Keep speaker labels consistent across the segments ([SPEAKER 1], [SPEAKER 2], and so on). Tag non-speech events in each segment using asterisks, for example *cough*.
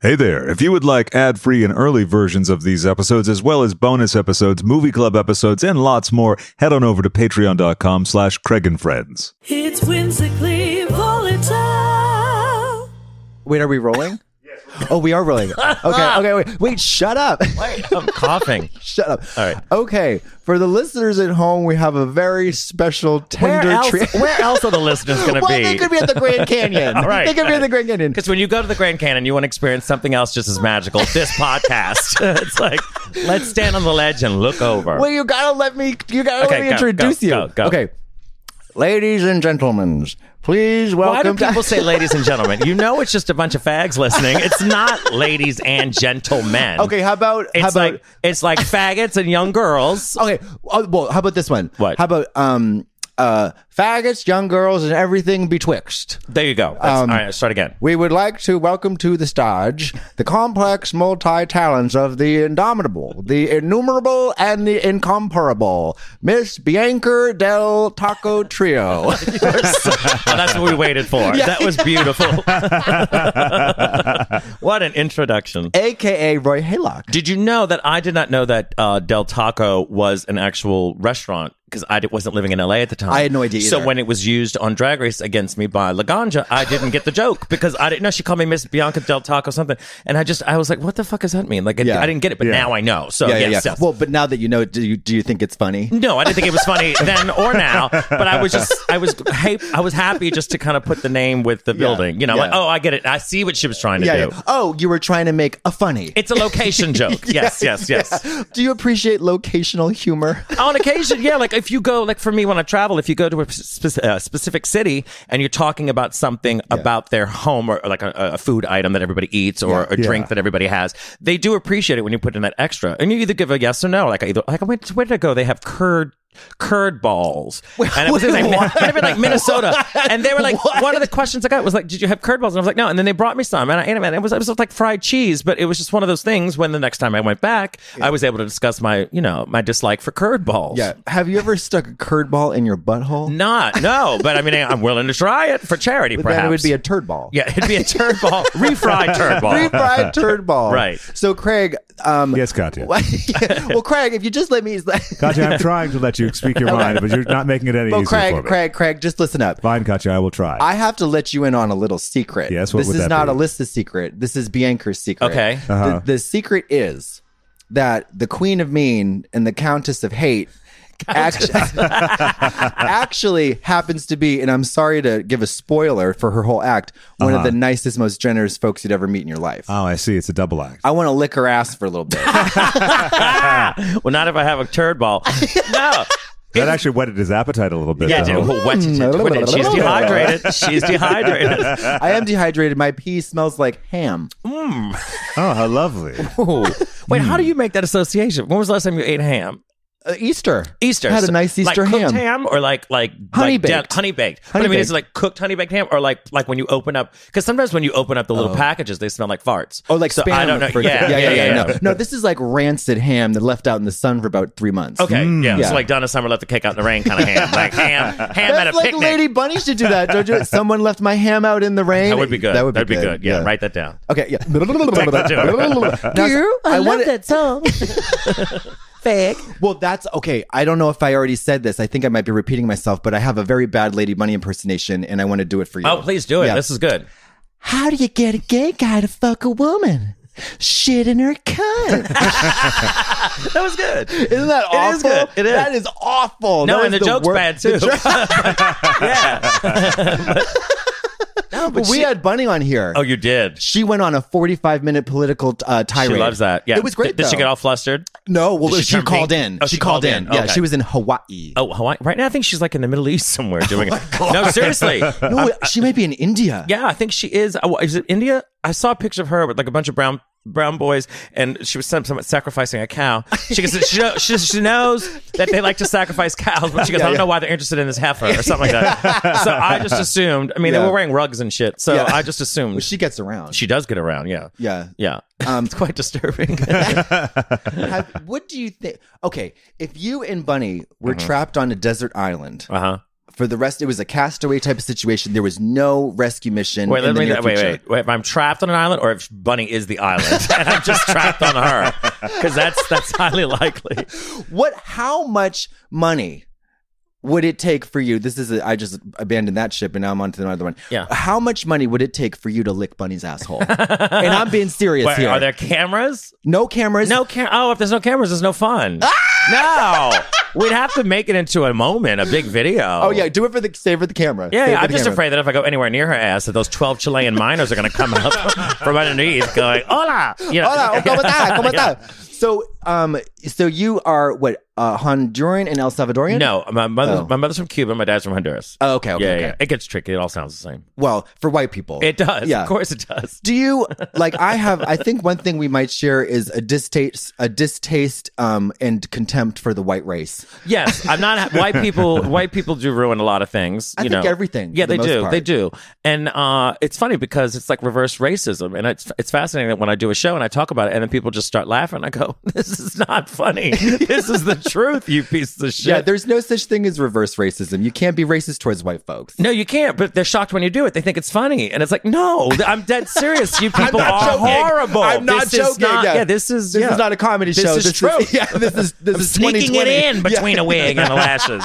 [SPEAKER 1] Hey there. If you would like ad free and early versions of these episodes, as well as bonus episodes, movie club episodes, and lots more, head on over to patreon.com slash Craig and Friends.
[SPEAKER 2] It's whimsically volatile.
[SPEAKER 3] Wait, are we rolling? Oh, we are
[SPEAKER 4] *laughs*
[SPEAKER 3] rolling. Okay, okay, wait, wait, shut up.
[SPEAKER 4] I'm coughing.
[SPEAKER 3] Shut up.
[SPEAKER 4] All right.
[SPEAKER 3] Okay, for the listeners at home, we have a very special
[SPEAKER 4] Where
[SPEAKER 3] tender
[SPEAKER 4] else,
[SPEAKER 3] treat.
[SPEAKER 4] *laughs* where else are the listeners going to
[SPEAKER 3] well, they
[SPEAKER 4] be?
[SPEAKER 3] could be at the
[SPEAKER 4] *laughs*
[SPEAKER 3] Grand Canyon.
[SPEAKER 4] All right.
[SPEAKER 3] They could be at the Grand Canyon.
[SPEAKER 4] Because when you go to the Grand Canyon, you want to experience something else just as magical. This podcast. *laughs* it's like, let's stand on the ledge and look over.
[SPEAKER 3] Well, you gotta let me. You gotta
[SPEAKER 4] Okay,
[SPEAKER 3] let me
[SPEAKER 4] go,
[SPEAKER 3] introduce
[SPEAKER 4] go,
[SPEAKER 3] you.
[SPEAKER 4] go, go.
[SPEAKER 3] Okay, ladies and gentlemen, please
[SPEAKER 4] Why do
[SPEAKER 3] welcome.
[SPEAKER 4] people
[SPEAKER 3] to-
[SPEAKER 4] say ladies and gentlemen? You know it's just a bunch of fags listening. It's not ladies and gentlemen.
[SPEAKER 3] *laughs* Okay, how about
[SPEAKER 4] It's
[SPEAKER 3] how about
[SPEAKER 4] like it's like faggots and young girls.
[SPEAKER 3] Okay. uh, Well, how about this one?
[SPEAKER 4] What?
[SPEAKER 3] How about um uh faggots, young girls, and everything betwixt?
[SPEAKER 4] There you go.
[SPEAKER 3] Um,
[SPEAKER 4] That's, all right, let's start again. *laughs*
[SPEAKER 3] We would like to welcome to the stage the complex multi talents of the indomitable, the innumerable, and the incomparable Miss Bianca del Taco
[SPEAKER 4] *laughs*
[SPEAKER 3] Trio.
[SPEAKER 4] Oh, that's what we waited for. That was
[SPEAKER 3] *laughs*
[SPEAKER 4] beautiful. what an introduction.
[SPEAKER 3] AKA Roy Haylock.
[SPEAKER 4] Did you know that I did not know that uh, Del Taco was an actual restaurant because I di- wasn't living in LA at the time.
[SPEAKER 3] I had no idea
[SPEAKER 4] So
[SPEAKER 3] either.
[SPEAKER 4] when it was used on Drag Race against me by Laganja, I didn't get the joke *laughs* because I didn't know she called me Miss Bianca Del Taco something, and I just I was like, what the fuck does that mean? Like I,
[SPEAKER 3] Yeah.
[SPEAKER 4] I didn't get it, but now I know. Mm, So
[SPEAKER 3] yeah, yeah, yeah.
[SPEAKER 4] yes, yes.
[SPEAKER 3] Well, but now that you know, do you do you think it's funny?
[SPEAKER 4] no, I didn't think it was
[SPEAKER 3] *laughs*
[SPEAKER 4] funny then or now, but I was just I was ha- I was happy just to kind of put the name with the building. You know, like
[SPEAKER 3] yeah.
[SPEAKER 4] oh, I get it. I see what she was trying to
[SPEAKER 3] Yeah,
[SPEAKER 4] do.
[SPEAKER 3] yeah. Oh, you were trying to make a funny.
[SPEAKER 4] It's
[SPEAKER 3] *laughs*
[SPEAKER 4] a location joke. Yes, yes, yes.
[SPEAKER 3] Do you appreciate locational
[SPEAKER 4] *laughs*
[SPEAKER 3] humor?
[SPEAKER 4] on occasion, yeah. Like if you go, like for me when I travel, if you go to a spec- uh, specific city and you're talking about something about their home or, or like a, a food item that everybody eats or a drink that everybody has, they do appreciate it when you put in that extra. And you either give a yes or no. Like I either like I went to, where did I go? They have curd. Curd balls, and it was in like, it might have been like *laughs* Minnesota, and they were like, one of the questions I got was like, "Did you have curd balls?" And I was like, "No." And then they brought me some, and I ate them, and it was it was like fried cheese, but it was just one of those things. When the next time I went back, I was able to discuss my you know my dislike for curd balls.
[SPEAKER 3] Yeah. Have you ever stuck a curd ball in your butthole?
[SPEAKER 4] Not, no, but I mean, I'm willing to try it for charity,
[SPEAKER 3] But
[SPEAKER 4] perhaps.
[SPEAKER 3] then it would be a turd ball.
[SPEAKER 4] yeah, it'd be a turd *laughs* ball, refried turd ball.
[SPEAKER 3] Refried turd ball.
[SPEAKER 4] *laughs* Right.
[SPEAKER 3] So, Craig. Um,
[SPEAKER 5] Yes,
[SPEAKER 3] *laughs*
[SPEAKER 5] Katya.
[SPEAKER 3] well, Craig, if you just let me. *laughs*
[SPEAKER 5] Katya, I'm trying to let you speak your mind, but you're not making it any
[SPEAKER 3] well,
[SPEAKER 5] easier
[SPEAKER 3] Craig,
[SPEAKER 5] for me.
[SPEAKER 3] Craig, Craig, just listen up.
[SPEAKER 5] Fine, Katya, I will try.
[SPEAKER 3] I have to let you in on a little secret.
[SPEAKER 5] Yes, what
[SPEAKER 3] this
[SPEAKER 5] would
[SPEAKER 3] is
[SPEAKER 5] that
[SPEAKER 3] not
[SPEAKER 5] be? Uh-huh.
[SPEAKER 3] Alyssa's secret. This is Bianca's secret.
[SPEAKER 4] Okay.
[SPEAKER 3] The, the secret is that the Queen of Mean and the Countess of Hate. Actually, *laughs* actually happens to be, and I'm sorry to give a spoiler for her whole act, one
[SPEAKER 5] Uh-huh.
[SPEAKER 3] of the nicest, most generous folks you'd ever meet in your life.
[SPEAKER 5] oh, I see. It's a double act.
[SPEAKER 3] I want to lick her ass for
[SPEAKER 5] *laughs*
[SPEAKER 3] a little bit.
[SPEAKER 4] well, not if I have a turd ball. *laughs* No.
[SPEAKER 5] that actually whetted his appetite a little bit.
[SPEAKER 4] Yeah,
[SPEAKER 5] though.
[SPEAKER 4] dude. well, what did you do with it? She's dehydrated. She's dehydrated.
[SPEAKER 3] I am dehydrated. My pee smells like ham.
[SPEAKER 5] Oh, how lovely.
[SPEAKER 4] Ooh. *laughs* Wait, how do you make that association? When was the last time you ate ham?
[SPEAKER 3] Uh, Easter.
[SPEAKER 4] Easter.
[SPEAKER 3] Had a
[SPEAKER 4] So,
[SPEAKER 3] nice Easter
[SPEAKER 4] like
[SPEAKER 3] ham.
[SPEAKER 4] Cooked ham or like like
[SPEAKER 3] Honey
[SPEAKER 4] like
[SPEAKER 3] baked.
[SPEAKER 4] honey baked.
[SPEAKER 3] Honey
[SPEAKER 4] but I mean, is it
[SPEAKER 3] baked.
[SPEAKER 4] like cooked honey baked ham or like like when you open up? Because sometimes when you open up the little packages, they smell like farts.
[SPEAKER 3] Oh, like
[SPEAKER 4] so
[SPEAKER 3] spam.
[SPEAKER 4] I don't know.
[SPEAKER 3] for
[SPEAKER 4] yeah,
[SPEAKER 3] example.
[SPEAKER 4] yeah, yeah,
[SPEAKER 3] No, no, this is like rancid ham that left out in the sun for about three months.
[SPEAKER 4] Okay, yeah.
[SPEAKER 3] Mm, Yeah.
[SPEAKER 4] It's like Donna Summer left the cake out in the rain kind
[SPEAKER 3] *laughs*
[SPEAKER 4] of ham. Like ham, ham at a
[SPEAKER 3] That's like
[SPEAKER 4] picnic.
[SPEAKER 3] Lady Bunny should do that. Don't
[SPEAKER 4] *laughs*
[SPEAKER 3] you? Someone left my ham out in the rain.
[SPEAKER 4] that would be good.
[SPEAKER 3] That would be, good.
[SPEAKER 4] That'd Yeah, write that down.
[SPEAKER 3] Okay,
[SPEAKER 4] *laughs*
[SPEAKER 3] yeah.
[SPEAKER 2] Do
[SPEAKER 3] *laughs* Now,
[SPEAKER 2] you? I, love
[SPEAKER 3] wanna-
[SPEAKER 2] that song. Fag.
[SPEAKER 3] Well, that's okay. I don't know if I already said this. I think I might be repeating myself, but I have a very bad Lady Bunny impersonation, and I want to do it for you.
[SPEAKER 4] Oh, please do it.
[SPEAKER 3] Yeah.
[SPEAKER 4] This is good.
[SPEAKER 3] How do you get a gay guy to fuck a woman? Shit in her *laughs* cunt.
[SPEAKER 4] That was good.
[SPEAKER 3] Isn't that awful?
[SPEAKER 4] It is good. It is.
[SPEAKER 3] That is awful.
[SPEAKER 4] no,
[SPEAKER 3] That
[SPEAKER 4] and the
[SPEAKER 3] is
[SPEAKER 4] joke's
[SPEAKER 3] wor-
[SPEAKER 4] bad too.
[SPEAKER 3] *laughs* The joke-
[SPEAKER 4] yeah.
[SPEAKER 3] but we had Bunny on here.
[SPEAKER 4] Oh, you did.
[SPEAKER 3] She went on a 45 minute political uh,
[SPEAKER 4] She
[SPEAKER 3] tirade.
[SPEAKER 4] loves that. Yeah.
[SPEAKER 3] It was great.
[SPEAKER 4] Did, did she
[SPEAKER 3] though.
[SPEAKER 4] get all flustered?
[SPEAKER 3] No, well,
[SPEAKER 4] Did
[SPEAKER 3] she,
[SPEAKER 4] she turn
[SPEAKER 3] called
[SPEAKER 4] pink?
[SPEAKER 3] in.
[SPEAKER 4] Oh,
[SPEAKER 3] she,
[SPEAKER 4] she
[SPEAKER 3] called
[SPEAKER 4] called
[SPEAKER 3] in.
[SPEAKER 4] in.
[SPEAKER 3] Yeah,
[SPEAKER 4] Okay.
[SPEAKER 3] she was in Hawaii.
[SPEAKER 4] Oh, Hawaii. Right now, I think she's like in the Middle East somewhere doing
[SPEAKER 3] *laughs*
[SPEAKER 4] it.
[SPEAKER 3] Oh
[SPEAKER 4] No, seriously.
[SPEAKER 3] No, she might be in India.
[SPEAKER 4] Yeah, I think she is. oh, Is it India? I saw a picture of her with like a bunch of brown brown boys, and she was some, some sacrificing a cow. She goes,
[SPEAKER 3] *laughs*
[SPEAKER 4] she, know- she, she knows that they like to sacrifice cows, but she goes, I don't know why they're interested in this heifer or something
[SPEAKER 3] *laughs*
[SPEAKER 4] like that. so I just assumed. I mean,
[SPEAKER 3] Yeah.
[SPEAKER 4] they were wearing rugs and shit, so
[SPEAKER 3] Yeah.
[SPEAKER 4] I just assumed
[SPEAKER 3] She gets around.
[SPEAKER 4] she does get around. Yeah,
[SPEAKER 3] yeah.
[SPEAKER 4] yeah. *laughs*
[SPEAKER 3] Um,
[SPEAKER 4] it's quite disturbing.
[SPEAKER 3] *laughs*
[SPEAKER 4] Uh-huh. Mm-hmm.
[SPEAKER 3] Have- what do you think? Okay, if you and Bunny were trapped on a desert island
[SPEAKER 4] uh huh.
[SPEAKER 3] for the rest, it was a castaway type of situation. There was no rescue mission.
[SPEAKER 4] Wait,
[SPEAKER 3] in
[SPEAKER 4] let
[SPEAKER 3] the
[SPEAKER 4] me.
[SPEAKER 3] near
[SPEAKER 4] Wait, wait,
[SPEAKER 3] future.
[SPEAKER 4] wait, If I'm trapped on an island, or if Bunny is
[SPEAKER 3] *laughs*
[SPEAKER 4] the island, and I'm just trapped on her, because that's that's highly likely.
[SPEAKER 3] What? How much money would it take for you? This is a, I just abandoned that ship and now I'm on to another one.
[SPEAKER 4] Yeah.
[SPEAKER 3] How much money would it take for you to lick Bunny's
[SPEAKER 4] *laughs*
[SPEAKER 3] asshole? and I'm being serious
[SPEAKER 4] Wait,
[SPEAKER 3] here.
[SPEAKER 4] are there cameras?
[SPEAKER 3] no cameras?
[SPEAKER 4] No cam. Oh, if there's no cameras, there's no fun.
[SPEAKER 3] Ah!
[SPEAKER 4] No, we'd have to make it into a moment, a big video.
[SPEAKER 3] Oh yeah, do it for the save for the camera.
[SPEAKER 4] Yeah,
[SPEAKER 3] Save
[SPEAKER 4] yeah,
[SPEAKER 3] for
[SPEAKER 4] I'm
[SPEAKER 3] the
[SPEAKER 4] just
[SPEAKER 3] camera.
[SPEAKER 4] afraid that if I go anywhere near her ass, that those 12 Chilean miners are going to come up *laughs* from underneath going, hola. You know,
[SPEAKER 3] Hola, ¿cómo está?
[SPEAKER 4] *laughs*
[SPEAKER 3] ¿Cómo está? So, um, so you are what uh, Honduran and El Salvadorian?
[SPEAKER 4] No, my mother's,
[SPEAKER 3] Oh.
[SPEAKER 4] my mother's from Cuba. My dad's from Honduras.
[SPEAKER 3] Oh, okay, okay,
[SPEAKER 4] yeah,
[SPEAKER 3] okay.
[SPEAKER 4] yeah. It gets tricky. It all sounds the same.
[SPEAKER 3] Well, for white people,
[SPEAKER 4] It does.
[SPEAKER 3] Yeah.
[SPEAKER 4] Of course it does.
[SPEAKER 3] Do you like? I have. I think one thing we might share is a distaste, a distaste, um, and contempt for the white race.
[SPEAKER 4] Yes, I'm not white people. White people do ruin a lot of things.
[SPEAKER 3] I
[SPEAKER 4] you
[SPEAKER 3] think
[SPEAKER 4] know.
[SPEAKER 3] everything,
[SPEAKER 4] Yeah,
[SPEAKER 3] for the
[SPEAKER 4] they
[SPEAKER 3] most
[SPEAKER 4] do.
[SPEAKER 3] part.
[SPEAKER 4] They do. And uh, it's funny because it's like reverse racism, and it's it's fascinating that when I do a show and I talk about it, and then people just start laughing. I go, *laughs* "This is not funny. this is the truth, you pieces of
[SPEAKER 3] *laughs*
[SPEAKER 4] shit."
[SPEAKER 3] Yeah, there's no such thing as reverse racism. You can't be racist towards white folks.
[SPEAKER 4] No, you can't. But they're shocked when you do it. They think it's funny, and it's like, no, th- I'm dead serious. You
[SPEAKER 3] *laughs*
[SPEAKER 4] people
[SPEAKER 3] I'm not
[SPEAKER 4] are
[SPEAKER 3] joking.
[SPEAKER 4] horrible.
[SPEAKER 3] I'm not
[SPEAKER 4] This is
[SPEAKER 3] joking.
[SPEAKER 4] not-
[SPEAKER 3] yeah.
[SPEAKER 4] yeah. this is
[SPEAKER 3] this
[SPEAKER 4] yeah.
[SPEAKER 3] is not a comedy
[SPEAKER 4] This
[SPEAKER 3] show.
[SPEAKER 4] is
[SPEAKER 3] this *laughs*
[SPEAKER 4] true.
[SPEAKER 3] Is, yeah, this is this is
[SPEAKER 4] sneaking it
[SPEAKER 3] 2020.
[SPEAKER 4] in between a wig and
[SPEAKER 3] *laughs*
[SPEAKER 4] the lashes.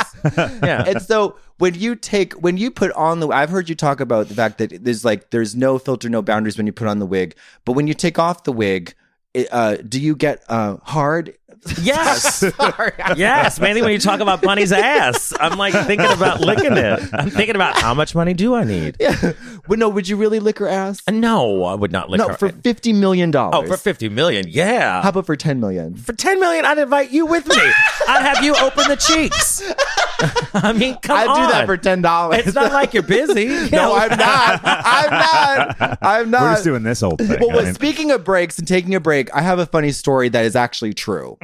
[SPEAKER 4] Yeah.
[SPEAKER 3] and so when you take when you put on the i've heard you talk about the fact that there's like there's no filter no boundaries when you put on the wig but when you take off the wig it, uh, do you get uh, hard
[SPEAKER 4] Yes.
[SPEAKER 3] *laughs*
[SPEAKER 4] yes. Mainly when you talk about Bunny's ass, I'm like thinking about licking it. I'm thinking about how much money do I need? Uh,
[SPEAKER 3] well no would you really lick her ass
[SPEAKER 4] No, I would not lick
[SPEAKER 3] no
[SPEAKER 4] her.
[SPEAKER 3] for 50 million dollars
[SPEAKER 4] oh, for 50 million. Yeah.
[SPEAKER 3] how about for 10 million
[SPEAKER 4] for 10 million, I'd invite you with me. *laughs* I'd have you open the cheeks. *laughs* I mean, come
[SPEAKER 3] i'd
[SPEAKER 4] on.
[SPEAKER 3] do that for 10 dollars
[SPEAKER 4] It's not like you're busy.
[SPEAKER 3] *laughs* no i'm not i'm not i'm not
[SPEAKER 5] We're just doing this old thing.
[SPEAKER 3] Well,
[SPEAKER 5] I
[SPEAKER 3] well
[SPEAKER 5] mean,
[SPEAKER 3] speaking of breaks and taking a break, I have a funny story that is actually true.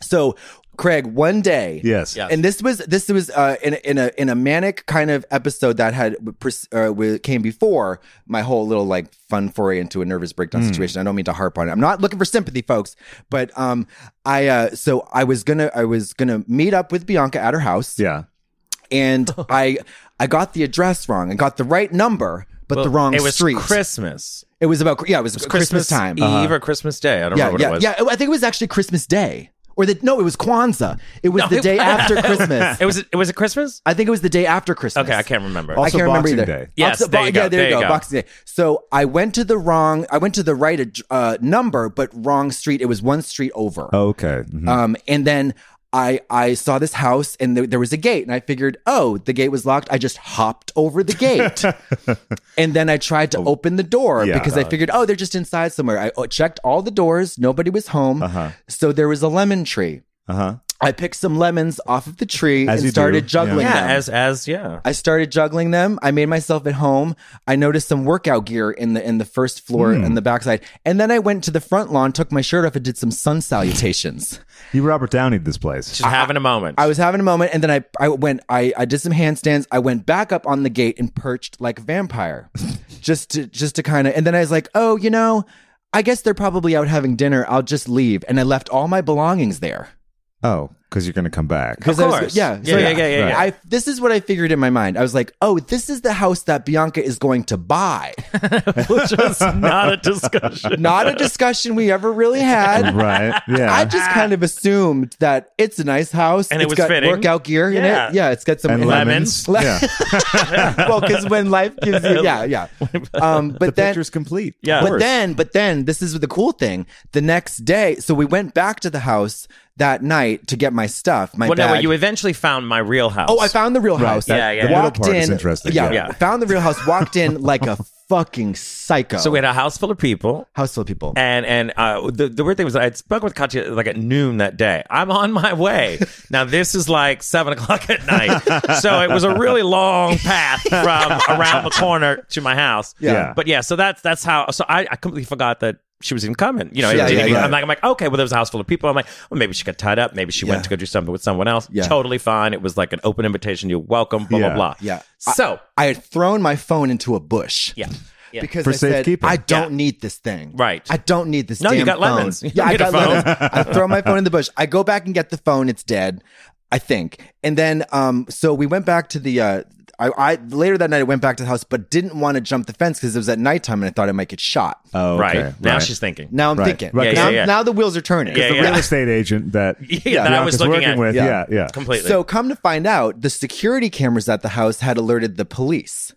[SPEAKER 3] So, Craig, one day,
[SPEAKER 5] Yes.
[SPEAKER 4] Mm. Yes.
[SPEAKER 3] and this was this was uh, in in a in a manic kind of episode that had pres- uh, w- came before my whole little like fun foray into a nervous breakdown
[SPEAKER 5] Hmm.
[SPEAKER 3] situation. I don't mean to harp on it. I'm not looking for sympathy, folks, but um, I uh, so I was gonna I was gonna meet up with Bianca at her house,
[SPEAKER 5] yeah.
[SPEAKER 4] *laughs*
[SPEAKER 3] and I I got the address wrong and got the right number. But the wrong
[SPEAKER 4] It was
[SPEAKER 3] street.
[SPEAKER 4] Christmas.
[SPEAKER 3] It was about yeah. It was, Christmas, time. Uh-huh.
[SPEAKER 4] Eve or Christmas Day. I don't
[SPEAKER 3] Yeah,
[SPEAKER 4] remember what
[SPEAKER 3] yeah,
[SPEAKER 4] it was.
[SPEAKER 3] yeah. I think it was actually Christmas Day, or the no, it was Kwanzaa. It was
[SPEAKER 4] No,
[SPEAKER 3] the
[SPEAKER 4] *laughs* it-
[SPEAKER 3] day after Christmas.
[SPEAKER 4] It was. It was a Christmas.
[SPEAKER 3] I think it was the day after Christmas.
[SPEAKER 4] Okay, I can't remember.
[SPEAKER 5] Also
[SPEAKER 3] I can't remember
[SPEAKER 5] Boxing
[SPEAKER 3] either.
[SPEAKER 5] Day.
[SPEAKER 4] Yes,
[SPEAKER 3] Also-
[SPEAKER 4] there
[SPEAKER 3] bo-
[SPEAKER 4] you go,
[SPEAKER 3] Yeah, there, you go. Boxing Day. So I went to the wrong. I went to the right ad- uh, number, but wrong street. It was one street over.
[SPEAKER 5] Okay. Mhm.
[SPEAKER 3] Um, and then I I saw this house and there, there was a gate and I figured, oh, the gate was locked. I just hopped over
[SPEAKER 5] *laughs*
[SPEAKER 3] the gate. and then I tried to open the door
[SPEAKER 5] Oh, yeah.
[SPEAKER 3] because I figured, oh, they're just inside somewhere. I uh, checked all the doors. Nobody was home.
[SPEAKER 5] Uh-huh.
[SPEAKER 3] So there was a lemon tree.
[SPEAKER 5] Uh-huh.
[SPEAKER 3] I picked some lemons off of the tree
[SPEAKER 5] As you do,
[SPEAKER 3] and started
[SPEAKER 5] yeah.
[SPEAKER 3] juggling
[SPEAKER 4] Yeah,
[SPEAKER 3] them.
[SPEAKER 4] as as yeah.
[SPEAKER 3] I started juggling them. I made myself at home. I noticed some workout gear in the in the first floor
[SPEAKER 5] Hmm.
[SPEAKER 3] and the backside. And then I went to the front lawn, took my shirt off, and did some sun salutations.
[SPEAKER 5] You Robert Downey this place.
[SPEAKER 4] Just having a moment.
[SPEAKER 3] I was *laughs* having a moment, and then I, I went, I, I did some handstands. I went back up on the gate and perched like a vampire, *laughs* just to, just to kind of. And then I was like, oh, you know, I guess they're probably out having dinner. I'll just leave, and I left all my belongings there.
[SPEAKER 5] Oh, because you're going to come back.
[SPEAKER 4] of
[SPEAKER 3] 'Cause I was-
[SPEAKER 4] course.
[SPEAKER 3] yeah,
[SPEAKER 4] Yeah.
[SPEAKER 3] so
[SPEAKER 4] yeah. Yeah. Yeah. yeah.
[SPEAKER 3] I, this is what I figured in my mind. I was like, oh, this is the house that Bianca is going to buy.
[SPEAKER 4] Which was not a discussion.
[SPEAKER 3] Not a discussion we ever really had.
[SPEAKER 5] Right. *laughs* Yeah.
[SPEAKER 3] I just kind of assumed that it's a nice house
[SPEAKER 4] And it
[SPEAKER 3] It's
[SPEAKER 4] was
[SPEAKER 3] got
[SPEAKER 4] fitting.
[SPEAKER 3] workout gear
[SPEAKER 4] Yeah.
[SPEAKER 3] in it. Yeah, it's got some
[SPEAKER 5] and
[SPEAKER 4] lemons.
[SPEAKER 5] lemons.
[SPEAKER 3] Le-
[SPEAKER 5] Yeah.
[SPEAKER 3] *laughs* well, because when life gives you,
[SPEAKER 5] *laughs*
[SPEAKER 3] yeah, yeah. Um, but
[SPEAKER 5] the
[SPEAKER 3] then,
[SPEAKER 5] picture's complete.
[SPEAKER 4] Yeah.
[SPEAKER 5] Of
[SPEAKER 3] but
[SPEAKER 5] course.
[SPEAKER 3] then, but then, this is the cool thing. The next day, so we went back to the house that night to get my stuff, my
[SPEAKER 4] Well, no,
[SPEAKER 3] bag.
[SPEAKER 4] wait, you eventually found my real house.
[SPEAKER 3] oh, I found the Real House.
[SPEAKER 4] Yeah, yeah. The
[SPEAKER 5] middle
[SPEAKER 3] Walked
[SPEAKER 5] part
[SPEAKER 3] in,
[SPEAKER 5] is interesting,
[SPEAKER 3] Yeah,
[SPEAKER 4] yeah.
[SPEAKER 3] found the Real House.
[SPEAKER 5] *laughs*
[SPEAKER 3] Walked in like a fucking psycho.
[SPEAKER 4] So we had a house full of people.
[SPEAKER 3] house full of people.
[SPEAKER 4] And and uh, the the weird thing was I had spoken with Katya like at noon that day. I'm on my way. now this is like seven o'clock at night, so it was a really long path from around the corner to my house.
[SPEAKER 5] Yeah.
[SPEAKER 4] but yeah, so that's that's how. So I, I completely forgot that she was incoming. You know, it
[SPEAKER 3] Yeah,
[SPEAKER 4] didn't
[SPEAKER 3] yeah,
[SPEAKER 4] even-
[SPEAKER 5] yeah.
[SPEAKER 4] I'm like I'm like okay, well there was a house full of people. I'm like well, maybe she got tied up. Maybe she
[SPEAKER 3] Yeah.
[SPEAKER 4] went to go do something with someone else.
[SPEAKER 3] Yeah.
[SPEAKER 4] Totally fine. It was like an open invitation. You're welcome. Blah
[SPEAKER 5] Yeah.
[SPEAKER 4] blah blah.
[SPEAKER 3] Yeah.
[SPEAKER 4] So
[SPEAKER 3] I had thrown my phone into a bush.
[SPEAKER 4] yeah. Yeah.
[SPEAKER 3] Because
[SPEAKER 5] For
[SPEAKER 3] I said,
[SPEAKER 5] safekeeping.
[SPEAKER 3] I don't
[SPEAKER 4] Yeah.
[SPEAKER 3] need this thing.
[SPEAKER 4] Right.
[SPEAKER 3] I don't need this
[SPEAKER 4] No, you
[SPEAKER 3] damn
[SPEAKER 4] got
[SPEAKER 3] phone.
[SPEAKER 4] lemons. *laughs* You
[SPEAKER 3] yeah, I
[SPEAKER 4] need a
[SPEAKER 3] got
[SPEAKER 4] phone.
[SPEAKER 3] lemons. I throw my phone in the bush. I go back and get the phone. It's dead. I think. And then, um, so we went back to the. Uh, I, I later that night I went back to the house, but didn't want to jump the fence because it was at nighttime and I thought I might get shot.
[SPEAKER 1] Oh,
[SPEAKER 4] right.
[SPEAKER 1] okay,
[SPEAKER 4] Now
[SPEAKER 1] right.
[SPEAKER 4] she's thinking.
[SPEAKER 3] now I'm
[SPEAKER 5] Uh, right.
[SPEAKER 3] thinking.
[SPEAKER 5] Right, 'cause
[SPEAKER 3] now,
[SPEAKER 4] yeah, yeah.
[SPEAKER 3] now the wheels are turning.
[SPEAKER 4] Yeah,
[SPEAKER 5] the
[SPEAKER 4] yeah.
[SPEAKER 5] real estate agent that
[SPEAKER 4] *laughs* Yeah, that I was
[SPEAKER 5] Bianca's
[SPEAKER 4] looking
[SPEAKER 5] working
[SPEAKER 4] at.
[SPEAKER 5] with.
[SPEAKER 3] Yeah.
[SPEAKER 5] Yeah, yeah.
[SPEAKER 4] Completely.
[SPEAKER 3] So come to find out, the security cameras at the house had alerted the police,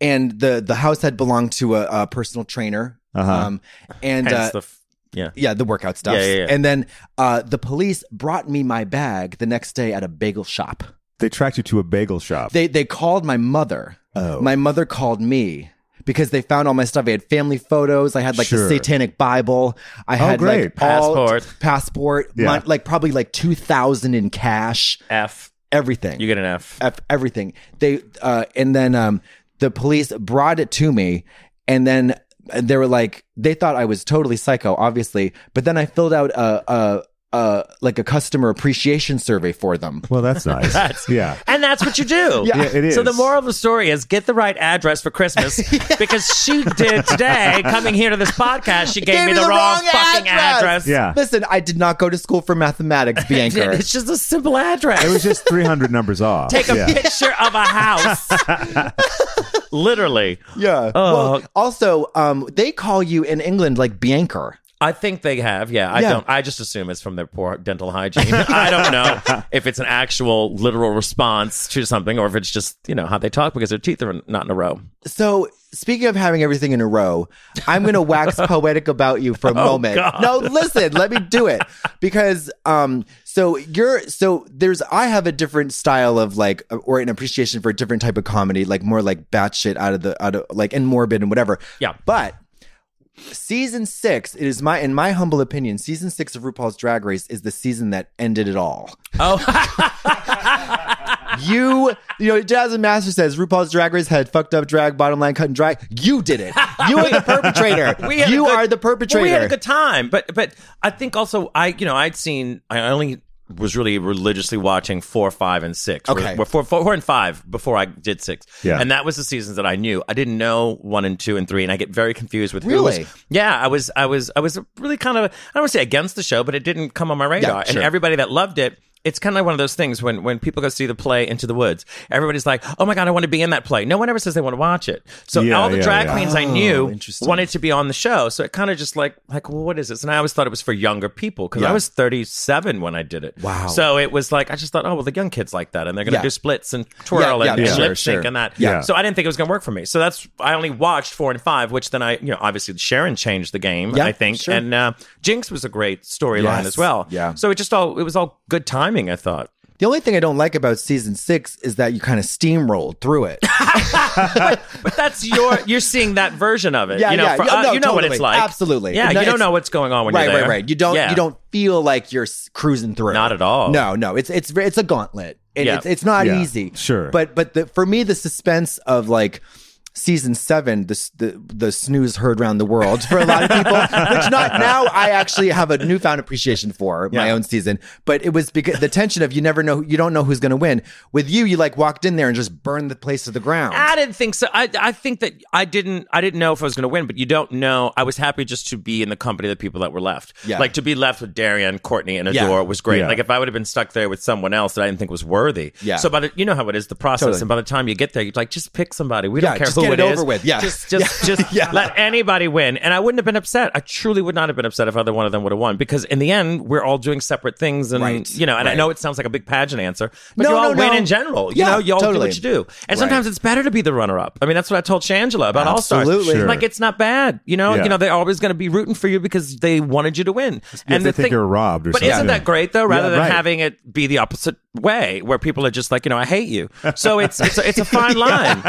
[SPEAKER 3] and the the house had belonged to a, a personal trainer.
[SPEAKER 1] Uh-huh.
[SPEAKER 3] Um, and uh,
[SPEAKER 4] Hence the f- yeah.
[SPEAKER 3] yeah, the workout stuff.
[SPEAKER 4] Yeah, yeah, yeah.
[SPEAKER 3] And then uh, the police brought me my bag the next day at a bagel shop.
[SPEAKER 5] They tracked you to a bagel shop.
[SPEAKER 3] They they called my mother.
[SPEAKER 1] Oh.
[SPEAKER 3] My mother called me because they found all my stuff. I had family photos. I had like
[SPEAKER 1] Sure.
[SPEAKER 3] the Satanic Bible. I had
[SPEAKER 5] great.
[SPEAKER 3] like all-
[SPEAKER 4] Passport.
[SPEAKER 3] passport,
[SPEAKER 5] Yeah.
[SPEAKER 3] mon- like probably like two thousand in cash.
[SPEAKER 4] F.
[SPEAKER 3] Everything
[SPEAKER 4] You get an F.
[SPEAKER 3] F- everything. They uh, and then um, the police brought it to me, and then they were like, they thought I was totally psycho, obviously. But then I filled out a a, a like a customer appreciation survey for them.
[SPEAKER 5] Well,
[SPEAKER 4] *laughs*
[SPEAKER 5] that's nice. yeah.
[SPEAKER 4] And that's what you do.
[SPEAKER 5] Yeah, it
[SPEAKER 4] So the
[SPEAKER 5] is.
[SPEAKER 4] moral of the story is get the right address for Christmas *laughs* because she did today coming here to this podcast. She gave, me the, wrong, fucking address.
[SPEAKER 5] Yeah.
[SPEAKER 3] Listen, I did not go to school for mathematics, Bianca.
[SPEAKER 4] *laughs* It's just a simple address.
[SPEAKER 5] It was just 300 numbers off.
[SPEAKER 4] Take a
[SPEAKER 5] yeah.
[SPEAKER 4] picture of a house. Literally.
[SPEAKER 3] yeah.
[SPEAKER 4] Oh.
[SPEAKER 3] Well, also, um, they call you in England like Bianca.
[SPEAKER 4] I think they have. Yeah, I
[SPEAKER 3] Yeah.
[SPEAKER 4] don't. I just assume it's from their poor dental hygiene. I don't know if it's an actual literal response to something or if it's just you know how they talk because their teeth are not in a row.
[SPEAKER 3] So, speaking of having everything in a row, I'm going to
[SPEAKER 4] *laughs*
[SPEAKER 3] wax poetic about you for a moment.
[SPEAKER 4] Oh, God.
[SPEAKER 3] No, listen, let me do it because um so you're so there's I have a different style of like uh, or an appreciation for a different type of comedy, like more like batshit out of the out of like and morbid and whatever.
[SPEAKER 4] Yeah.
[SPEAKER 3] But season 6, it is my in my humble opinion, season 6 of RuPaul's Drag Race is the season that ended it all.
[SPEAKER 4] Oh.
[SPEAKER 3] *laughs* You, you know, Jasmine Master says RuPaul's Drag Race had fucked up drag, bottom line cut and dry. You did it. You
[SPEAKER 4] *laughs*
[SPEAKER 3] are the perpetrator.
[SPEAKER 4] We had a
[SPEAKER 3] you
[SPEAKER 4] good-
[SPEAKER 3] are the perpetrator.
[SPEAKER 4] Well, we had a good time, but but I think also I you know I'd seen I only was really religiously watching four, five, and six.
[SPEAKER 3] Okay.
[SPEAKER 4] Well, four, four, four and five before I did six.
[SPEAKER 5] Yeah.
[SPEAKER 4] and that was the seasons that I knew. I didn't know one and two and three, and I get very confused with who
[SPEAKER 3] Really?
[SPEAKER 4] was- yeah, I was I was I was really kind of I don't want to say against the show, but it didn't come on my radar.
[SPEAKER 3] Yeah,
[SPEAKER 4] And
[SPEAKER 3] sure.
[SPEAKER 4] everybody that loved it. It's kind of one of those things when, when people go see the play Into the Woods, everybody's like, oh my God, I want to be in that play. No one ever says they want to watch it. So
[SPEAKER 5] Yeah,
[SPEAKER 4] all the
[SPEAKER 5] yeah,
[SPEAKER 4] drag
[SPEAKER 5] yeah.
[SPEAKER 4] queens I knew
[SPEAKER 3] interesting.
[SPEAKER 4] wanted to be on the show. So it kind of just like like well, what is this? And I always thought it was for younger people because I was 37 when I did it.
[SPEAKER 3] Wow.
[SPEAKER 4] So it was like I just thought, oh well, the young kids like that, and they're gonna
[SPEAKER 3] Yeah.
[SPEAKER 4] do splits and twirl
[SPEAKER 3] yeah,
[SPEAKER 4] and, and
[SPEAKER 3] sure,
[SPEAKER 4] lip sync
[SPEAKER 3] sure.
[SPEAKER 4] and that.
[SPEAKER 5] Yeah.
[SPEAKER 4] So I didn't think it was gonna work for me. So that's I only watched four and five, which then I you know obviously Sharon changed the game.
[SPEAKER 3] Yeah,
[SPEAKER 4] I think
[SPEAKER 3] sure.
[SPEAKER 4] and uh, Jinx was a great storyline
[SPEAKER 3] Yes.
[SPEAKER 4] as well.
[SPEAKER 3] Yeah.
[SPEAKER 4] So it just all it was all good timing. I thought.
[SPEAKER 3] the only thing I don't like about season six is that you kind of steamrolled through it.
[SPEAKER 4] But that's your *laughs* you're seeing that version of it.
[SPEAKER 3] Yeah,
[SPEAKER 4] you know,
[SPEAKER 3] yeah.
[SPEAKER 4] For,
[SPEAKER 3] Yeah,
[SPEAKER 4] us-
[SPEAKER 3] no,
[SPEAKER 4] you know what
[SPEAKER 3] totally.
[SPEAKER 4] it's like.
[SPEAKER 3] Absolutely.
[SPEAKER 4] Yeah,
[SPEAKER 3] No,
[SPEAKER 4] you don't
[SPEAKER 3] it's-
[SPEAKER 4] know what's going on when
[SPEAKER 3] right,
[SPEAKER 4] you're there.
[SPEAKER 3] right, right. You don't
[SPEAKER 4] Yeah.
[SPEAKER 3] you don't feel like you're s- cruising through.
[SPEAKER 4] Not at all.
[SPEAKER 3] No, no. It's it's it's a gauntlet. And
[SPEAKER 4] Yeah.
[SPEAKER 3] it's it's not
[SPEAKER 5] Yeah,
[SPEAKER 3] easy.
[SPEAKER 5] sure.
[SPEAKER 3] But but the, for me the suspense of like season seven the, s- the the snooze heard round the world for a lot of
[SPEAKER 4] *laughs*
[SPEAKER 3] people which not now i actually have a newfound appreciation for my
[SPEAKER 4] Yeah.
[SPEAKER 3] own season but it was because the tension of you never know you don't know who's going to win with you you like walked in there and just burned the place to the ground
[SPEAKER 4] I didn't think so. I I think that I didn't I didn't know if I was going to win, but you don't know. I was happy just to be in the company of the people that were left.
[SPEAKER 3] Yeah.
[SPEAKER 4] Like to be left with Darian, Courtney, and
[SPEAKER 3] Yeah.
[SPEAKER 4] Adore was great.
[SPEAKER 5] Yeah.
[SPEAKER 4] Like if I would have been stuck there with someone else that I didn't think was worthy.
[SPEAKER 3] Yeah.
[SPEAKER 4] So by the, you know how it is the process,
[SPEAKER 3] Totally.
[SPEAKER 4] and by the time you get there, you're like, just pick somebody. We
[SPEAKER 3] Yeah,
[SPEAKER 4] don't care
[SPEAKER 3] just
[SPEAKER 4] who
[SPEAKER 3] get it
[SPEAKER 4] is.
[SPEAKER 3] over with. Yeah.
[SPEAKER 4] Just just
[SPEAKER 3] *laughs*
[SPEAKER 4] just
[SPEAKER 3] Yeah.
[SPEAKER 4] let anybody win. And I wouldn't have been upset. I truly would not have been upset if either one of them would have won because in the end we're all doing separate things, and
[SPEAKER 3] Right.
[SPEAKER 4] you know. And I
[SPEAKER 3] Right.
[SPEAKER 4] know it sounds like a big pageant answer, but
[SPEAKER 3] No,
[SPEAKER 4] you all
[SPEAKER 3] no, no.
[SPEAKER 4] win in general. You
[SPEAKER 3] Yeah,
[SPEAKER 4] know, you all do
[SPEAKER 3] totally.
[SPEAKER 4] what you do, and sometimes
[SPEAKER 3] Right.
[SPEAKER 4] it's better to be the runner up. I mean, that's what I told Shangela about All Stars.
[SPEAKER 3] Absolutely. Sure.
[SPEAKER 4] Like it's not bad. You know,
[SPEAKER 5] Yeah.
[SPEAKER 4] you know, they're always going to be rooting for you because they wanted you to win.
[SPEAKER 5] if they think you're robbed or
[SPEAKER 4] but isn't
[SPEAKER 5] something.
[SPEAKER 4] that great though? Rather
[SPEAKER 5] Yeah,
[SPEAKER 4] than
[SPEAKER 5] right.
[SPEAKER 4] having it be the opposite way, where people are just like, you know, I
[SPEAKER 5] *laughs*
[SPEAKER 4] hate you. So it's it's a, it's a fine line.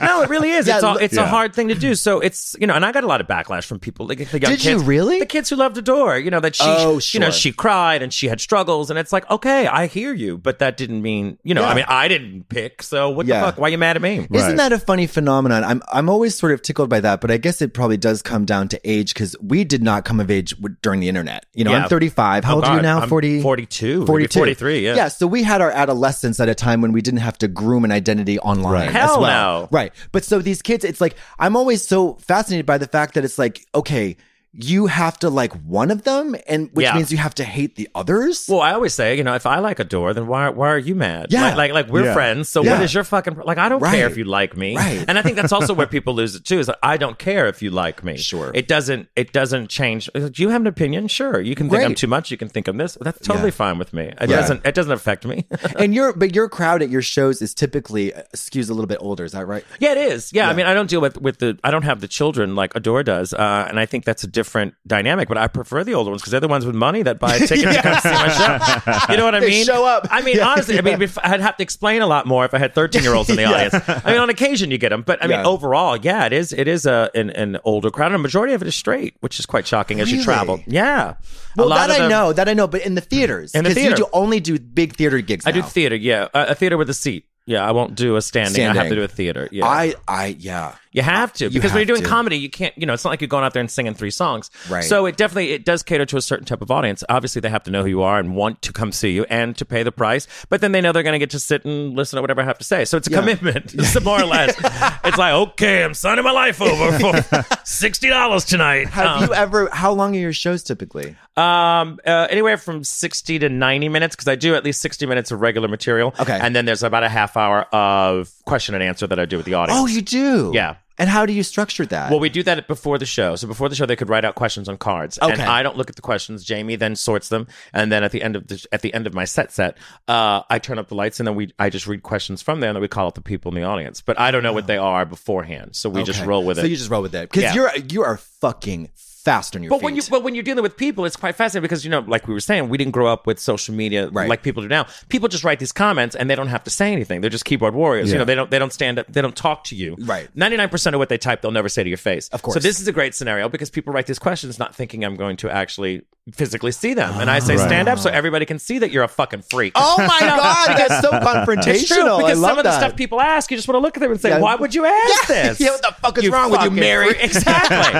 [SPEAKER 4] No, it really is.
[SPEAKER 3] Yeah,
[SPEAKER 4] it's all,
[SPEAKER 3] look-
[SPEAKER 4] it's
[SPEAKER 5] Yeah.
[SPEAKER 4] a hard thing to do. So it's you know, and I got a lot of backlash from people. Like the young
[SPEAKER 3] Did you
[SPEAKER 4] kids,
[SPEAKER 3] really?
[SPEAKER 4] The kids who loved Adore, you know, that she
[SPEAKER 3] Oh,
[SPEAKER 4] you know
[SPEAKER 3] sure.
[SPEAKER 4] she she cried and she had struggles and it's like okay i hear you but that didn't mean you know
[SPEAKER 3] Yeah.
[SPEAKER 4] i mean i didn't pick so what
[SPEAKER 3] Yeah.
[SPEAKER 4] the fuck why you mad at me
[SPEAKER 3] Isn't
[SPEAKER 5] Right.
[SPEAKER 3] that a funny phenomenon? I'm I'm always sort of tickled by that, but I guess it probably does come down to age because we did not come of age w- during the internet. You know,
[SPEAKER 4] Yeah.
[SPEAKER 3] I'm 35. How
[SPEAKER 4] Oh,
[SPEAKER 3] old are you
[SPEAKER 4] God,
[SPEAKER 3] now?
[SPEAKER 4] I'm
[SPEAKER 3] 40,
[SPEAKER 4] 42, maybe
[SPEAKER 3] 42,
[SPEAKER 4] 43, yeah.
[SPEAKER 3] yeah. So we had our adolescence at a time when we didn't have to groom an identity online.
[SPEAKER 5] Right.
[SPEAKER 3] as
[SPEAKER 4] Hell
[SPEAKER 3] well.
[SPEAKER 4] no.
[SPEAKER 3] Right. But so these kids, it's like I'm always so fascinated by the fact that it's like okay. you have to like one of them, and which
[SPEAKER 4] Yeah.
[SPEAKER 3] means you have to hate the others.
[SPEAKER 4] Well, I always say, you know, if I like a door, then why why are you mad?
[SPEAKER 3] Yeah.
[SPEAKER 4] like like, like, we're
[SPEAKER 5] Yeah.
[SPEAKER 4] friends. So
[SPEAKER 3] Yeah.
[SPEAKER 4] what is your fucking pro- like? I don't care
[SPEAKER 3] Right.
[SPEAKER 4] if you like me,
[SPEAKER 3] Right.
[SPEAKER 4] and I think that's
[SPEAKER 3] *laughs*
[SPEAKER 4] also where people lose it too. Is like, I don't care if you like me.
[SPEAKER 3] Sure.
[SPEAKER 4] it doesn't it doesn't change. Do you have an opinion? Sure, you can think I'm
[SPEAKER 3] Right.
[SPEAKER 4] too much. You can think I'm this. That's totally fine with me. It doesn't it doesn't affect me. *laughs*
[SPEAKER 3] and your but your crowd at your shows is typically uh, skews a little bit older. Is that right?
[SPEAKER 4] Yeah, it is. Yeah, I mean, I don't deal with with the I don't have the children like Adora does, uh, and I think that's a different dynamic. But I prefer the older ones because they're the ones with money that
[SPEAKER 3] *laughs*
[SPEAKER 4] buy a ticket to come see my show. You know what I
[SPEAKER 3] They
[SPEAKER 4] mean?
[SPEAKER 3] show up.
[SPEAKER 4] I mean, honestly, I mean, if, I'd have to explain a lot more if I had thirteen year
[SPEAKER 3] *laughs*
[SPEAKER 4] olds in the audience. I mean, on occasion you get them, but I mean,
[SPEAKER 3] Yeah.
[SPEAKER 4] overall, yeah, it is it is a an, an older crowd, and a majority of it is straight, which is quite shocking as you
[SPEAKER 3] Really?
[SPEAKER 4] travel. Yeah,
[SPEAKER 3] Well,
[SPEAKER 4] a lot
[SPEAKER 3] that
[SPEAKER 4] of
[SPEAKER 3] I
[SPEAKER 4] them-
[SPEAKER 3] know, that I know. But in the theaters,
[SPEAKER 4] In the
[SPEAKER 3] you
[SPEAKER 4] theater.
[SPEAKER 3] do only do big theater gigs.
[SPEAKER 4] I do
[SPEAKER 3] now.
[SPEAKER 4] theater. Yeah, a, a theater with a seat. Yeah, I won't do a standing. I have to
[SPEAKER 3] Standing.
[SPEAKER 4] do a theater. Yeah,
[SPEAKER 3] I I yeah.
[SPEAKER 4] You have to because when
[SPEAKER 3] have
[SPEAKER 4] you're doing
[SPEAKER 3] to.
[SPEAKER 4] comedy, you can't. You know, it's not like you're going out there and singing three songs.
[SPEAKER 3] Right.
[SPEAKER 4] So it definitely it does cater to a certain type of audience. Obviously, they have to know who you are and want to come see you and to pay the price. But then they know they're going to get to sit and listen to whatever I have to say. So it's a commitment. *laughs* It's more
[SPEAKER 3] *laughs*
[SPEAKER 4] or less. it's like okay, I'm signing my life over for sixty dollars tonight.
[SPEAKER 3] Have
[SPEAKER 4] Um,
[SPEAKER 3] you ever? How long are your shows typically?
[SPEAKER 4] um, uh, anywhere from 60 to 90 minutes, because I do at least 60 minutes of regular material.
[SPEAKER 3] Okay.
[SPEAKER 4] And then there's about a half hour of question and answer that I do with the audience.
[SPEAKER 3] Oh, you do.
[SPEAKER 4] Yeah.
[SPEAKER 3] And how do you structure that?
[SPEAKER 4] Well, we do that before the show. So before the show, they could write out questions on cards, and
[SPEAKER 3] Okay.
[SPEAKER 4] I don't look at the questions. Jamie then sorts them, and then at the end of the at the end of my set set, uh, I turn up the lights, and then we I just read questions from there, and then we call out the people in the audience. But I don't know what they are beforehand, so we just
[SPEAKER 3] Okay.
[SPEAKER 4] roll with
[SPEAKER 3] So
[SPEAKER 4] it.
[SPEAKER 3] you just roll with it because
[SPEAKER 4] Yeah.
[SPEAKER 3] you're you are fucking fast on your
[SPEAKER 4] But
[SPEAKER 3] feet.
[SPEAKER 4] when you but when you're dealing with people, it's quite fascinating because you know, like we were saying, we didn't grow up with social media
[SPEAKER 3] Right.
[SPEAKER 4] like people do now. People just write these comments and they don't have to say anything. They're just keyboard warriors. You know, they don't they don't stand up. They don't talk to you.
[SPEAKER 3] Right.
[SPEAKER 4] Ninety nine percent of what they type, they'll never say to your face. Of
[SPEAKER 3] course.
[SPEAKER 4] So this is a great scenario because people write these questions not thinking I'm going to actually physically see them, and I say stand up so everybody can see that you're a fucking freak.
[SPEAKER 3] oh *laughs* my
[SPEAKER 4] *laughs*
[SPEAKER 3] god, that's so confrontational.
[SPEAKER 4] It's true
[SPEAKER 3] I
[SPEAKER 4] because
[SPEAKER 3] love
[SPEAKER 4] some of the
[SPEAKER 3] that.
[SPEAKER 4] stuff people ask, you just want to look at them and say,
[SPEAKER 3] Yeah.
[SPEAKER 4] "Why would you ask this?
[SPEAKER 3] *laughs* Yeah, what the fuck is wrong with you,
[SPEAKER 4] fucking
[SPEAKER 3] Mary?"
[SPEAKER 4] freak.
[SPEAKER 3] *laughs*
[SPEAKER 4] Exactly.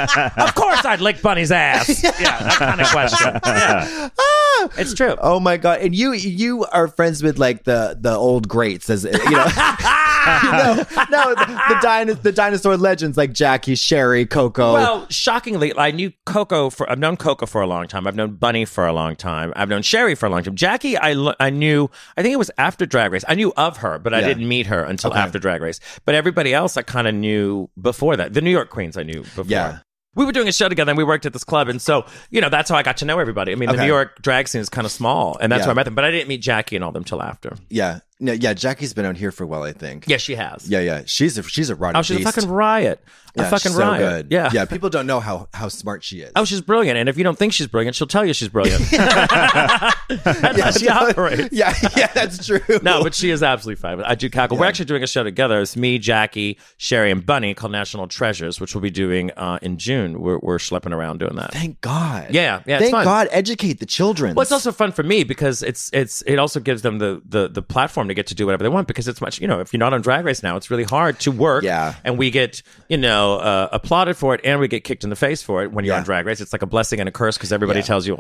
[SPEAKER 4] of course, I'd lick Bunny's ass. yeah, that kind of question. Yeah. It's true.
[SPEAKER 3] Oh my god! And you you are friends with like the the old greats, as you know. *laughs*
[SPEAKER 4] *laughs*
[SPEAKER 3] no, no, the, the, dino, the dinosaur legends like Jackie, Sherry, Coco.
[SPEAKER 4] Well, shockingly, I knew Coco for. I've known Coco for a long time. I've known Bunny for a long time. I've known Sherry for a long time. Jackie, I lo- I knew. I think it was after Drag Race. I knew of her, but I
[SPEAKER 3] Yeah.
[SPEAKER 4] didn't meet her until after Drag Race. But everybody else, I kind of knew before that. The New York Queens, I knew before.
[SPEAKER 3] Yeah.
[SPEAKER 4] We were doing a show together and we worked at this club. And so, you know, that's how I got to know everybody. I mean, the
[SPEAKER 3] Okay.
[SPEAKER 4] New York drag scene is kind of small, and that's
[SPEAKER 3] Yeah.
[SPEAKER 4] where I met them. But I didn't meet Jackie and all them till after.
[SPEAKER 3] yeah, no, yeah. Jackie's been on here for a while, I think.
[SPEAKER 4] Yeah, she has.
[SPEAKER 3] yeah, yeah. She's a she's a rotten.
[SPEAKER 4] Oh, she's
[SPEAKER 3] beast.
[SPEAKER 4] a fucking riot.
[SPEAKER 3] yeah,
[SPEAKER 4] a fucking
[SPEAKER 3] she's so
[SPEAKER 4] riot.
[SPEAKER 3] good.
[SPEAKER 4] Yeah.
[SPEAKER 3] yeah. People don't know how how smart she is.
[SPEAKER 4] Oh, she's brilliant. And if you don't think she's brilliant, she'll tell you she's brilliant. *laughs* That's how she operates.
[SPEAKER 3] *laughs* yeah, yeah, that's true.
[SPEAKER 4] No, but she is absolutely fabulous. I do cackle. We're actually doing a show together. It's me, Jackie, Sherry, and Bunny called National Treasures, which we'll be doing uh, in June. We're, we're schlepping around doing that.
[SPEAKER 3] *laughs* Thank God.
[SPEAKER 4] Yeah, yeah, it's
[SPEAKER 3] Thank
[SPEAKER 4] fun.
[SPEAKER 3] God. Educate the children.
[SPEAKER 4] Well, it's also fun for me because it's it's it also gives them the the the platform to get to do whatever they want because it's much you know if you're not on Drag Race now it's really hard to work
[SPEAKER 3] Yeah.
[SPEAKER 4] and we get you know uh, applauded for it and we get kicked in the face for it when you're
[SPEAKER 3] Yeah.
[SPEAKER 4] on Drag Race it's like a blessing and a curse because everybody tells you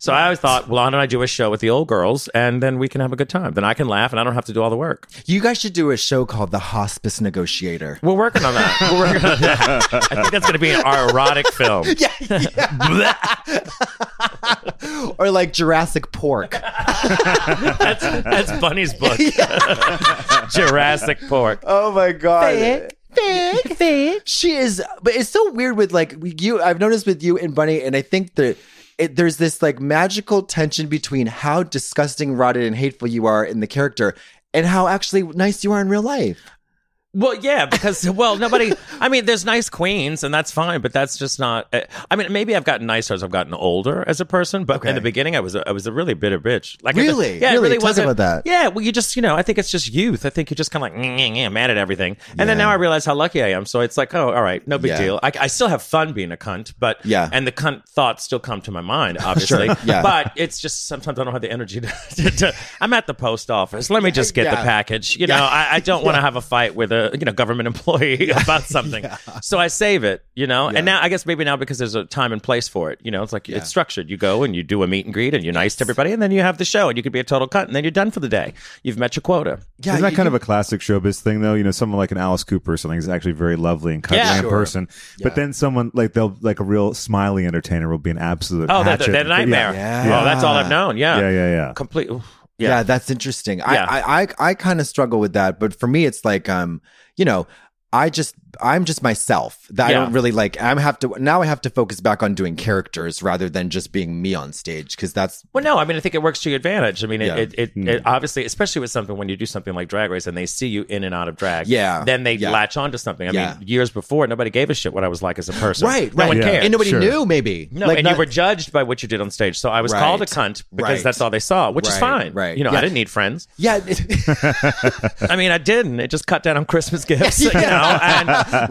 [SPEAKER 4] so I always thought well why don't I do a show with the old girls and then we can have a good time then I can laugh and I don't have to do all the work
[SPEAKER 3] you guys should do a show called The Hospice Negotiator. *laughs*
[SPEAKER 4] we're working on that *laughs* we're working on that I think that's going to be our erotic film *laughs* yeah *laughs*
[SPEAKER 3] *laughs* or like Jurassic Pork.
[SPEAKER 4] that's that's Bunny's *laughs* book *laughs* Jurassic Pork
[SPEAKER 3] oh my God.
[SPEAKER 2] Fake. Fake.
[SPEAKER 3] She is, but it's so weird with like you. I've noticed with you and Bunny, and I think that it, there's this like magical tension between how disgusting, rotted, and hateful you are in the character, and how actually nice you are in real life.
[SPEAKER 4] Well, yeah, because well, nobody. I mean, there's nice queens, and that's fine, but that's just not. uh, I mean, maybe I've gotten nicer as I've gotten older as a person, but in
[SPEAKER 3] Okay.
[SPEAKER 4] the beginning, I was a, I was a really bitter bitch. Like, I just-
[SPEAKER 3] Really?
[SPEAKER 4] yeah, it
[SPEAKER 3] Really?
[SPEAKER 4] really
[SPEAKER 3] Talk
[SPEAKER 4] wasn't
[SPEAKER 3] about that.
[SPEAKER 4] Yeah, well, you just you know, I think it's just youth. I think you're just kind of like "Nyeh, nyeh, nyeh," mad at everything, and then now I realize how lucky I am. So it's like, oh, all right, no big
[SPEAKER 3] Yeah.
[SPEAKER 4] deal. I, I still have fun being a cunt, but
[SPEAKER 3] Yeah.
[SPEAKER 4] and the cunt thoughts still come to
[SPEAKER 3] *laughs*
[SPEAKER 4] my mind, obviously.
[SPEAKER 3] yeah.
[SPEAKER 4] but it's just sometimes I don't have the energy *laughs* to. to, to I'm at the post office. Let me just get
[SPEAKER 3] Yeah.
[SPEAKER 4] the package. You know, I, I don't want to have a fight with a a you know government employee about something. So I save it, you know. And now I guess maybe now because there's a time and place for it, you know, it's like it's structured. You go and you do a meet and greet, and you're nice to everybody, and then you have the show, and you could be a total cunt, and then you're done for the day. You've met your quota.
[SPEAKER 5] Isn't that kind of a classic showbiz thing, though? You know, someone like an Alice Cooper or something is actually very lovely and cuddly
[SPEAKER 4] Yeah.
[SPEAKER 5] in
[SPEAKER 4] Sure.
[SPEAKER 5] person, but then someone like they'll like a real smiley entertainer will be an absolute
[SPEAKER 4] Oh, that,
[SPEAKER 5] hatchet.
[SPEAKER 4] that nightmare.
[SPEAKER 3] Yeah.
[SPEAKER 4] Oh, that's all I've known. Yeah.
[SPEAKER 5] Yeah, yeah, yeah.
[SPEAKER 4] Complete. oof.
[SPEAKER 3] Yeah,
[SPEAKER 4] Yeah.
[SPEAKER 3] that's interesting.
[SPEAKER 4] Yeah.
[SPEAKER 3] I I I, I kind of struggle with that, but for me, it's like um, you know, I just I'm just myself. That
[SPEAKER 4] Yeah.
[SPEAKER 3] I don't really like. I'm have to now. I have to focus back on doing characters rather than just being me on stage because that's
[SPEAKER 4] Well, no, I mean, I think it works to your advantage. I mean, it,
[SPEAKER 3] Yeah. Hmm.
[SPEAKER 4] it, it, it obviously, especially with something when you do something like Drag Race and they see you in and out of drag.
[SPEAKER 3] Yeah.
[SPEAKER 4] Then they
[SPEAKER 3] Yeah.
[SPEAKER 4] latch onto something. I
[SPEAKER 3] Yeah.
[SPEAKER 4] mean, years before, nobody gave a shit what I was like as a person.
[SPEAKER 3] right.
[SPEAKER 4] No
[SPEAKER 3] right.
[SPEAKER 4] one
[SPEAKER 5] Yeah.
[SPEAKER 4] cared.
[SPEAKER 3] and nobody
[SPEAKER 5] Sure.
[SPEAKER 3] knew maybe.
[SPEAKER 4] No,
[SPEAKER 3] Like,
[SPEAKER 4] and
[SPEAKER 3] not-
[SPEAKER 4] you were judged by what you did on stage. So I was
[SPEAKER 3] Right.
[SPEAKER 4] called a cunt because
[SPEAKER 3] Right.
[SPEAKER 4] that's all they saw, which is
[SPEAKER 3] Right,
[SPEAKER 4] fine.
[SPEAKER 3] right.
[SPEAKER 4] You know, I
[SPEAKER 3] Yeah.
[SPEAKER 4] didn't need friends.
[SPEAKER 3] yeah.
[SPEAKER 4] I mean, I didn't. It just cut down on Christmas *laughs* gifts, you know, and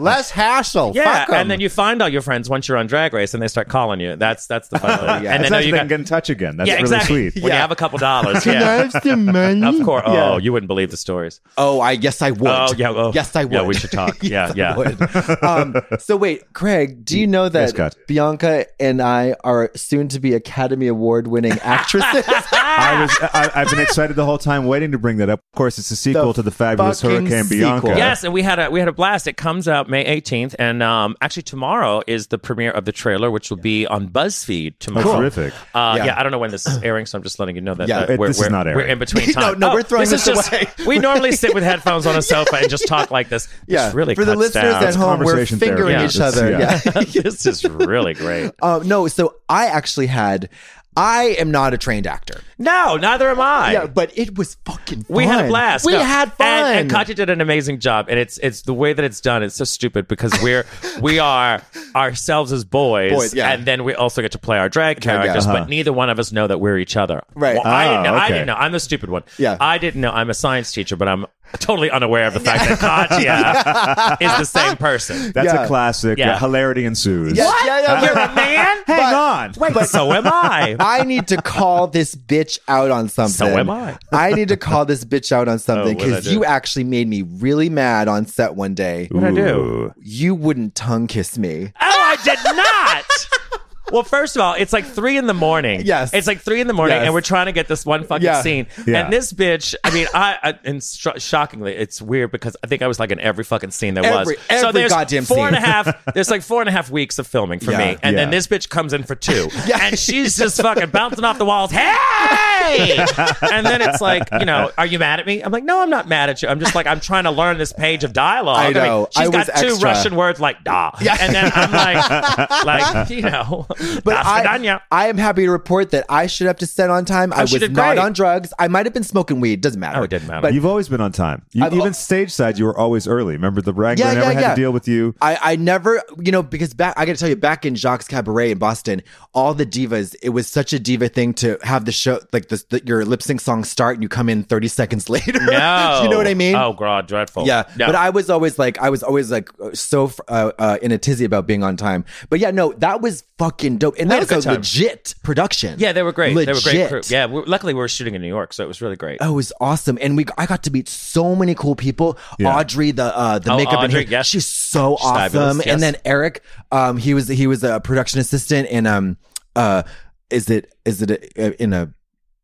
[SPEAKER 3] *laughs* less hassle.
[SPEAKER 4] yeah,
[SPEAKER 3] Fuck 'em.
[SPEAKER 5] *laughs*
[SPEAKER 4] and then you find all your friends once you're on Drag Race, and they start calling you. That's that's the fun. Part.
[SPEAKER 3] Oh, Yeah.
[SPEAKER 5] It's
[SPEAKER 4] And then
[SPEAKER 5] nice
[SPEAKER 4] now
[SPEAKER 5] that
[SPEAKER 4] you
[SPEAKER 5] they
[SPEAKER 4] got
[SPEAKER 5] can get in touch again. That's
[SPEAKER 4] yeah,
[SPEAKER 5] really
[SPEAKER 4] exactly.
[SPEAKER 5] sweet.
[SPEAKER 4] When you have a
[SPEAKER 3] *laughs*
[SPEAKER 4] couple dollars, yeah. *laughs* Of
[SPEAKER 3] Mm-hmm.
[SPEAKER 4] course. Oh, you wouldn't believe the stories.
[SPEAKER 3] Oh, I yes, I would.
[SPEAKER 4] Oh, yeah. Oh,
[SPEAKER 3] yes, I would.
[SPEAKER 4] Yeah, we
[SPEAKER 3] *laughs*
[SPEAKER 4] should talk. Yeah,
[SPEAKER 3] Yes, I
[SPEAKER 4] yeah.
[SPEAKER 3] would.
[SPEAKER 4] *laughs*
[SPEAKER 3] um, so wait, Craig, do you know
[SPEAKER 5] Yes,
[SPEAKER 3] that
[SPEAKER 5] Scott.
[SPEAKER 3] Bianca and I are soon to be Academy Award
[SPEAKER 4] *laughs*
[SPEAKER 3] winning actresses?
[SPEAKER 5] I was, I, I've been excited the whole time waiting to bring that up. Of course, it's a sequel
[SPEAKER 3] The
[SPEAKER 5] to the fabulous
[SPEAKER 3] fucking
[SPEAKER 5] Hurricane
[SPEAKER 3] sequel.
[SPEAKER 5] Bianca.
[SPEAKER 4] Yes, and we had a we had a blast. It comes out May 18th, and um, actually tomorrow is the premiere of the trailer, which will be on BuzzFeed
[SPEAKER 5] Oh,
[SPEAKER 4] tomorrow.
[SPEAKER 5] terrific.
[SPEAKER 4] Uh, yeah.
[SPEAKER 3] Yeah.
[SPEAKER 4] I don't know when this is airing, so I'm just letting you know that.
[SPEAKER 3] Yeah,
[SPEAKER 4] that
[SPEAKER 5] it-
[SPEAKER 4] we're,
[SPEAKER 5] this is
[SPEAKER 4] we're-
[SPEAKER 5] not airing.
[SPEAKER 4] We're in
[SPEAKER 3] *laughs*
[SPEAKER 4] between
[SPEAKER 3] No,
[SPEAKER 4] time. Oh,
[SPEAKER 3] no, we're throwing
[SPEAKER 4] is
[SPEAKER 3] this
[SPEAKER 4] just,
[SPEAKER 3] away.
[SPEAKER 4] We normally sit with headphones on a sofa and just talk like this.
[SPEAKER 3] *laughs* yeah,
[SPEAKER 4] This really
[SPEAKER 3] for the
[SPEAKER 4] cuts
[SPEAKER 3] listeners
[SPEAKER 4] down.
[SPEAKER 3] at home, we're
[SPEAKER 5] conversation
[SPEAKER 3] fingering
[SPEAKER 5] therapy.
[SPEAKER 3] each
[SPEAKER 5] Yeah.
[SPEAKER 3] other.
[SPEAKER 5] Yeah.
[SPEAKER 3] Yeah.
[SPEAKER 4] *laughs* this is really great.
[SPEAKER 3] *laughs* Uh, no, so I actually had. I am not a trained actor.
[SPEAKER 4] No, neither am I.
[SPEAKER 3] yeah, but it was fucking.
[SPEAKER 4] We had a
[SPEAKER 3] fun.
[SPEAKER 4] blast.
[SPEAKER 3] We
[SPEAKER 4] No.
[SPEAKER 3] had fun.
[SPEAKER 4] And, and Katya did an amazing job. And it's it's the way that it's done. It's so stupid because
[SPEAKER 3] *laughs*
[SPEAKER 4] we're we are ourselves as boys,
[SPEAKER 3] Boys, yeah. Uh-huh.
[SPEAKER 4] and then we also get to play our drag characters. But neither one of us know that we're each other.
[SPEAKER 3] Right.
[SPEAKER 4] Well, I, didn't
[SPEAKER 5] Ah,
[SPEAKER 4] know, I
[SPEAKER 5] okay.
[SPEAKER 4] didn't know. I'm the stupid one.
[SPEAKER 3] Yeah.
[SPEAKER 4] I didn't know. I'm a science teacher, but I'm totally unaware of the fact
[SPEAKER 3] *laughs*
[SPEAKER 4] that Katya is the same person.
[SPEAKER 5] That's
[SPEAKER 3] Yeah.
[SPEAKER 5] a classic.
[SPEAKER 4] Yeah.
[SPEAKER 5] Uh, hilarity ensues.
[SPEAKER 3] Yeah, yeah, yeah,
[SPEAKER 4] You're
[SPEAKER 3] yeah.
[SPEAKER 4] a man.
[SPEAKER 5] Hang
[SPEAKER 3] But-
[SPEAKER 5] on.
[SPEAKER 4] Wait, so
[SPEAKER 3] *laughs*
[SPEAKER 4] am I.
[SPEAKER 3] I need to call this bitch out on something.
[SPEAKER 4] So am I.
[SPEAKER 3] I need to call this bitch out on something
[SPEAKER 4] Oh, what'd I
[SPEAKER 3] because
[SPEAKER 4] do?
[SPEAKER 3] you actually made me really mad on set one day.
[SPEAKER 4] What I do?
[SPEAKER 3] You wouldn't tongue kiss me.
[SPEAKER 4] Oh, I did not. Well, first of all, it's like three in the morning.
[SPEAKER 3] Yes.
[SPEAKER 4] it's like three in the morning,
[SPEAKER 3] Yes.
[SPEAKER 4] and we're trying to get this one fucking
[SPEAKER 3] Yeah.
[SPEAKER 4] scene.
[SPEAKER 5] Yeah.
[SPEAKER 4] And this bitch, I mean, I, I and stro- shockingly, it's weird because I think I was like in every fucking scene there
[SPEAKER 3] Every-
[SPEAKER 4] was. so
[SPEAKER 3] every
[SPEAKER 4] there's
[SPEAKER 3] goddamn
[SPEAKER 4] four and a
[SPEAKER 3] scene.
[SPEAKER 4] half. There's like four and a half weeks of filming for
[SPEAKER 3] Yeah.
[SPEAKER 4] me, and then
[SPEAKER 5] Yeah.
[SPEAKER 4] this bitch comes in
[SPEAKER 3] *laughs*
[SPEAKER 4] for two, and she's just fucking bouncing off the walls.
[SPEAKER 3] *laughs*
[SPEAKER 4] Hey! and then it's like, you know, are you mad at me? I'm like, no, I'm not mad at you. I'm just like, I'm trying to learn this page of dialogue.
[SPEAKER 3] I
[SPEAKER 4] mean,
[SPEAKER 3] know.
[SPEAKER 4] she's
[SPEAKER 3] I
[SPEAKER 4] got
[SPEAKER 3] was
[SPEAKER 4] two
[SPEAKER 3] extra.
[SPEAKER 4] Russian words like da. And then I'm
[SPEAKER 3] *laughs*
[SPEAKER 4] like, like, you know,
[SPEAKER 3] But
[SPEAKER 4] da
[SPEAKER 3] I, I am happy to report that I showed up to set on time. I
[SPEAKER 4] Oh, she
[SPEAKER 3] was
[SPEAKER 4] did
[SPEAKER 3] not
[SPEAKER 4] great.
[SPEAKER 3] on drugs. I might have been smoking weed. Doesn't matter.
[SPEAKER 4] Oh, it didn't matter.
[SPEAKER 3] But
[SPEAKER 5] You've always been on time. You,
[SPEAKER 3] I've al-
[SPEAKER 5] even stage side, you were always early. Remember the Wrangler
[SPEAKER 3] Yeah,
[SPEAKER 5] never
[SPEAKER 3] yeah,
[SPEAKER 5] had
[SPEAKER 3] yeah.
[SPEAKER 5] to deal with you.
[SPEAKER 3] I, I never, you know, because back, I got to tell you, back in Jacques Cabaret in Boston, all the divas, it was such a diva thing to have the show, like the, the, your lip sync song start and you come in 30 seconds *laughs* later.
[SPEAKER 4] no.
[SPEAKER 3] you know what I mean?
[SPEAKER 4] Oh, God, dreadful.
[SPEAKER 3] Yeah,
[SPEAKER 4] No.
[SPEAKER 3] but I was always like, I was always like so uh, uh, in a tizzy about being on time. But yeah, no, that was fucking dope, and
[SPEAKER 4] had
[SPEAKER 3] that
[SPEAKER 4] a
[SPEAKER 3] was
[SPEAKER 4] good
[SPEAKER 3] a
[SPEAKER 4] time.
[SPEAKER 3] legit production.
[SPEAKER 4] yeah, they were great.
[SPEAKER 3] Legit.
[SPEAKER 4] They were great crew. Yeah, we luckily we were shooting in New York, so it was really great.
[SPEAKER 3] Oh, it was awesome, and we I got to meet so many cool people. Audrey, the uh, the
[SPEAKER 4] Oh,
[SPEAKER 3] makeup and
[SPEAKER 4] Audrey,
[SPEAKER 3] hair-
[SPEAKER 4] yes.
[SPEAKER 3] she's so
[SPEAKER 4] She's
[SPEAKER 3] awesome.
[SPEAKER 4] fabulous, yes.
[SPEAKER 3] And then Eric, um, he was he was a production assistant in um uh is it is it a, uh, in a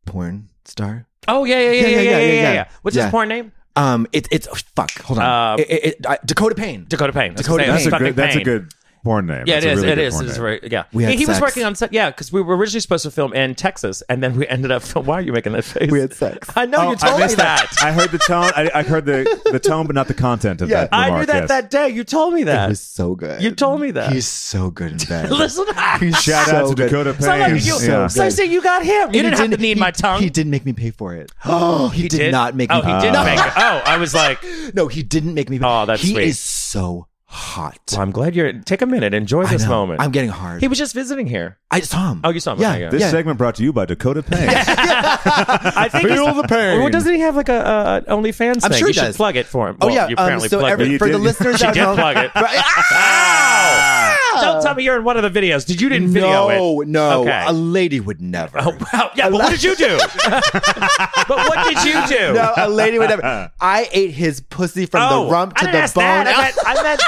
[SPEAKER 3] porn star?
[SPEAKER 4] Oh, yeah, yeah, yeah, yeah, yeah, yeah, yeah. yeah. What's
[SPEAKER 3] Yeah.
[SPEAKER 4] his porn name?
[SPEAKER 3] Um, it, it's oh, fuck. Hold on,
[SPEAKER 4] Uh,
[SPEAKER 3] It- it- it- I- Dakota Payne.
[SPEAKER 4] Dakota Payne. I was
[SPEAKER 3] Dakota
[SPEAKER 4] gonna
[SPEAKER 5] That's
[SPEAKER 4] say,
[SPEAKER 5] a
[SPEAKER 4] it was
[SPEAKER 5] good.
[SPEAKER 4] fucking
[SPEAKER 5] That's a
[SPEAKER 4] Payne.
[SPEAKER 5] good porn name.
[SPEAKER 4] Yeah, it
[SPEAKER 5] That's a
[SPEAKER 4] is.
[SPEAKER 5] really
[SPEAKER 4] It
[SPEAKER 5] good
[SPEAKER 4] is.
[SPEAKER 5] porn
[SPEAKER 4] It's
[SPEAKER 5] name.
[SPEAKER 4] very, yeah.
[SPEAKER 3] We had
[SPEAKER 4] he, he was
[SPEAKER 3] sex.
[SPEAKER 4] working on set. Yeah, because we were originally supposed to film in Texas, and then we ended up *laughs* film. Why are you making that face?
[SPEAKER 3] We had sex. Oh,
[SPEAKER 4] I know you
[SPEAKER 5] I
[SPEAKER 4] told me
[SPEAKER 5] missed
[SPEAKER 4] that.
[SPEAKER 5] I heard the tone. I, I heard the, the tone, but not the content of
[SPEAKER 3] Yeah.
[SPEAKER 5] that.
[SPEAKER 4] I
[SPEAKER 5] remark,
[SPEAKER 4] knew that
[SPEAKER 5] yes.
[SPEAKER 4] that day. You told me
[SPEAKER 3] It
[SPEAKER 4] that.
[SPEAKER 3] was so good.
[SPEAKER 4] You told me that.
[SPEAKER 3] He's so good in bed.
[SPEAKER 4] Listen,
[SPEAKER 5] Shout out
[SPEAKER 3] so
[SPEAKER 5] to
[SPEAKER 3] good.
[SPEAKER 5] Dakota Payne.
[SPEAKER 4] So like you,
[SPEAKER 5] yeah.
[SPEAKER 4] so I
[SPEAKER 3] good.
[SPEAKER 4] say you got him. You
[SPEAKER 3] And he
[SPEAKER 4] didn't, have to need
[SPEAKER 3] he-
[SPEAKER 4] my tongue.
[SPEAKER 3] He didn't make me pay for it. Oh, he, did, not make me.
[SPEAKER 4] Oh, he did
[SPEAKER 3] no,
[SPEAKER 4] make it. Oh, I was *laughs* like,
[SPEAKER 3] no, he didn't make me. Pay.
[SPEAKER 4] Oh, that's
[SPEAKER 3] he
[SPEAKER 4] sweet.
[SPEAKER 3] is so hot.
[SPEAKER 4] well, I'm glad you're. Take a minute, enjoy this
[SPEAKER 3] I know.
[SPEAKER 4] moment.
[SPEAKER 3] I'm getting hard.
[SPEAKER 4] He was just visiting here.
[SPEAKER 3] I saw him.
[SPEAKER 4] Oh, you saw him.
[SPEAKER 3] Yeah,
[SPEAKER 4] Okay, yeah.
[SPEAKER 5] This segment brought to you by
[SPEAKER 3] *laughs*
[SPEAKER 5] Dakota Payne.
[SPEAKER 4] *laughs* I think
[SPEAKER 5] Feel
[SPEAKER 4] he's- *laughs*
[SPEAKER 5] the pain.
[SPEAKER 4] Well, doesn't he have like a, a an OnlyFans
[SPEAKER 3] I'm sure
[SPEAKER 4] thing? you
[SPEAKER 3] he
[SPEAKER 4] should
[SPEAKER 3] does.
[SPEAKER 4] plug it for him.
[SPEAKER 3] Oh
[SPEAKER 4] Well,
[SPEAKER 3] yeah.
[SPEAKER 4] you
[SPEAKER 3] Um,
[SPEAKER 4] apparently
[SPEAKER 3] so
[SPEAKER 4] plugged
[SPEAKER 3] every,
[SPEAKER 5] You
[SPEAKER 4] it.
[SPEAKER 3] for the
[SPEAKER 5] did.
[SPEAKER 3] listeners
[SPEAKER 4] She
[SPEAKER 3] out
[SPEAKER 4] did
[SPEAKER 3] home,
[SPEAKER 4] plug it.
[SPEAKER 3] Right-
[SPEAKER 4] *laughs* Ow! Don't tell me you're in one of the videos. Did you didn't video
[SPEAKER 3] no,
[SPEAKER 4] it?
[SPEAKER 3] no,
[SPEAKER 4] Okay.
[SPEAKER 3] a lady would never.
[SPEAKER 4] *laughs* Oh, wow. Yeah, but what did you do? *laughs* but what did you do?
[SPEAKER 3] No, a lady would never. I ate his pussy from
[SPEAKER 4] oh,
[SPEAKER 3] the rump
[SPEAKER 4] I
[SPEAKER 3] to
[SPEAKER 4] didn't
[SPEAKER 3] the
[SPEAKER 4] ask
[SPEAKER 3] bone.
[SPEAKER 4] that. I meant, I *laughs* meant-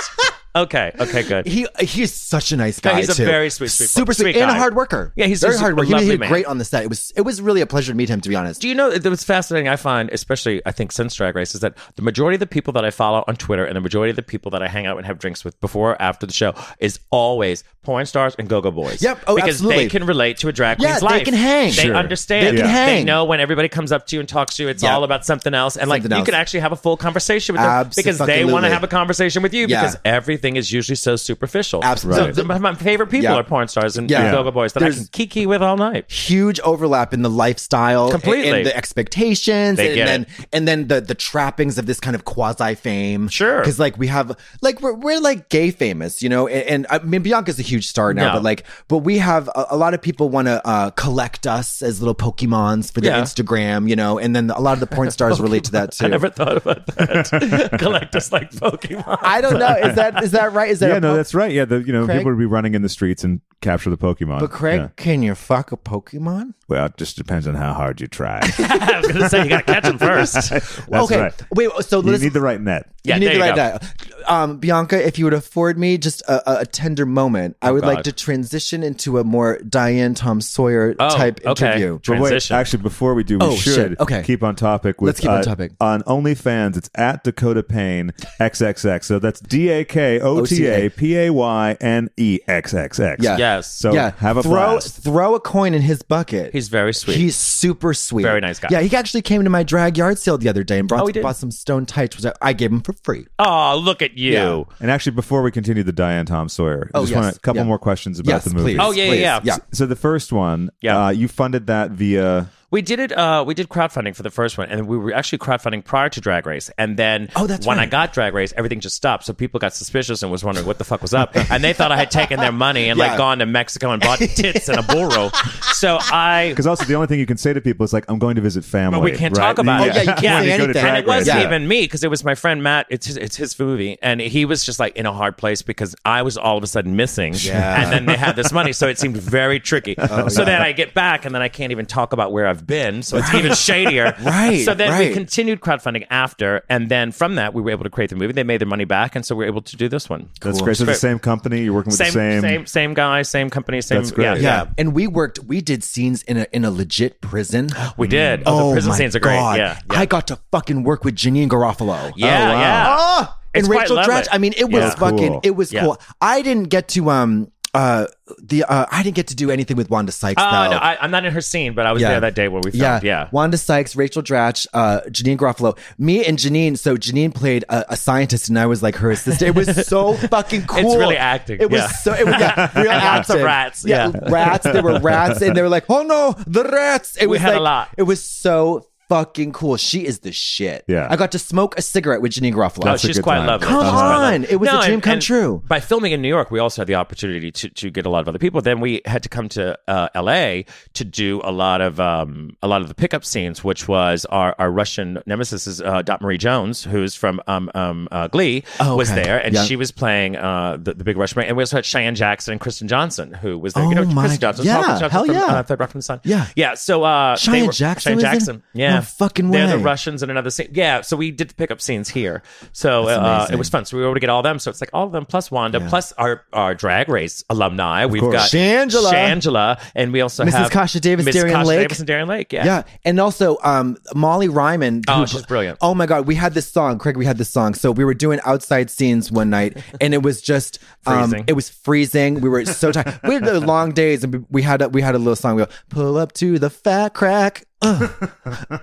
[SPEAKER 4] Okay. Okay. Good.
[SPEAKER 3] He he's such a nice
[SPEAKER 4] No,
[SPEAKER 3] guy.
[SPEAKER 4] he's a
[SPEAKER 3] too.
[SPEAKER 4] very sweet, sweet-
[SPEAKER 3] super sweet,
[SPEAKER 4] sweet
[SPEAKER 3] and a
[SPEAKER 4] guy.
[SPEAKER 3] hard worker.
[SPEAKER 4] Yeah, he's-
[SPEAKER 3] very
[SPEAKER 4] he's a
[SPEAKER 3] hard worker. He
[SPEAKER 4] lovely
[SPEAKER 3] did
[SPEAKER 4] man.
[SPEAKER 3] great on the set. It was it was really a pleasure to meet him. To be honest,
[SPEAKER 4] Do you know that what's fascinating? I find, especially I think since Drag Race, is that the majority of the people that I follow on Twitter and the majority of the people that I hang out and have drinks with before or after the show is always porn stars and go-go boys.
[SPEAKER 3] Yep. Oh,
[SPEAKER 4] because
[SPEAKER 3] absolutely.
[SPEAKER 4] they can relate to a drag
[SPEAKER 3] Yeah,
[SPEAKER 4] queen's
[SPEAKER 3] they
[SPEAKER 4] life.
[SPEAKER 3] can hang.
[SPEAKER 4] They
[SPEAKER 3] Sure.
[SPEAKER 4] understand.
[SPEAKER 3] They can
[SPEAKER 4] They
[SPEAKER 3] hang.
[SPEAKER 4] know when everybody comes up to you and talks to you, it's
[SPEAKER 3] Yeah.
[SPEAKER 4] all about something else, and like
[SPEAKER 3] Something
[SPEAKER 4] you can
[SPEAKER 3] else.
[SPEAKER 4] actually have a full conversation with them because they
[SPEAKER 3] Abso-fucking-lutely.
[SPEAKER 4] want to have a conversation with you
[SPEAKER 3] Yeah.
[SPEAKER 4] because everything is usually so superficial.
[SPEAKER 3] Absolutely.
[SPEAKER 4] So, my- my favorite people
[SPEAKER 3] Yeah.
[SPEAKER 4] are porn stars and
[SPEAKER 3] Yeah.
[SPEAKER 4] go-go boys that I
[SPEAKER 3] There's-
[SPEAKER 4] can kiki with all night.
[SPEAKER 3] huge overlap in the lifestyle, and- and,
[SPEAKER 4] Completely.
[SPEAKER 3] the expectations,
[SPEAKER 4] They
[SPEAKER 3] and
[SPEAKER 4] get
[SPEAKER 3] then
[SPEAKER 4] it.
[SPEAKER 3] and then the the trappings of this kind of quasi fame.
[SPEAKER 4] Sure.
[SPEAKER 3] because like we have like we're, we're like gay famous, you know, and, and I mean Bianca's a huge star now,
[SPEAKER 4] No.
[SPEAKER 3] but like but we have a, a lot of people want to uh, collect us as little Pokemons for their
[SPEAKER 4] Yeah.
[SPEAKER 3] Instagram, you know, and then a lot of the porn
[SPEAKER 4] *laughs*
[SPEAKER 3] stars relate to that too.
[SPEAKER 4] I never thought about *laughs* that. Collect us like Pokemon.
[SPEAKER 3] I don't know. Is that is that right? Is that
[SPEAKER 5] yeah,
[SPEAKER 3] a
[SPEAKER 5] no,
[SPEAKER 3] po-
[SPEAKER 5] that's right. Yeah, the, you know,
[SPEAKER 3] Craig?
[SPEAKER 5] people would be running in the streets and capture the Pokemon.
[SPEAKER 3] But Craig,
[SPEAKER 5] Yeah.
[SPEAKER 3] can you fuck a Pokemon?
[SPEAKER 5] well, it just depends on how hard you
[SPEAKER 3] *laughs*
[SPEAKER 5] try.
[SPEAKER 4] *laughs* I was going to say you got to catch him *laughs* first.
[SPEAKER 5] That's
[SPEAKER 3] okay,
[SPEAKER 5] right.
[SPEAKER 3] wait. So
[SPEAKER 5] You
[SPEAKER 3] let's
[SPEAKER 5] need the right net.
[SPEAKER 4] Yeah,
[SPEAKER 3] you need
[SPEAKER 4] there
[SPEAKER 3] to
[SPEAKER 4] you
[SPEAKER 3] write
[SPEAKER 4] go.
[SPEAKER 3] that. Um, Bianca, if you would afford me just a, a, a tender moment, I would like
[SPEAKER 4] Oh, God.
[SPEAKER 3] to transition into a more Diane Tom Sawyer
[SPEAKER 4] Oh,
[SPEAKER 3] type
[SPEAKER 4] okay.
[SPEAKER 3] interview.
[SPEAKER 4] Tra- Transition.
[SPEAKER 5] Wait, actually, before we do, we
[SPEAKER 3] Oh, shit.
[SPEAKER 5] should
[SPEAKER 3] Okay.
[SPEAKER 5] keep on topic. With,
[SPEAKER 3] Let's keep on
[SPEAKER 5] uh,
[SPEAKER 3] topic.
[SPEAKER 5] On OnlyFans, it's at Dakota Payne XXX. So that's D A K O T A P A Y N E X X X.
[SPEAKER 3] Yeah.
[SPEAKER 4] Yes.
[SPEAKER 5] So have a
[SPEAKER 3] throw
[SPEAKER 5] blast.
[SPEAKER 3] throw a coin in his bucket.
[SPEAKER 4] He's very sweet.
[SPEAKER 3] He's super sweet.
[SPEAKER 4] Very nice guy. Oh,
[SPEAKER 3] Yeah, he actually came to my drag yard sale the other day and brought,
[SPEAKER 4] he did?
[SPEAKER 3] bought some stone tights, which I, I gave him for free.
[SPEAKER 4] oh, look at you.
[SPEAKER 3] Yeah.
[SPEAKER 5] And actually, before we continue the Diane Tom Sawyer, I
[SPEAKER 3] Oh,
[SPEAKER 5] just
[SPEAKER 3] yes.
[SPEAKER 5] want a couple
[SPEAKER 3] Yeah.
[SPEAKER 5] more questions about
[SPEAKER 3] Yes,
[SPEAKER 5] the movie.
[SPEAKER 3] please.
[SPEAKER 4] Oh, yeah, yeah,
[SPEAKER 3] please.
[SPEAKER 4] yeah.
[SPEAKER 3] yeah.
[SPEAKER 5] So the first one,
[SPEAKER 4] Yeah.
[SPEAKER 5] uh, you funded that via.
[SPEAKER 4] We did it. Uh, we did crowdfunding for the first one, and we were actually crowdfunding prior to Drag Race. And then
[SPEAKER 3] Oh, that's
[SPEAKER 4] when I
[SPEAKER 3] right.
[SPEAKER 4] got Drag Race, everything just stopped. So people got suspicious and was wondering what the fuck was up, and they thought I had taken their money and
[SPEAKER 3] Yeah.
[SPEAKER 4] like gone to Mexico and *laughs* bought tits and a burro. So *laughs* I
[SPEAKER 5] Because also, the only thing you can say to people is like, "I'm going to visit family."
[SPEAKER 4] But we can't
[SPEAKER 5] right?
[SPEAKER 4] talk about it.
[SPEAKER 5] *laughs*
[SPEAKER 3] Oh, yeah, you
[SPEAKER 5] When
[SPEAKER 3] can't say
[SPEAKER 5] go to
[SPEAKER 3] anything.
[SPEAKER 5] Drag
[SPEAKER 4] and it wasn't
[SPEAKER 5] Race, yeah.
[SPEAKER 4] even me because it was my friend Matt. It's his, it's his movie, and he was just like in a hard place because I was all of a sudden missing,
[SPEAKER 3] Yeah.
[SPEAKER 4] and then they had this money, so it seemed
[SPEAKER 5] *laughs*
[SPEAKER 4] very tricky.
[SPEAKER 5] Oh,
[SPEAKER 4] so then I get back, and then I can't even talk about where I've been, so
[SPEAKER 5] *laughs*
[SPEAKER 4] it's even shadier.
[SPEAKER 3] Right,
[SPEAKER 4] So then
[SPEAKER 3] right.
[SPEAKER 4] we continued crowdfunding after, and then from that we were able to create the movie. They made their money back, and so we are able to do this one.
[SPEAKER 5] That's great. So the same company you're working with.
[SPEAKER 4] Same,
[SPEAKER 5] the same,
[SPEAKER 4] same, same, guy, same company, same.
[SPEAKER 5] That's great.
[SPEAKER 4] yeah.
[SPEAKER 3] Yeah. And we worked, we did scenes in a in a legit prison.
[SPEAKER 4] We did. Oh, the prison scenes are great. Yeah, yeah.
[SPEAKER 3] I got to fucking work with Janine Garofalo.
[SPEAKER 4] Yeah,
[SPEAKER 5] wow.
[SPEAKER 4] yeah.
[SPEAKER 3] Oh, and
[SPEAKER 4] It's quite
[SPEAKER 3] Rachel
[SPEAKER 4] lovely.
[SPEAKER 3] Dratch. I mean, it was
[SPEAKER 5] Yeah.
[SPEAKER 3] fucking,
[SPEAKER 5] Cool.
[SPEAKER 3] it was
[SPEAKER 4] Yeah.
[SPEAKER 3] cool. I didn't get to, um, uh, the, uh, I didn't get to do anything with Wanda Sykes,
[SPEAKER 4] Uh,
[SPEAKER 3] though.
[SPEAKER 4] no, I, I'm not in her scene, but I was there that day where we filmed. Yeah.
[SPEAKER 3] Wanda Sykes, Rachel Dratch, uh, Janine Garofalo. Me and Janine. So Janine played a, a scientist, and I was like her assistant. It was
[SPEAKER 4] *laughs*
[SPEAKER 3] so fucking cool.
[SPEAKER 4] really acting,
[SPEAKER 3] It was
[SPEAKER 4] yeah.
[SPEAKER 3] so. It was yeah,
[SPEAKER 4] *laughs*
[SPEAKER 3] real
[SPEAKER 4] And lots of
[SPEAKER 3] acting.
[SPEAKER 4] rats, yeah.
[SPEAKER 3] rats. There were rats, and they were like, "Oh no, the rats!" It was
[SPEAKER 4] had a
[SPEAKER 3] like,
[SPEAKER 4] lot.
[SPEAKER 3] It was so fucking cool. She is the shit.
[SPEAKER 5] Yeah.
[SPEAKER 3] I got to smoke a cigarette with Janine Garofalo.
[SPEAKER 4] No,
[SPEAKER 5] a
[SPEAKER 4] she's
[SPEAKER 5] good
[SPEAKER 4] quite
[SPEAKER 5] time.
[SPEAKER 4] lovely.
[SPEAKER 3] Come
[SPEAKER 4] She's quite lovely.
[SPEAKER 3] on. It was a dream come true.
[SPEAKER 4] By filming in New York, we also had the opportunity to, to get a lot of other people. Then we had to come to uh, L.A. to do a lot of um, a lot of the pickup scenes, which was our, our Russian nemesis is uh, Dot Marie Jones, who's from um, um, uh, Glee,
[SPEAKER 3] Oh, okay.
[SPEAKER 4] was there, and
[SPEAKER 3] Yeah.
[SPEAKER 4] she was playing uh, the, the big Russian. And we also had Cheyenne Jackson and Kristen Johnson, who was there.
[SPEAKER 3] Oh
[SPEAKER 4] you know,
[SPEAKER 3] my-
[SPEAKER 4] Kristen Johnson,
[SPEAKER 3] yeah,
[SPEAKER 4] Kristen Johnson
[SPEAKER 3] hell
[SPEAKER 4] from,
[SPEAKER 3] yeah.
[SPEAKER 4] uh, Third Rock from the Sun.
[SPEAKER 3] Yeah.
[SPEAKER 4] yeah. So uh, they
[SPEAKER 3] Cheyenne
[SPEAKER 4] were-
[SPEAKER 3] Jackson
[SPEAKER 4] Cheyenne
[SPEAKER 3] was in?
[SPEAKER 4] Jackson. Yeah,
[SPEAKER 3] No fucking
[SPEAKER 4] They're
[SPEAKER 3] way.
[SPEAKER 4] the Russians in another scene. Yeah, so we did pickup scenes here. So uh,
[SPEAKER 3] amazing.
[SPEAKER 4] it was fun. So we were able to get all them. So it's like all of them plus Wanda plus our, our drag race alumni. We've
[SPEAKER 5] course.
[SPEAKER 4] got
[SPEAKER 3] Shangela.
[SPEAKER 4] Shangela, and we also
[SPEAKER 3] Mrs.
[SPEAKER 4] have
[SPEAKER 3] Kasha Davis,
[SPEAKER 4] Miss
[SPEAKER 3] Darian
[SPEAKER 4] Kasha
[SPEAKER 3] Lake.
[SPEAKER 4] Davis and Darian Lake. Yeah.
[SPEAKER 3] Yeah. And also, um, Molly Ryman.
[SPEAKER 4] Oh, she's brilliant.
[SPEAKER 3] Oh my God. We had this song, Craig, we had this song. So we were doing outside scenes one
[SPEAKER 4] *laughs*
[SPEAKER 3] night and it was just, um,
[SPEAKER 4] Freezing.
[SPEAKER 3] it was freezing. We were so tired. we
[SPEAKER 4] *laughs*
[SPEAKER 3] had the long days and we had a, we had a little song. We go, pull up to the fat crack. Uh,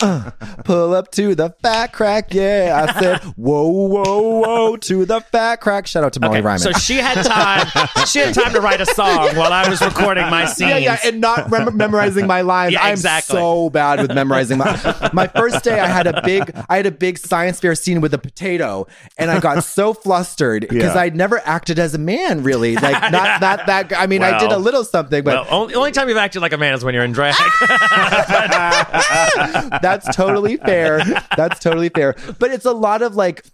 [SPEAKER 3] uh, pull up to the fat crack. Yeah. I
[SPEAKER 4] *laughs*
[SPEAKER 3] said, whoa, whoa, whoa to the fat crack. Shout out to Molly
[SPEAKER 4] Okay,
[SPEAKER 3] Ryman.
[SPEAKER 4] so she had time. she had time to write a song while I was recording my scenes.
[SPEAKER 3] Yeah, yeah, and not rem- memorizing my lines.
[SPEAKER 4] *laughs* Yeah,
[SPEAKER 3] I'm
[SPEAKER 4] exactly.
[SPEAKER 3] so bad with memorizing my. My first day, I had a big, I had a big science fair scene with a potato, and I got so flustered because
[SPEAKER 5] Yeah.
[SPEAKER 3] I'd never acted as a man really. Like not not that. I mean, I did a
[SPEAKER 4] Well,
[SPEAKER 3] little something,
[SPEAKER 4] well,
[SPEAKER 3] but
[SPEAKER 4] only, only time you've acted like a man is when you're in
[SPEAKER 3] *laughs*
[SPEAKER 4] drag.
[SPEAKER 3] that's totally fair. That's totally fair. But it's a lot of like.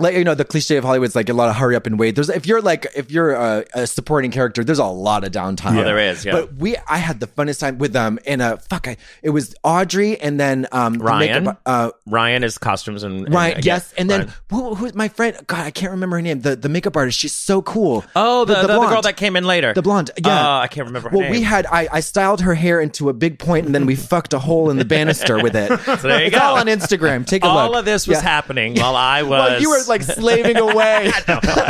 [SPEAKER 3] like you know the cliche of Hollywood's like a lot of hurry up and wait. There's if you're like if you're a, a supporting character, there's a lot of downtime.
[SPEAKER 4] Oh, there is, yeah.
[SPEAKER 3] But we, I had the funnest time with them in a fuck. I, it was Audrey and then um the
[SPEAKER 4] Ryan.
[SPEAKER 3] makeup, uh,
[SPEAKER 4] Ryan is costumes and, and
[SPEAKER 3] Ryan,
[SPEAKER 4] I
[SPEAKER 3] yes,
[SPEAKER 4] guess-
[SPEAKER 3] and then
[SPEAKER 4] Ryan.
[SPEAKER 3] who, who's my friend? God, I can't remember her name. The the makeup artist, she's so cool.
[SPEAKER 4] oh, the, the, the girl
[SPEAKER 3] blonde.
[SPEAKER 4] that came in later,
[SPEAKER 3] The blonde, yeah.
[SPEAKER 4] Uh, I can't remember. Her
[SPEAKER 3] well,
[SPEAKER 4] name.
[SPEAKER 3] we had I, I styled her hair into a big point, and then we fucked a hole in the banister
[SPEAKER 4] *laughs*
[SPEAKER 3] with it. So
[SPEAKER 4] there you
[SPEAKER 3] it's
[SPEAKER 4] go.
[SPEAKER 3] all on Instagram. Take a
[SPEAKER 4] all
[SPEAKER 3] look.
[SPEAKER 4] of this was
[SPEAKER 3] Yeah.
[SPEAKER 4] happening while I was.
[SPEAKER 3] Well, you were like slaving
[SPEAKER 4] *laughs*
[SPEAKER 3] away.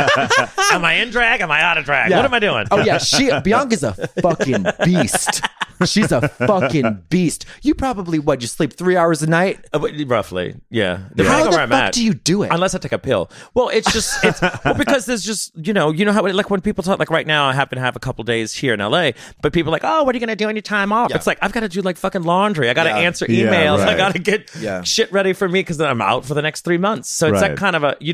[SPEAKER 4] am I in drag? Am I out of drag?
[SPEAKER 3] Yeah.
[SPEAKER 4] What am I doing?
[SPEAKER 3] Oh yeah, she Bianca's a fucking beast. She's a fucking beast. You probably what? You sleep three hours a night.
[SPEAKER 4] Uh, but- roughly, yeah. Depending
[SPEAKER 3] How
[SPEAKER 4] on
[SPEAKER 3] the
[SPEAKER 4] where I'm
[SPEAKER 3] fuck
[SPEAKER 4] at.
[SPEAKER 3] do you do it?
[SPEAKER 4] Unless I take a pill. Well, it's just it's well because there's just you know you know how like when people talk like right now I happen to have a couple days here in LA, but people are like oh what are you gonna do on your time off? It's like I've got to do like fucking laundry. I got to
[SPEAKER 3] Yeah.
[SPEAKER 4] answer
[SPEAKER 5] Yeah,
[SPEAKER 4] emails. I
[SPEAKER 5] right.
[SPEAKER 4] got to get
[SPEAKER 3] Yeah.
[SPEAKER 4] shit ready for me because then I'm out for the next three months. So it's
[SPEAKER 5] Right.
[SPEAKER 4] that kind of a you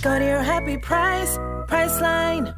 [SPEAKER 6] Go to your happy price, price line.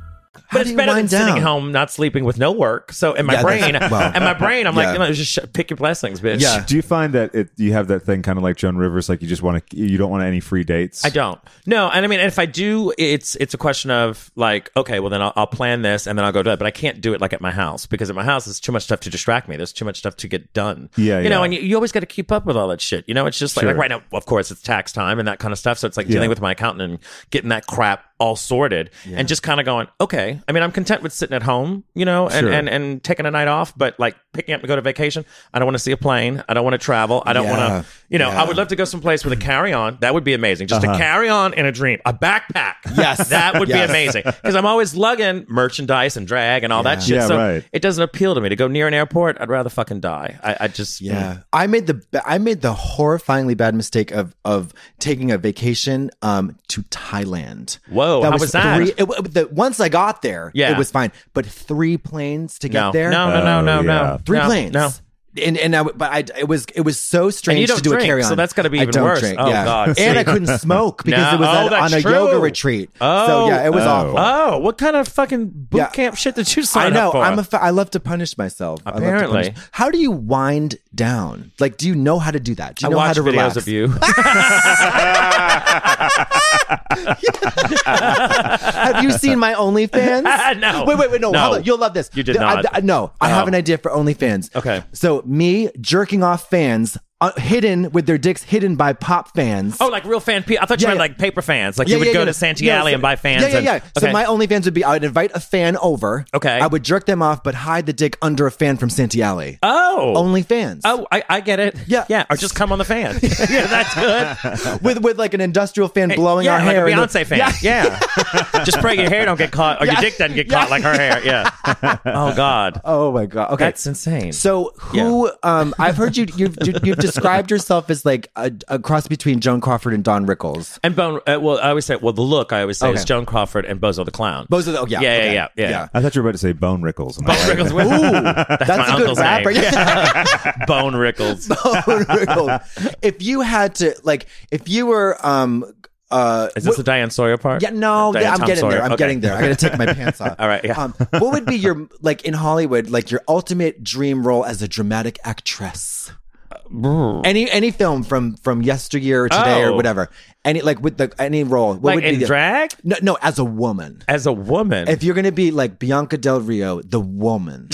[SPEAKER 3] How
[SPEAKER 4] but
[SPEAKER 3] do
[SPEAKER 4] it's
[SPEAKER 3] you
[SPEAKER 4] better than
[SPEAKER 3] wind
[SPEAKER 4] sitting
[SPEAKER 3] down?
[SPEAKER 4] at home not sleeping with no work. So in my
[SPEAKER 3] Yeah, that's- *laughs*
[SPEAKER 4] brain,
[SPEAKER 3] well,
[SPEAKER 4] in my brain, I'm
[SPEAKER 3] yeah.
[SPEAKER 4] like, you know, just sh- pick your blessings, bitch.
[SPEAKER 3] Yeah.
[SPEAKER 5] Do you find that it, you have that thing kind of like Joan Rivers, like you just want to, you don't want any free dates?
[SPEAKER 4] I don't. No, and I mean, if I do, it's it's a question of like, okay, well then I'll, I'll plan this and then I'll go do it. But I can't do it like at my house because at my house there's too much stuff to distract me. There's too much stuff to get done.
[SPEAKER 5] Yeah,
[SPEAKER 4] you know,
[SPEAKER 5] yeah.
[SPEAKER 4] and you, you always got to keep up with all that shit. You know, it's just like, like right now, of course, it's tax time and that kind of stuff. So it's like dealing with my accountant and getting that crap all sorted and just kind of going, okay. I mean, I'm content with sitting at home, you know, and,
[SPEAKER 5] Sure.
[SPEAKER 4] and and taking a night off. But like picking up to go to vacation, I don't want to see a plane. I don't want to travel. I don't
[SPEAKER 3] Yeah. Uh-huh.
[SPEAKER 4] want to, you know, I would love to go someplace with a carry on. That would be amazing. Just a carry on in a dream, a backpack.
[SPEAKER 3] Yes.
[SPEAKER 4] that would
[SPEAKER 3] Yes.
[SPEAKER 4] be amazing because I'm always lugging merchandise and drag and all that shit.
[SPEAKER 5] Yeah,
[SPEAKER 4] so
[SPEAKER 5] right.
[SPEAKER 4] it doesn't appeal to me to go near an airport. I'd rather fucking die. I, I just
[SPEAKER 3] Yeah, I made the ba- I made the horrifyingly bad mistake of of taking a vacation um to Thailand.
[SPEAKER 4] Whoa, how was that?
[SPEAKER 3] Three, it, it- the, once I got there,
[SPEAKER 4] Yeah.
[SPEAKER 3] it was fine. But three planes to get
[SPEAKER 4] No,
[SPEAKER 3] there, Uh,
[SPEAKER 4] no, no, no, no,
[SPEAKER 5] Oh, yeah.
[SPEAKER 4] no.
[SPEAKER 3] three
[SPEAKER 4] no,
[SPEAKER 3] planes.
[SPEAKER 4] No.
[SPEAKER 3] And and I, but I it was it was so strange
[SPEAKER 4] don't
[SPEAKER 3] to do a
[SPEAKER 4] drink,
[SPEAKER 3] carry on.
[SPEAKER 4] so that's gotta be
[SPEAKER 3] I
[SPEAKER 4] even
[SPEAKER 3] don't
[SPEAKER 4] worse.
[SPEAKER 3] Drink,
[SPEAKER 4] Oh,
[SPEAKER 3] yeah.
[SPEAKER 4] God,
[SPEAKER 3] And I
[SPEAKER 4] see. *laughs*
[SPEAKER 3] couldn't smoke because
[SPEAKER 4] No.
[SPEAKER 3] it was
[SPEAKER 4] Oh,
[SPEAKER 3] on- on
[SPEAKER 4] that's
[SPEAKER 3] a
[SPEAKER 4] true.
[SPEAKER 3] yoga retreat. so
[SPEAKER 4] Oh.
[SPEAKER 3] yeah, it was
[SPEAKER 5] Oh.
[SPEAKER 3] awful.
[SPEAKER 4] Oh, what kind of fucking boot
[SPEAKER 3] Yeah.
[SPEAKER 4] camp shit did you sign
[SPEAKER 3] I know.
[SPEAKER 4] up for?
[SPEAKER 3] I'm a. Fa- I love to punish myself. I love to
[SPEAKER 4] Apparently.
[SPEAKER 3] punish- How do you wind down? Like, do you know how to do that? Do
[SPEAKER 4] I
[SPEAKER 3] you know how
[SPEAKER 4] watch
[SPEAKER 3] to
[SPEAKER 4] videos
[SPEAKER 3] relax? *laughs*
[SPEAKER 4] of you.
[SPEAKER 3] Have you seen
[SPEAKER 4] *laughs*
[SPEAKER 3] my OnlyFans?
[SPEAKER 4] Ah, No.
[SPEAKER 3] Wait, wait, wait. No,
[SPEAKER 4] No.
[SPEAKER 3] hold on. You'll love this.
[SPEAKER 4] You did
[SPEAKER 3] I-
[SPEAKER 4] not.
[SPEAKER 3] I, no, I
[SPEAKER 4] Oh.
[SPEAKER 3] have an idea for OnlyFans.
[SPEAKER 4] Okay.
[SPEAKER 3] So me jerking off fans uh, hidden with their dicks hidden by pop fans.
[SPEAKER 4] Oh, like real fan people. I thought you
[SPEAKER 3] Yeah,
[SPEAKER 4] meant
[SPEAKER 3] yeah.
[SPEAKER 4] like paper fans. Like you would go to Santee
[SPEAKER 3] Yeah,
[SPEAKER 4] Alley
[SPEAKER 3] so-
[SPEAKER 4] and buy fans.
[SPEAKER 3] Yeah, yeah,
[SPEAKER 4] and-
[SPEAKER 3] yeah. So
[SPEAKER 4] Okay.
[SPEAKER 3] my OnlyFans would be I would invite a fan over.
[SPEAKER 4] Okay.
[SPEAKER 3] I would jerk them off, but hide the dick under a fan from Santee Alley.
[SPEAKER 4] oh
[SPEAKER 3] OnlyFans.
[SPEAKER 4] Oh, I, I get it.
[SPEAKER 3] Yeah.
[SPEAKER 4] yeah. Or just come on
[SPEAKER 3] *laughs*
[SPEAKER 4] the fan. yeah, that's good.
[SPEAKER 3] with with like an industrial fan blowing
[SPEAKER 4] yeah,
[SPEAKER 3] our hair.
[SPEAKER 4] like a
[SPEAKER 3] and-
[SPEAKER 4] Beyonce fan. Yeah,
[SPEAKER 3] *laughs*
[SPEAKER 4] just pray your hair don't get caught, or your dick doesn't get caught like her hair. Yeah. oh God,
[SPEAKER 3] Oh my god. Okay.
[SPEAKER 4] that's insane.
[SPEAKER 3] so who um I've heard you you've you, you've described yourself as like a, a cross between Joan Crawford and Don Rickles.
[SPEAKER 4] and Bone. Uh, well, I always say, well, the look I always say
[SPEAKER 3] Okay.
[SPEAKER 4] is Joan Crawford and Bozo the Clown.
[SPEAKER 3] Bozo the- oh, yeah,
[SPEAKER 4] yeah,
[SPEAKER 3] okay.
[SPEAKER 4] yeah, yeah,
[SPEAKER 3] Yeah.
[SPEAKER 4] yeah.
[SPEAKER 5] I thought you were about to say Bone Rickles. and I like
[SPEAKER 4] Rickles,
[SPEAKER 5] that.
[SPEAKER 4] Ooh, *laughs*
[SPEAKER 3] That's,
[SPEAKER 4] my
[SPEAKER 3] a good
[SPEAKER 4] uncle's
[SPEAKER 3] rapper. *laughs*
[SPEAKER 4] name. *laughs* Bone Rickles.
[SPEAKER 3] Don Rickles. If you had to like if you were um uh
[SPEAKER 4] Is this the Diane Sawyer part?
[SPEAKER 3] yeah, no,
[SPEAKER 4] Diane
[SPEAKER 3] yeah, I'm
[SPEAKER 4] Tom
[SPEAKER 3] getting there.
[SPEAKER 4] Sawyer.
[SPEAKER 3] I'm
[SPEAKER 4] Okay.
[SPEAKER 3] getting there. I gotta take my pants off.
[SPEAKER 4] *laughs* All right, yeah.
[SPEAKER 3] Um, what would be your like in Hollywood, like your ultimate dream role as a dramatic actress?
[SPEAKER 4] Uh,
[SPEAKER 3] Any any film from from yesteryear or today or
[SPEAKER 4] Oh.
[SPEAKER 3] whatever. Any like with the any role. What
[SPEAKER 4] Like
[SPEAKER 3] would be
[SPEAKER 4] in
[SPEAKER 3] the,
[SPEAKER 4] drag
[SPEAKER 3] No, no, as a woman.
[SPEAKER 4] as a woman.
[SPEAKER 3] If you're gonna be like Bianca Del Rio, the woman,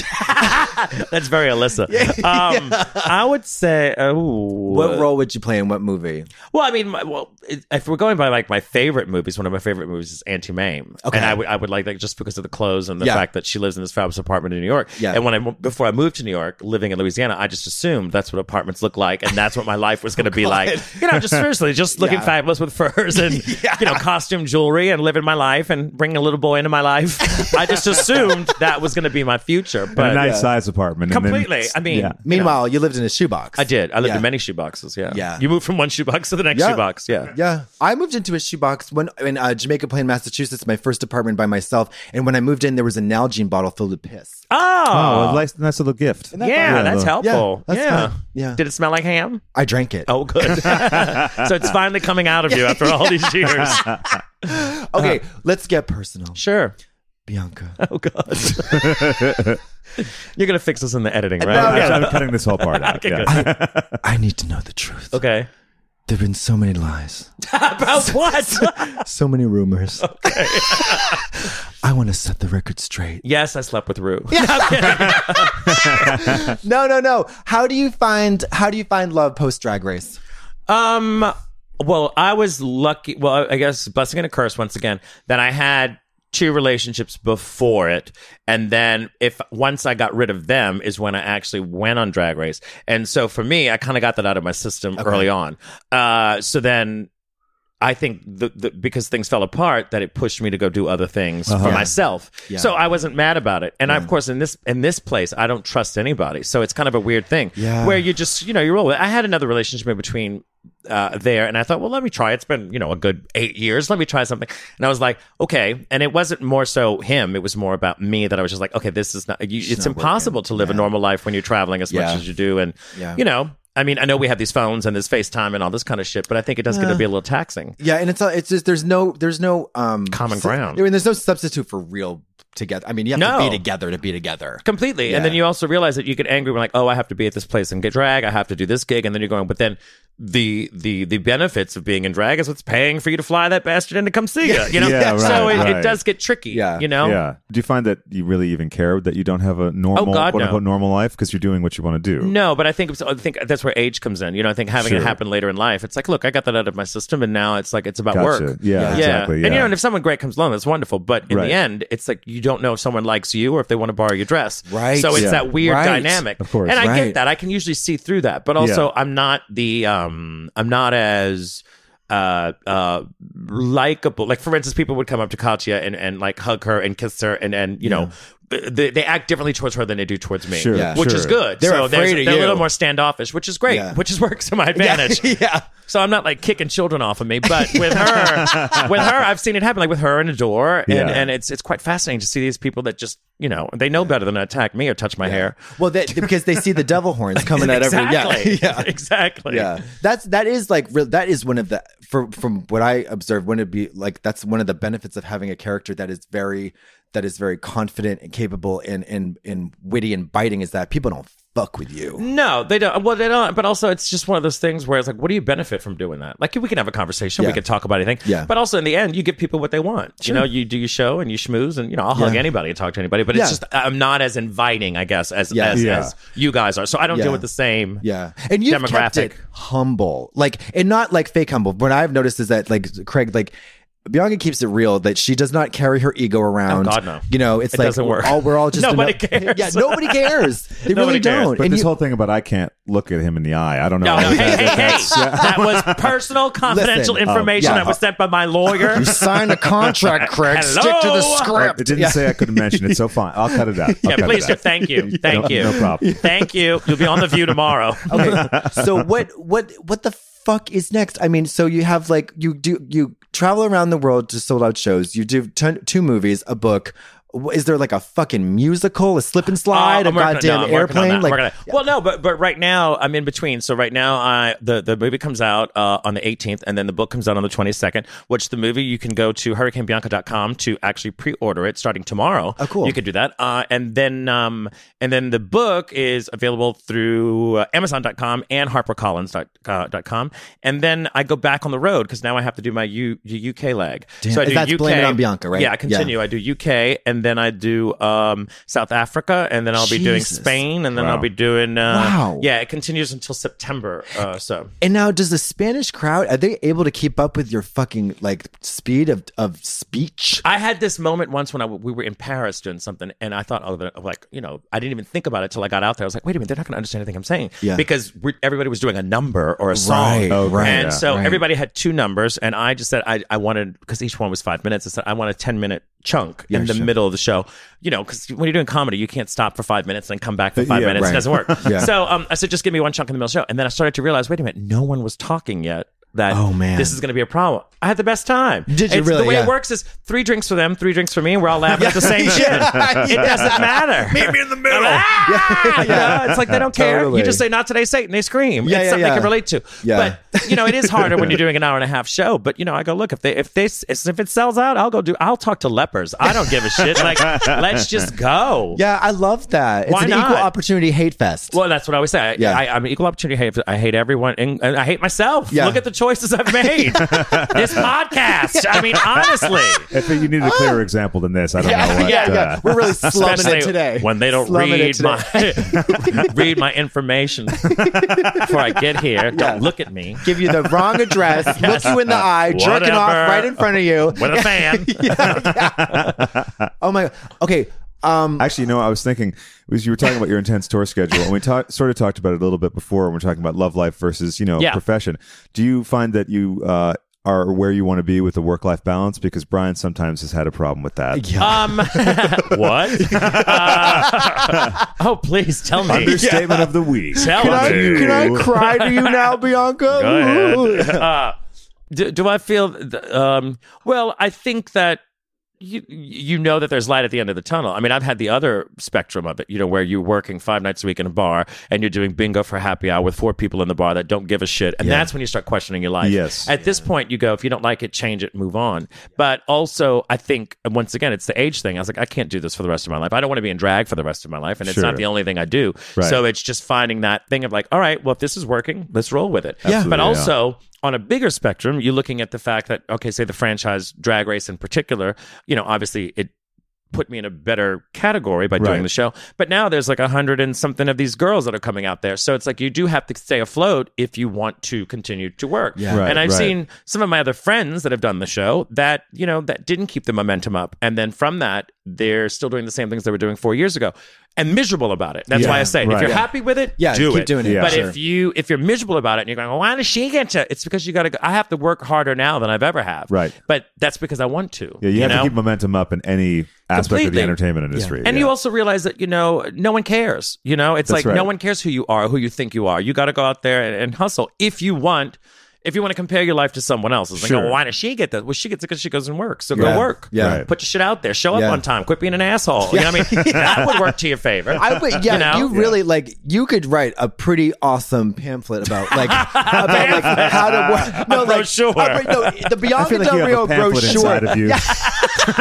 [SPEAKER 4] that's
[SPEAKER 3] *laughs*
[SPEAKER 4] very Alyssa. Um, I would say. Oh,
[SPEAKER 3] what role would you play in what movie?
[SPEAKER 4] Well, I mean, my, well, it- if we're going by like my favorite movies, one of my favorite movies is Auntie Mame.
[SPEAKER 3] Okay.
[SPEAKER 4] and I would I would like that just because of the clothes and the
[SPEAKER 3] Yeah.
[SPEAKER 4] fact that she lives in this fabulous apartment in New York.
[SPEAKER 3] Yeah.
[SPEAKER 4] And when I mo- before I moved to New York, living in Louisiana,
[SPEAKER 3] *laughs*
[SPEAKER 4] I just assumed that's what apartments look like, and that's what my life was going to be like. You know, just seriously, just looking fabulous with
[SPEAKER 3] *laughs*
[SPEAKER 4] furs and you know costume jewelry and living my life and bringing a little boy into my life. I just assumed that was going to be my future,
[SPEAKER 5] in
[SPEAKER 4] but
[SPEAKER 5] a nice size apartment. and then-
[SPEAKER 4] completely. I mean,
[SPEAKER 5] yeah.
[SPEAKER 3] Meanwhile, you lived in a shoebox.
[SPEAKER 4] I did. I lived
[SPEAKER 3] Yeah.
[SPEAKER 4] in many shoeboxes. Yeah,
[SPEAKER 3] Yeah.
[SPEAKER 4] You moved from one shoebox to the next
[SPEAKER 3] Yeah.
[SPEAKER 4] shoebox. Yeah.
[SPEAKER 3] Yeah, I moved into a shoebox when in uh, Jamaica Plain, Massachusetts, my first apartment by myself. And when I moved in, there was a Nalgene bottle filled with piss.
[SPEAKER 4] Oh.
[SPEAKER 5] Oh, a nice, nice little gift.
[SPEAKER 4] yeah, that's
[SPEAKER 5] helpful.
[SPEAKER 4] helpful.
[SPEAKER 3] Yeah,
[SPEAKER 4] Yeah,
[SPEAKER 3] that's fine. Yeah.
[SPEAKER 4] Did it smell like ham?
[SPEAKER 3] I drank it.
[SPEAKER 4] Oh, good. *laughs* so it's finally coming out of you after all *laughs* these years.
[SPEAKER 3] okay,
[SPEAKER 4] Uh-huh.
[SPEAKER 3] let's get personal,
[SPEAKER 4] sure.
[SPEAKER 3] Bianca.
[SPEAKER 4] *laughs* Oh God. *laughs* You're gonna fix this in the editing, right?
[SPEAKER 5] I'm, I'm cutting this whole part out.
[SPEAKER 4] *laughs* Okay,
[SPEAKER 5] yeah.
[SPEAKER 4] good.
[SPEAKER 3] I need to know the truth.
[SPEAKER 4] Okay.
[SPEAKER 3] There've been so many lies,
[SPEAKER 4] About what?
[SPEAKER 3] so many rumors. Okay. *laughs* I want to set the record straight.
[SPEAKER 4] *laughs* yes, I slept with Rue. *laughs*
[SPEAKER 3] No, no, no. How do you find how do you find love post drag race?
[SPEAKER 4] Um. Well, I was lucky. Well, I guess blessing and a curse once again that I had two relationships before it, and then if once I got rid of them is when I actually went on Drag Race, and so for me, I kind of got that out of my system early on. Uh. So then. I think the, the because things fell apart that it pushed me to go do other things for myself. So I wasn't mad about it. And I, of course in this in this place I don't trust anybody. So it's kind of a weird thing
[SPEAKER 3] Yeah.
[SPEAKER 4] where you just you know you roll with. it. I had another relationship in between uh, there, and I thought, well, let me try. It's been you know a good eight years. Let me try something. And I was like, okay. And it wasn't more so him. It was more about me that I was just like, okay, this is not. You, it's impossible to live a normal life when you're traveling as
[SPEAKER 3] Yeah.
[SPEAKER 4] much as you do, and
[SPEAKER 3] Yeah.
[SPEAKER 4] you know. I mean, I know we have these phones and this FaceTime and all this kind of shit, but I think it does get to be a little taxing.
[SPEAKER 3] Yeah, and it's not- it's just there's no there's no um
[SPEAKER 4] Common
[SPEAKER 3] su-
[SPEAKER 4] ground.
[SPEAKER 3] I mean, there's no substitute for real together. I mean, you have to
[SPEAKER 4] No.
[SPEAKER 3] be together to be together.
[SPEAKER 4] Completely. And then you also realize that you get angry when like, oh, I have to be at this place and get drag, I have to do this gig, and then you're going, but then the the the benefits of being in drag is what's paying for you to fly that bastard in to come see you. You know?
[SPEAKER 5] Yeah,
[SPEAKER 4] so
[SPEAKER 5] right,
[SPEAKER 4] it,
[SPEAKER 5] right.
[SPEAKER 4] it does get tricky.
[SPEAKER 3] Yeah.
[SPEAKER 4] You know?
[SPEAKER 5] Yeah. Do you find that you really even care that you don't have a normal,
[SPEAKER 4] Oh, God,
[SPEAKER 5] quote unquote,
[SPEAKER 4] no.
[SPEAKER 5] normal life because you're doing what you want to do?
[SPEAKER 4] No, but I think I think that's where age comes in. You know, I think having it
[SPEAKER 5] Sure.
[SPEAKER 4] happen later in life, it's like, look, I got that out of my system, and now it's like it's about
[SPEAKER 5] Gotcha.
[SPEAKER 4] work.
[SPEAKER 5] Yeah, exactly,
[SPEAKER 4] And
[SPEAKER 5] yeah.
[SPEAKER 4] you know, and if someone great comes along, that's wonderful. But in
[SPEAKER 5] Right.
[SPEAKER 4] the end, it's like you don't know if someone likes you or if they want to borrow your dress.
[SPEAKER 3] Right.
[SPEAKER 4] So it's
[SPEAKER 5] Yeah.
[SPEAKER 4] that weird
[SPEAKER 3] Right.
[SPEAKER 4] dynamic.
[SPEAKER 5] Of course.
[SPEAKER 4] And I
[SPEAKER 3] Right.
[SPEAKER 4] get that. I can usually see through that. But also,
[SPEAKER 5] Yeah.
[SPEAKER 4] I'm not the um, I'm not as uh uh likable like for instance people would come up to katya and and like hug her and kiss her and and you know they, they act differently towards her than they do towards me
[SPEAKER 5] Sure,
[SPEAKER 3] Yeah.
[SPEAKER 4] which is
[SPEAKER 5] sure.
[SPEAKER 4] good
[SPEAKER 3] They're
[SPEAKER 4] so there's-
[SPEAKER 3] afraid of
[SPEAKER 4] they're a
[SPEAKER 3] you.
[SPEAKER 4] little more standoffish, which is great,
[SPEAKER 3] Yeah.
[SPEAKER 4] which is works to my advantage.
[SPEAKER 3] *laughs* yeah.
[SPEAKER 4] So I'm not like kicking children off of me, but
[SPEAKER 3] *laughs*
[SPEAKER 4] with her, with her, I've seen it happen. Like with her and Adore, and,
[SPEAKER 5] Yeah.
[SPEAKER 4] and it's it's quite fascinating to see these people that just you know they know better than to attack me or touch my hair.
[SPEAKER 3] Well, that because they see the devil horns
[SPEAKER 4] *laughs*
[SPEAKER 3] coming out every
[SPEAKER 4] Exactly.
[SPEAKER 3] *laughs* yeah, yeah.
[SPEAKER 4] *laughs* exactly.
[SPEAKER 3] Yeah, that's that is like real. That is one of the for, from what I observed. Wouldn't it be like that's one of the benefits of having a character that is very that is very confident and capable and and and witty and biting is that people don't fuck with you.
[SPEAKER 4] No, they don't. Well, they don't. But also, it's just one of those things where it's like, what do you benefit from doing that? Like, we can have a conversation.
[SPEAKER 3] Yeah.
[SPEAKER 4] We can talk about anything.
[SPEAKER 3] Yeah.
[SPEAKER 4] But also, in the end, you give people what they want. You know, you do your show and you schmooze, and you know, I'll hug
[SPEAKER 3] Yeah.
[SPEAKER 4] anybody and talk to anybody. But
[SPEAKER 3] Yeah.
[SPEAKER 4] it's just I'm not as inviting, I guess, as
[SPEAKER 3] Yeah.
[SPEAKER 4] as,
[SPEAKER 5] Yeah.
[SPEAKER 4] as you guys are. So I don't
[SPEAKER 3] Yeah.
[SPEAKER 4] deal with the same.
[SPEAKER 3] Yeah, and you kept
[SPEAKER 4] Demographic.
[SPEAKER 3] it humble, like and not like fake humble. What I've noticed is that like Craig, like Bianca keeps it real that she does not carry her ego around.
[SPEAKER 4] Oh, God, no.
[SPEAKER 3] You know, it's
[SPEAKER 4] It
[SPEAKER 3] like
[SPEAKER 4] doesn't work.
[SPEAKER 3] we're all we're all just
[SPEAKER 4] *laughs* Nobody
[SPEAKER 3] enough-
[SPEAKER 4] cares.
[SPEAKER 3] Yeah, nobody cares. They really
[SPEAKER 4] *laughs* Nobody cares.
[SPEAKER 3] don't.
[SPEAKER 5] But
[SPEAKER 3] and
[SPEAKER 5] this
[SPEAKER 3] you,
[SPEAKER 5] whole thing about I can't look at him in the eye. I don't know.
[SPEAKER 3] *laughs*
[SPEAKER 4] No, no,
[SPEAKER 5] if
[SPEAKER 4] hey,
[SPEAKER 5] that-
[SPEAKER 4] hey,
[SPEAKER 5] if
[SPEAKER 4] hey.
[SPEAKER 5] that's- yeah.
[SPEAKER 4] That was personal confidential
[SPEAKER 3] Listen, Oh,
[SPEAKER 4] information
[SPEAKER 3] yeah.
[SPEAKER 4] that was sent by my lawyer.
[SPEAKER 3] you sign a
[SPEAKER 4] *laughs*
[SPEAKER 3] contract, Craig. Stick to the
[SPEAKER 4] Hello?
[SPEAKER 3] script.
[SPEAKER 5] It didn't say I couldn't mention it, so fine. I'll cut it out. I'll
[SPEAKER 4] *laughs* yeah,
[SPEAKER 5] cut
[SPEAKER 4] please
[SPEAKER 5] it
[SPEAKER 4] do.
[SPEAKER 5] out.
[SPEAKER 3] *laughs*
[SPEAKER 4] Thank
[SPEAKER 5] *laughs*
[SPEAKER 4] you. Thank
[SPEAKER 5] No-
[SPEAKER 4] you.
[SPEAKER 5] no problem.
[SPEAKER 4] Thank you. You'll be on The View tomorrow. *laughs*
[SPEAKER 3] okay. So what what what the fuck is next? I mean, so you have like you do you travel around the world to sold out shows. You do t- two movies, a book. Wh- Is there like a fucking musical, a slip and slide, a
[SPEAKER 4] Uh, I'm working on-
[SPEAKER 3] goddamn
[SPEAKER 4] no, I'm working on
[SPEAKER 3] airplane?
[SPEAKER 4] that. I'm
[SPEAKER 3] Like,
[SPEAKER 4] working on that. well, no, but but right now I'm in between. So right now, I the the movie comes out uh, on the 18th, and then the book comes out on the 22nd. Which the movie you can go to hurricanebianca.com to actually pre-order it starting tomorrow.
[SPEAKER 3] Oh, cool.
[SPEAKER 4] You could do that, uh, and then um and then the book is available through uh, Amazon.com and HarperCollins.com, uh, dot com. and then I go back on the road because now I have to do my U, U- UK leg.
[SPEAKER 3] Damn.
[SPEAKER 4] So I do
[SPEAKER 3] That's
[SPEAKER 4] UK.
[SPEAKER 3] Blame It on Bianca, right?
[SPEAKER 4] Yeah, I
[SPEAKER 3] Yeah.
[SPEAKER 4] continue. I do UK, and and then I do um, South Africa, and then I'll be doing
[SPEAKER 3] Jesus.
[SPEAKER 4] Spain, and then I'll be doing. Uh,
[SPEAKER 3] Wow.
[SPEAKER 4] Yeah, it continues until September. Uh, so
[SPEAKER 3] And now, does the Spanish crowd are they able to keep up with your fucking like speed of of speech?
[SPEAKER 4] I had this moment once when I, we were in Paris doing something, and I thought, oh, the- like, you know, I didn't even think about it till I got out there. I was like, wait a minute, they're not going to understand anything I'm saying.
[SPEAKER 3] Yeah.
[SPEAKER 4] Because we everybody was doing a number or a song.
[SPEAKER 3] Right, Oh, right,
[SPEAKER 4] And
[SPEAKER 3] yeah,
[SPEAKER 4] so
[SPEAKER 3] right.
[SPEAKER 4] everybody had two numbers, and I just said, I, I wanted, because each one was five minutes, I said, I want a 10 minute chunk in the middle of the show. You know, because when you're doing comedy, you can't stop for five minutes and then come back for five
[SPEAKER 5] yeah,
[SPEAKER 4] minutes.
[SPEAKER 3] right.
[SPEAKER 4] It doesn't work.
[SPEAKER 3] *laughs* Yeah.
[SPEAKER 4] So um, I said, just give me one chunk in the middle of the show. And then I started to realize, wait a minute, no one was talking yet. That
[SPEAKER 3] Oh, man.
[SPEAKER 4] this is going to be a problem. I had the best time.
[SPEAKER 3] Did you
[SPEAKER 4] It's-
[SPEAKER 3] really?
[SPEAKER 4] The way
[SPEAKER 3] Yeah.
[SPEAKER 4] it works is three drinks for them, three drinks for me, and we're all
[SPEAKER 3] *laughs*
[SPEAKER 4] laughing at the same shit. It doesn't matter. Meet me in the middle. It's like they don't care.
[SPEAKER 3] Totally.
[SPEAKER 4] You just say not today, Satan. They scream.
[SPEAKER 3] Yeah,
[SPEAKER 4] it's
[SPEAKER 3] yeah,
[SPEAKER 4] something
[SPEAKER 3] yeah.
[SPEAKER 4] they can relate to.
[SPEAKER 3] Yeah.
[SPEAKER 4] But you know, it is harder when you're doing an hour and a half show. But you know, I go look if they if they if it sells out, I'll go do. I'll talk to lepers. I don't give a shit.
[SPEAKER 3] *laughs*
[SPEAKER 4] Like let's just go.
[SPEAKER 3] Yeah, I love that. It's
[SPEAKER 4] Why
[SPEAKER 3] an equal
[SPEAKER 4] not?
[SPEAKER 3] opportunity hate fest.
[SPEAKER 4] Well, that's what I always say. I,
[SPEAKER 3] Yeah.
[SPEAKER 4] I, I'm an equal opportunity. Hate. I hate everyone, and, and I hate myself.
[SPEAKER 3] Yeah.
[SPEAKER 4] Look at the choices
[SPEAKER 3] *laughs*
[SPEAKER 4] I've made. this podcast. I mean, honestly.
[SPEAKER 5] If you needed a clearer
[SPEAKER 4] Ah.
[SPEAKER 5] example than this, I don't know what.
[SPEAKER 3] yeah,
[SPEAKER 5] uh,
[SPEAKER 3] yeah. We're
[SPEAKER 4] *laughs*
[SPEAKER 3] really slumming
[SPEAKER 4] Especially
[SPEAKER 3] it today.
[SPEAKER 4] When they don't
[SPEAKER 3] Slumming it
[SPEAKER 4] read
[SPEAKER 3] today.
[SPEAKER 4] my *laughs* read my information before I get here. Don't look at me.
[SPEAKER 3] give you the wrong address,
[SPEAKER 4] Yes.
[SPEAKER 3] look you in the eye, jerking off
[SPEAKER 4] Whatever.
[SPEAKER 3] right in front of you.
[SPEAKER 4] With a
[SPEAKER 3] *laughs*
[SPEAKER 4] fan.
[SPEAKER 3] Oh my. Okay. Um.
[SPEAKER 5] Actually, you know, I was thinking was you were talking about your intense tour schedule, and we talk, sort of talked about it a little bit before when we are talking about love life versus you know
[SPEAKER 4] Yeah.
[SPEAKER 5] profession. Do you find that you uh, are where you want to be with the work life balance? Because Brian sometimes has had a problem with that.
[SPEAKER 4] Um, *laughs* what? Uh, *laughs* oh, please tell me.
[SPEAKER 5] Understatement of the week.
[SPEAKER 4] Tell
[SPEAKER 3] Can I,
[SPEAKER 4] me.
[SPEAKER 3] can I cry to you now, Bianca?
[SPEAKER 4] Go
[SPEAKER 3] Ooh.
[SPEAKER 4] ahead. Uh, do, do I feel? th- Um, well, I think that you you know that there's light at the end of the tunnel. I mean, I've had the other spectrum of it. You know, where you're working five nights a week in a bar and you're doing bingo for happy hour with four people in the bar that don't give a shit, and that's when you start questioning your life.
[SPEAKER 5] Yes.
[SPEAKER 4] At this point, you go if you don't like it, change it, move on. But also, I think and once again, it's the age thing. I was like, I can't do this for the rest of my life. I don't want to be in drag for the rest of my life, and it's
[SPEAKER 5] Sure.
[SPEAKER 4] not the only thing I do.
[SPEAKER 5] Right.
[SPEAKER 4] So it's just finding that thing of like, all right, well, if this is working, let's roll with it.
[SPEAKER 5] Absolutely,
[SPEAKER 4] But
[SPEAKER 5] yeah.
[SPEAKER 4] also, on a bigger spectrum, you're looking at the fact that okay, say the franchise drag race in particular, you know, obviously it put me in a better category by doing
[SPEAKER 5] Right.
[SPEAKER 4] the show. But now there's like a hundred and something of these girls that are coming out there. So it's like you do have to stay afloat if you want to continue to work.
[SPEAKER 3] Yeah.
[SPEAKER 5] Right,
[SPEAKER 4] and I've
[SPEAKER 5] right.
[SPEAKER 4] seen some of my other friends that have done the show that, you know, that didn't keep the momentum up. And then from that, they're still doing the same things they were doing four years ago. And miserable about it. That's
[SPEAKER 5] Yeah,
[SPEAKER 4] why I say,
[SPEAKER 5] right.
[SPEAKER 4] if you're
[SPEAKER 5] Yeah.
[SPEAKER 4] happy with it,
[SPEAKER 3] Yeah,
[SPEAKER 4] do
[SPEAKER 3] keep
[SPEAKER 4] it.
[SPEAKER 3] doing it,
[SPEAKER 5] Yeah.
[SPEAKER 4] But
[SPEAKER 3] sure.
[SPEAKER 4] if you if you're miserable about it and you're going, well, why does she get to? It's because you got to. go I have to work harder now than I've ever have.
[SPEAKER 5] Right.
[SPEAKER 4] But that's because I want to.
[SPEAKER 5] Yeah, you, have
[SPEAKER 4] know?
[SPEAKER 5] to keep momentum up in any aspect of the
[SPEAKER 4] Completely.
[SPEAKER 5] entertainment industry.
[SPEAKER 4] And
[SPEAKER 5] Yeah.
[SPEAKER 4] you also realize that, you know, no one cares. You know, it's
[SPEAKER 5] That's
[SPEAKER 4] like no
[SPEAKER 5] right.
[SPEAKER 4] one cares who you are, who you think you are. You got to go out there and, and hustle if you want. If you want to compare your life to someone else's, like,
[SPEAKER 5] Sure.
[SPEAKER 4] oh, why does she get that? Well, she gets it because she goes and works. So
[SPEAKER 3] Yeah.
[SPEAKER 4] go work.
[SPEAKER 3] Yeah.
[SPEAKER 5] Right.
[SPEAKER 4] Put your shit out there. Show
[SPEAKER 3] Yeah.
[SPEAKER 4] up on time. Quit being an asshole. You know what
[SPEAKER 5] *laughs*
[SPEAKER 4] I mean? that would work to your favor.
[SPEAKER 3] I would, yeah, you,
[SPEAKER 4] know?
[SPEAKER 3] really like. You could write a pretty awesome pamphlet about like about like how to work. No,
[SPEAKER 4] A
[SPEAKER 3] like
[SPEAKER 4] brochure.
[SPEAKER 3] uh, no, the
[SPEAKER 5] I
[SPEAKER 3] Bianca
[SPEAKER 5] feel like you
[SPEAKER 3] Del
[SPEAKER 5] have
[SPEAKER 3] Rio
[SPEAKER 5] a pamphlet
[SPEAKER 3] brochure.
[SPEAKER 5] inside of
[SPEAKER 4] *laughs*
[SPEAKER 5] you.
[SPEAKER 3] no,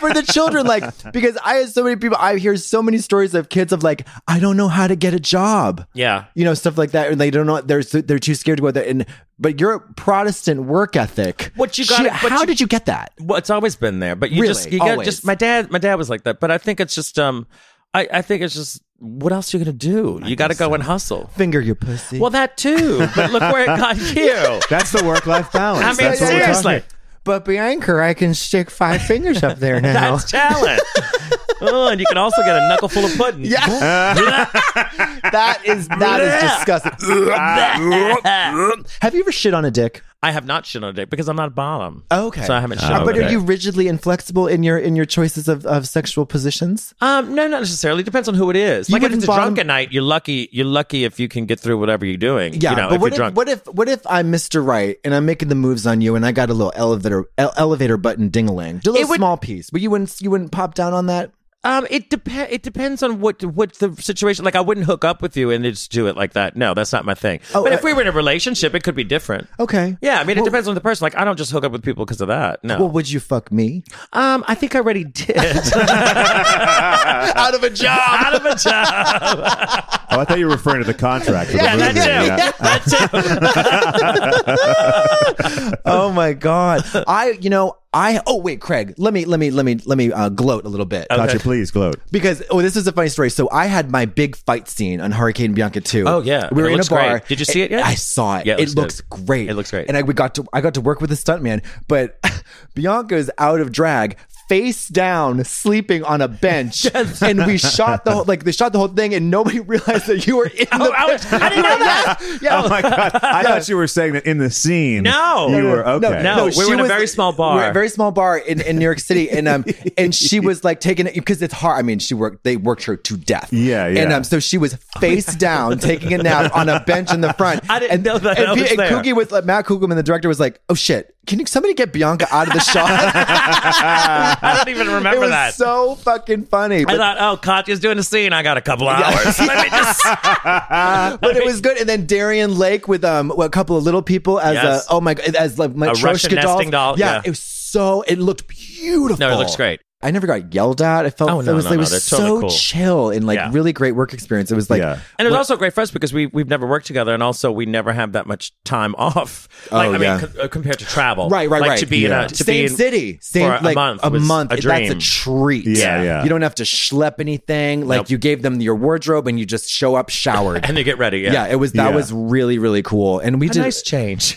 [SPEAKER 3] for the children, like because I have so many people. I hear so many stories of kids of like I don't know how to get a job.
[SPEAKER 4] Yeah.
[SPEAKER 3] you know stuff like that, and they don't know. They're so- they're too scared to go there. And but your Protestant work ethic.
[SPEAKER 4] What you gotta-
[SPEAKER 3] She-
[SPEAKER 4] what
[SPEAKER 3] How
[SPEAKER 4] you-
[SPEAKER 3] did you get that?
[SPEAKER 4] Well, it's always been there, but you
[SPEAKER 3] Really?
[SPEAKER 4] just you got
[SPEAKER 3] Always.
[SPEAKER 4] just my dad. My dad was like that, but I think it's just um, I I think it's just what else you gonna do? you got to go and hustle.
[SPEAKER 3] Finger your pussy.
[SPEAKER 4] *laughs* Well, that too. But look where
[SPEAKER 3] *laughs*
[SPEAKER 4] it got you.
[SPEAKER 5] That's the work life balance.
[SPEAKER 4] I mean,
[SPEAKER 5] That's what we're talking
[SPEAKER 4] seriously,
[SPEAKER 2] But behind her, I can stick five fingers up
[SPEAKER 4] *laughs*
[SPEAKER 2] there now.
[SPEAKER 4] that's talent. oh, and you can also get a knuckle full of
[SPEAKER 3] *laughs*
[SPEAKER 4] pudding. *laughs*
[SPEAKER 3] yeah, that is that is disgusting.
[SPEAKER 4] *laughs*
[SPEAKER 3] Have you ever shit on a dick?
[SPEAKER 4] I have not shit on a dick because I'm not a bottom.
[SPEAKER 3] Okay.
[SPEAKER 4] So I haven't shit
[SPEAKER 3] Uh,
[SPEAKER 4] on
[SPEAKER 3] but
[SPEAKER 4] a
[SPEAKER 3] are
[SPEAKER 4] dick.
[SPEAKER 3] you rigidly inflexible in your in your choices of, of sexual positions?
[SPEAKER 4] Um, no, not necessarily. Depends on who it is.
[SPEAKER 3] You
[SPEAKER 4] like if
[SPEAKER 3] wouldn't
[SPEAKER 4] it's a
[SPEAKER 3] bottom-
[SPEAKER 4] drunken night, you're lucky. You're lucky if you can get through whatever you're doing. you know,
[SPEAKER 3] but what
[SPEAKER 4] if you're
[SPEAKER 3] if
[SPEAKER 4] drunk.
[SPEAKER 3] what if what if I'm Mr. Right and I'm making the moves on you and I got a little elevator ele- elevator button ding-a-ling. Do a little
[SPEAKER 4] It would-
[SPEAKER 3] small piece, but you wouldn't you wouldn't pop down on that.
[SPEAKER 4] Um, it depend. It depends on what what the situation. Like, I wouldn't hook up with you and just do it like that. No, that's not my thing.
[SPEAKER 3] Oh,
[SPEAKER 4] but
[SPEAKER 3] uh,
[SPEAKER 4] if we were in a relationship, it could be different.
[SPEAKER 3] Okay.
[SPEAKER 4] Yeah, I mean, it depends on the person. Like, I don't just hook up with people because of that. No.
[SPEAKER 3] Well, would you fuck me?
[SPEAKER 4] um, I think I already *laughs* did. *laughs* out of a job.
[SPEAKER 3] *laughs*
[SPEAKER 4] Out of a *laughs* job.
[SPEAKER 5] Oh, I thought you were referring to the contract. for the
[SPEAKER 4] Yeah, that
[SPEAKER 5] movie.
[SPEAKER 4] too. That too.
[SPEAKER 3] oh my god. I you know, I oh wait, Craig, let me let me let me let me uh, gloat a little bit.
[SPEAKER 5] Gotcha, please gloat.
[SPEAKER 3] Because oh, this is a funny story. So I had my big fight scene on Hurricane Bianca too.
[SPEAKER 4] Oh, yeah.
[SPEAKER 3] we were
[SPEAKER 4] It
[SPEAKER 3] in a
[SPEAKER 4] looks
[SPEAKER 3] bar.
[SPEAKER 4] great. Did you see it
[SPEAKER 3] and
[SPEAKER 4] yet?
[SPEAKER 3] I saw it.
[SPEAKER 4] Yeah, it
[SPEAKER 3] it, looks,
[SPEAKER 4] looks
[SPEAKER 3] great.
[SPEAKER 4] It looks great.
[SPEAKER 3] And I we got to I got to work with a stuntman, but *laughs* Bianca's out of drag, face down, sleeping on a
[SPEAKER 4] *laughs*
[SPEAKER 3] bench, and we shot the whole, like they shot the whole thing, and nobody *laughs* realized that you were in the.
[SPEAKER 4] Oh, I was- I didn't know that.
[SPEAKER 3] *laughs* Yeah.
[SPEAKER 5] *laughs* Oh my god! I thought you were saying that in the scene.
[SPEAKER 4] No.
[SPEAKER 5] you were
[SPEAKER 3] No,
[SPEAKER 5] okay.
[SPEAKER 4] No, we
[SPEAKER 3] she
[SPEAKER 4] were in a
[SPEAKER 3] was-
[SPEAKER 4] very small
[SPEAKER 3] we were at a
[SPEAKER 4] bar.
[SPEAKER 3] very small bar in, in New York City, and um, *laughs* and she was like taking it because it's hard. I mean, she worked; they worked her to death.
[SPEAKER 5] Yeah,
[SPEAKER 3] And
[SPEAKER 5] yeah.
[SPEAKER 3] um, so she was
[SPEAKER 4] *laughs*
[SPEAKER 3] face down taking a nap on a bench in the front.
[SPEAKER 4] I didn't
[SPEAKER 3] and,
[SPEAKER 4] know that
[SPEAKER 3] And,
[SPEAKER 4] I was
[SPEAKER 3] and
[SPEAKER 4] there.
[SPEAKER 3] Cookie was like, Matt Kugelman, the director, was like, "Oh shit, can you somebody get Bianca out
[SPEAKER 4] *laughs*
[SPEAKER 3] of the shot?"
[SPEAKER 4] I don't even
[SPEAKER 3] it
[SPEAKER 4] remember
[SPEAKER 3] was
[SPEAKER 4] that.
[SPEAKER 3] so fucking funny.
[SPEAKER 4] I
[SPEAKER 3] But,
[SPEAKER 4] thought, oh, Katya's doing a scene. I got a couple hours. Let me *laughs* just.
[SPEAKER 3] but it was good. And then Darian Lake with um a couple of little people as
[SPEAKER 4] Yes.
[SPEAKER 3] a oh my god as like my
[SPEAKER 4] A Russian
[SPEAKER 3] Matryoshka dolls.
[SPEAKER 4] nesting doll,
[SPEAKER 3] Yeah,
[SPEAKER 4] yeah.
[SPEAKER 3] it was so it looked beautiful.
[SPEAKER 4] No, it looks great.
[SPEAKER 3] I never got yelled at. I felt
[SPEAKER 4] Oh, no,
[SPEAKER 3] it was,
[SPEAKER 4] no,
[SPEAKER 3] it
[SPEAKER 4] no,
[SPEAKER 3] was
[SPEAKER 4] they're
[SPEAKER 3] so
[SPEAKER 4] totally cool.
[SPEAKER 3] chill and like
[SPEAKER 4] Yeah.
[SPEAKER 3] really great work experience. It was like
[SPEAKER 5] Yeah.
[SPEAKER 4] And it was also great for us because we we've never worked together, and also we never have that much time *laughs* off. Like,
[SPEAKER 3] Oh,
[SPEAKER 4] I
[SPEAKER 3] yeah.
[SPEAKER 4] mean, co- uh, compared to travel,
[SPEAKER 3] right, right,
[SPEAKER 4] like,
[SPEAKER 3] right.
[SPEAKER 4] To be
[SPEAKER 5] Yeah.
[SPEAKER 4] in a to be
[SPEAKER 3] same
[SPEAKER 4] in,
[SPEAKER 3] city, same
[SPEAKER 4] for a
[SPEAKER 3] like
[SPEAKER 4] month
[SPEAKER 3] a
[SPEAKER 4] was
[SPEAKER 3] month.
[SPEAKER 4] a
[SPEAKER 3] That's a
[SPEAKER 4] dream.
[SPEAKER 3] treat.
[SPEAKER 5] Yeah, yeah.
[SPEAKER 3] You don't have to schlep anything. Like
[SPEAKER 4] Nope.
[SPEAKER 3] you gave them your wardrobe and you just show up showered.
[SPEAKER 4] *laughs* and they get ready. *laughs* Yeah,
[SPEAKER 3] yeah. it was that
[SPEAKER 5] Yeah.
[SPEAKER 3] was really really cool. And we
[SPEAKER 4] a
[SPEAKER 3] did
[SPEAKER 4] nice change.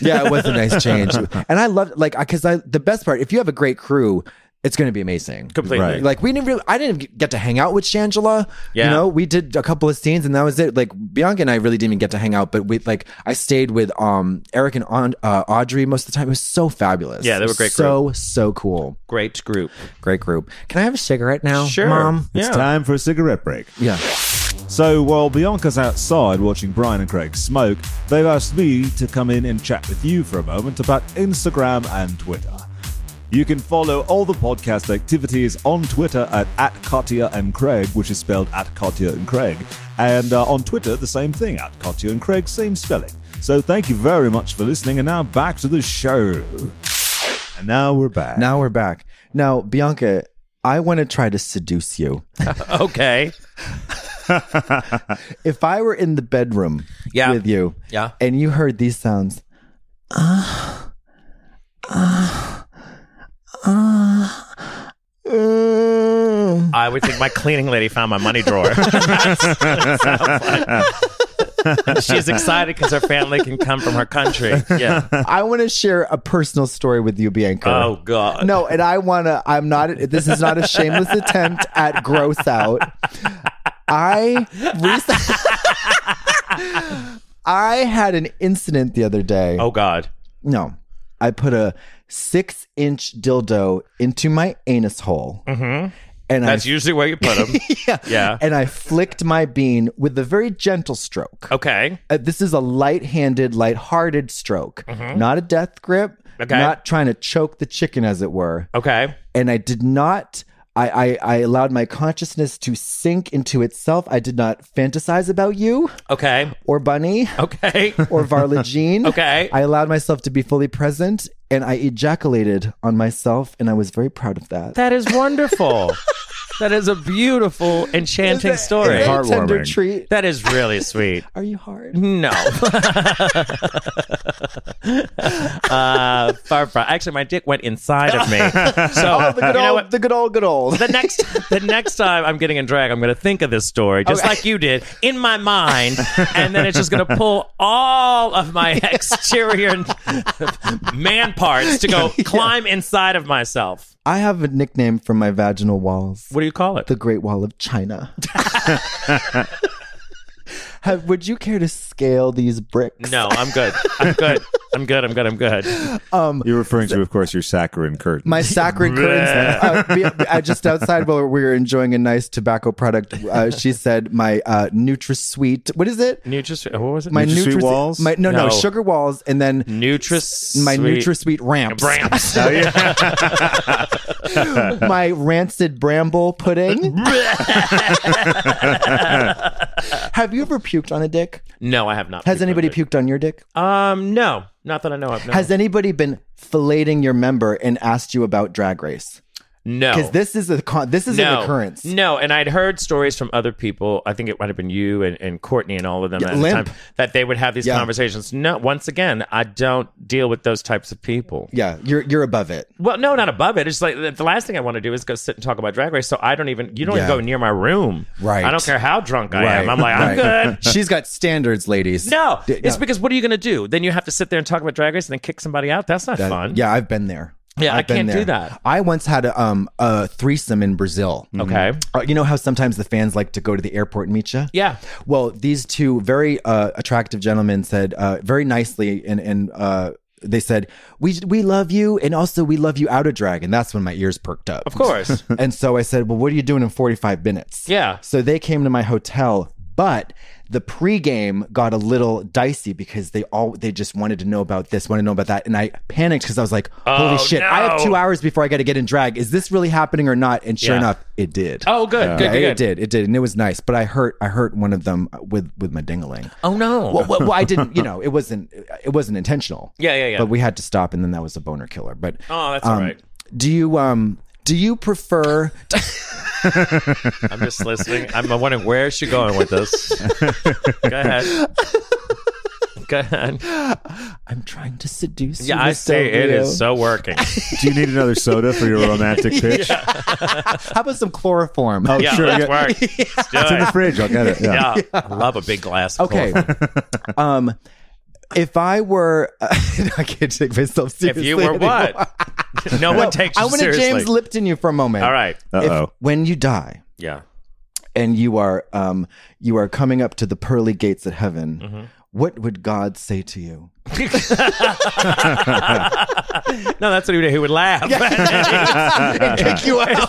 [SPEAKER 3] *laughs* yeah, it was a
[SPEAKER 4] *laughs*
[SPEAKER 3] nice change. And I loved like because I the best part if you have a great crew, it's going to be amazing.
[SPEAKER 4] completely.
[SPEAKER 5] Right.
[SPEAKER 3] Like we didn't really, I didn't get to hang out with Shangela. You
[SPEAKER 4] Yeah.
[SPEAKER 3] know, we did a couple of scenes and that was it. Like Bianca and I really didn't even get to hang out, but we like I stayed with um Eric and Aud- uh, Audrey most of the time. It was so fabulous.
[SPEAKER 4] Yeah, they
[SPEAKER 3] It
[SPEAKER 4] were
[SPEAKER 3] was
[SPEAKER 4] great
[SPEAKER 3] So so cool.
[SPEAKER 4] Great group.
[SPEAKER 3] Great group. Can I have a cigarette now?
[SPEAKER 4] Sure.
[SPEAKER 3] Mom.
[SPEAKER 4] Yeah.
[SPEAKER 5] It's time for a cigarette break.
[SPEAKER 3] Yeah.
[SPEAKER 5] So while Bianca's outside watching Brian and Craig smoke, they've asked me to come in and chat with you for a moment about Instagram and Twitter. You can follow all the podcast activities on Twitter at, at Katya and Craig, which is spelled at Katya and Craig. And uh, on Twitter, the same thing, at Katya and Craig, same spelling. So thank you very much for listening. And now back to the show. And now we're back.
[SPEAKER 3] Now we're back. Now Bianca, I want to try to seduce you.
[SPEAKER 4] Okay.
[SPEAKER 3] If I were in the bedroom
[SPEAKER 4] Yeah.
[SPEAKER 3] with you,
[SPEAKER 4] Yeah.
[SPEAKER 3] and you heard these sounds,
[SPEAKER 4] I would think my cleaning lady found my money drawer. *laughs* That's what it sounds like. *laughs* And She's excited because her family can come from
[SPEAKER 3] *laughs*
[SPEAKER 4] her country. Yeah.
[SPEAKER 3] I want to share a personal story with you, Bianca.
[SPEAKER 4] Oh God.
[SPEAKER 3] No, and I want to. I'm not. This is not a shameless attempt at gross out. I recently, *laughs* I had an incident the other day.
[SPEAKER 4] Oh God.
[SPEAKER 3] No, I put a six inch dildo into my anus hole, mm-hmm. and
[SPEAKER 4] That's
[SPEAKER 3] I
[SPEAKER 4] usually where you put them.
[SPEAKER 3] *laughs* yeah,
[SPEAKER 4] Yeah.
[SPEAKER 3] and I flicked my bean with a very gentle stroke.
[SPEAKER 4] Okay.
[SPEAKER 3] Uh, this is a light-handed, light-hearted stroke, not a death grip.
[SPEAKER 4] Mm-hmm. Okay.
[SPEAKER 3] Not trying to choke the chicken, as it were
[SPEAKER 4] Okay.
[SPEAKER 3] and I did not. I, I, I allowed my consciousness to sink into itself. I did not fantasize about you
[SPEAKER 4] Okay.
[SPEAKER 3] or Bunny
[SPEAKER 4] Okay.
[SPEAKER 3] or Varla Jean.
[SPEAKER 4] *laughs* Okay.
[SPEAKER 3] I allowed myself to be fully present and I ejaculated on myself and I was very proud of that.
[SPEAKER 4] That is wonderful. that is a beautiful, enchanting story.
[SPEAKER 3] Very tender
[SPEAKER 5] Heartwarming.
[SPEAKER 3] treat.
[SPEAKER 4] That is really sweet.
[SPEAKER 3] Are you
[SPEAKER 4] *laughs*
[SPEAKER 3] hard? *laughs*
[SPEAKER 4] No. uh, far, far. Actually, my dick went inside of me. So
[SPEAKER 3] Oh, The good
[SPEAKER 4] you know
[SPEAKER 3] old,
[SPEAKER 4] what?
[SPEAKER 3] the good old, good old.
[SPEAKER 4] The next, the next time I'm getting in drag, I'm going to think of this story just like you did in my mind, and then it's just going to pull all of
[SPEAKER 3] *laughs*
[SPEAKER 4] my exterior man parts
[SPEAKER 3] *laughs*
[SPEAKER 4] to go climb inside of myself.
[SPEAKER 3] I have a nickname for my vaginal walls.
[SPEAKER 4] What do you call it?
[SPEAKER 3] The Great Wall of
[SPEAKER 4] *laughs*
[SPEAKER 3] China. *laughs* Have, would you care to scale these bricks?
[SPEAKER 4] No, I'm good. I'm good. I'm good. I'm good.
[SPEAKER 3] *gasps*
[SPEAKER 4] I'm good.
[SPEAKER 5] You're referring to, of course, your saccharine curtain.
[SPEAKER 3] my saccharine curtains. Uh,
[SPEAKER 4] *laughs*
[SPEAKER 3] be- I just outside while we were enjoying a nice tobacco product. Uh, she said my uh, NutraSweet. What is it?
[SPEAKER 4] Nutris. What was it?
[SPEAKER 3] My
[SPEAKER 5] NutraSweet
[SPEAKER 3] Nutris-
[SPEAKER 5] walls?
[SPEAKER 3] My, no, no,
[SPEAKER 4] No.
[SPEAKER 3] sugar walls, and then
[SPEAKER 4] Nutris.
[SPEAKER 3] my NutraSweet ramps.
[SPEAKER 4] Bramps.
[SPEAKER 3] *laughs* my rancid bramble
[SPEAKER 4] *laughs*
[SPEAKER 3] pudding. Have you ever puked on a dick?
[SPEAKER 4] No, I have not.
[SPEAKER 3] Has anybody puked on your dick?
[SPEAKER 4] Um, no, not that I know of. No.
[SPEAKER 3] Has anybody been filleting your member and asked you about drag race?
[SPEAKER 4] No.
[SPEAKER 3] Because this is a con- this is
[SPEAKER 4] no.
[SPEAKER 3] an occurrence.
[SPEAKER 4] No, and I'd heard stories from other people. I think it might have been you and, and Courtney and all of them
[SPEAKER 3] Yeah,
[SPEAKER 4] at the
[SPEAKER 3] Limp.
[SPEAKER 4] time that they would have these
[SPEAKER 3] Yeah.
[SPEAKER 4] conversations. No, once again, I don't deal with those types of people.
[SPEAKER 3] Yeah, you're you're above it.
[SPEAKER 4] Well, no, not above it. It's like the the last thing I want to do is go sit and talk about Drag Race. So I don't even, you don't
[SPEAKER 3] Yeah.
[SPEAKER 4] even go near my room.
[SPEAKER 3] Right.
[SPEAKER 4] I don't care how drunk I am.
[SPEAKER 3] Right,
[SPEAKER 4] I'm like, I'm
[SPEAKER 3] right. *laughs*
[SPEAKER 4] good.
[SPEAKER 3] She's got standards, ladies.
[SPEAKER 4] No,
[SPEAKER 3] D-
[SPEAKER 4] it's
[SPEAKER 3] yeah.
[SPEAKER 4] because what are you going to do? Then you have to sit there and talk about Drag Race and then kick somebody out. That's not
[SPEAKER 3] That-
[SPEAKER 4] fun.
[SPEAKER 3] Yeah, I've been there.
[SPEAKER 4] Yeah, I
[SPEAKER 3] I've been
[SPEAKER 4] can't
[SPEAKER 3] there.
[SPEAKER 4] do that. Mm-hmm.
[SPEAKER 3] I once had a, um, a threesome in Brazil.
[SPEAKER 4] Okay.
[SPEAKER 3] Uh, you know how sometimes the fans like to go to the airport and meet you?
[SPEAKER 4] Yeah.
[SPEAKER 3] Well, these two very uh, attractive gentlemen said uh, very nicely, and and uh, they said we we love you, and also we love you out of drag, and that's when my ears perked up.
[SPEAKER 4] Of course.
[SPEAKER 3] *laughs* and so I said, well, what are you doing in forty five minutes?
[SPEAKER 4] Yeah.
[SPEAKER 3] So they came to my hotel, but the pregame got a little dicey because they all they just wanted to know about this, wanted to know about that, and I panicked because I was like, holy
[SPEAKER 4] Oh,
[SPEAKER 3] shit, I have
[SPEAKER 4] no.
[SPEAKER 3] two hours before I got to get in drag. Is this really happening or not? And sure
[SPEAKER 4] Yeah.
[SPEAKER 3] enough, it did.
[SPEAKER 4] oh, good. Good,
[SPEAKER 3] Yeah,
[SPEAKER 4] good,
[SPEAKER 3] it
[SPEAKER 4] good.
[SPEAKER 3] did. It did, and it was nice. But I hurt, I hurt one of them with with my dingaling.
[SPEAKER 4] Oh, no.
[SPEAKER 3] Well, well, well, I didn't.
[SPEAKER 4] *laughs*
[SPEAKER 3] You know, it wasn't. It wasn't intentional.
[SPEAKER 4] Yeah, yeah, yeah.
[SPEAKER 3] But we had to stop, and then that was a boner killer. But
[SPEAKER 4] Oh, that's all
[SPEAKER 3] um,
[SPEAKER 4] right.
[SPEAKER 3] Do you um do you prefer?
[SPEAKER 4] I'm just listening. I'm wondering where is she going with this? Go ahead. Go ahead.
[SPEAKER 3] I'm trying to seduce you.
[SPEAKER 4] Yeah, I
[SPEAKER 3] Miss
[SPEAKER 4] see. It
[SPEAKER 3] W.
[SPEAKER 4] is so working.
[SPEAKER 5] Do you need another soda for
[SPEAKER 4] *laughs*
[SPEAKER 5] your romantic pitch?
[SPEAKER 3] How about some chloroform?
[SPEAKER 5] Oh,
[SPEAKER 4] Yeah,
[SPEAKER 5] sure.
[SPEAKER 4] let's
[SPEAKER 5] yeah.
[SPEAKER 4] work. Let's do
[SPEAKER 5] It's in the
[SPEAKER 4] it.
[SPEAKER 5] fridge. I'll get it. Yeah.
[SPEAKER 4] Yeah. I love a big glass. of
[SPEAKER 3] okay.
[SPEAKER 4] chloroform.
[SPEAKER 3] um, if I were, *laughs* I can't take myself
[SPEAKER 4] If
[SPEAKER 3] seriously.
[SPEAKER 4] you were
[SPEAKER 3] anymore.
[SPEAKER 4] what? No one takes you
[SPEAKER 3] I want to
[SPEAKER 4] seriously.
[SPEAKER 3] James Lipton you for a moment.
[SPEAKER 4] All right.
[SPEAKER 3] If-
[SPEAKER 5] Uh-oh.
[SPEAKER 3] when you die,
[SPEAKER 4] Yeah.
[SPEAKER 3] and you are um you are coming up to the pearly gates of heaven
[SPEAKER 4] Mm-hmm.
[SPEAKER 3] what would god say to you
[SPEAKER 4] No, that's what he would do. He would laugh. *laughs*
[SPEAKER 3] kick you out
[SPEAKER 4] It's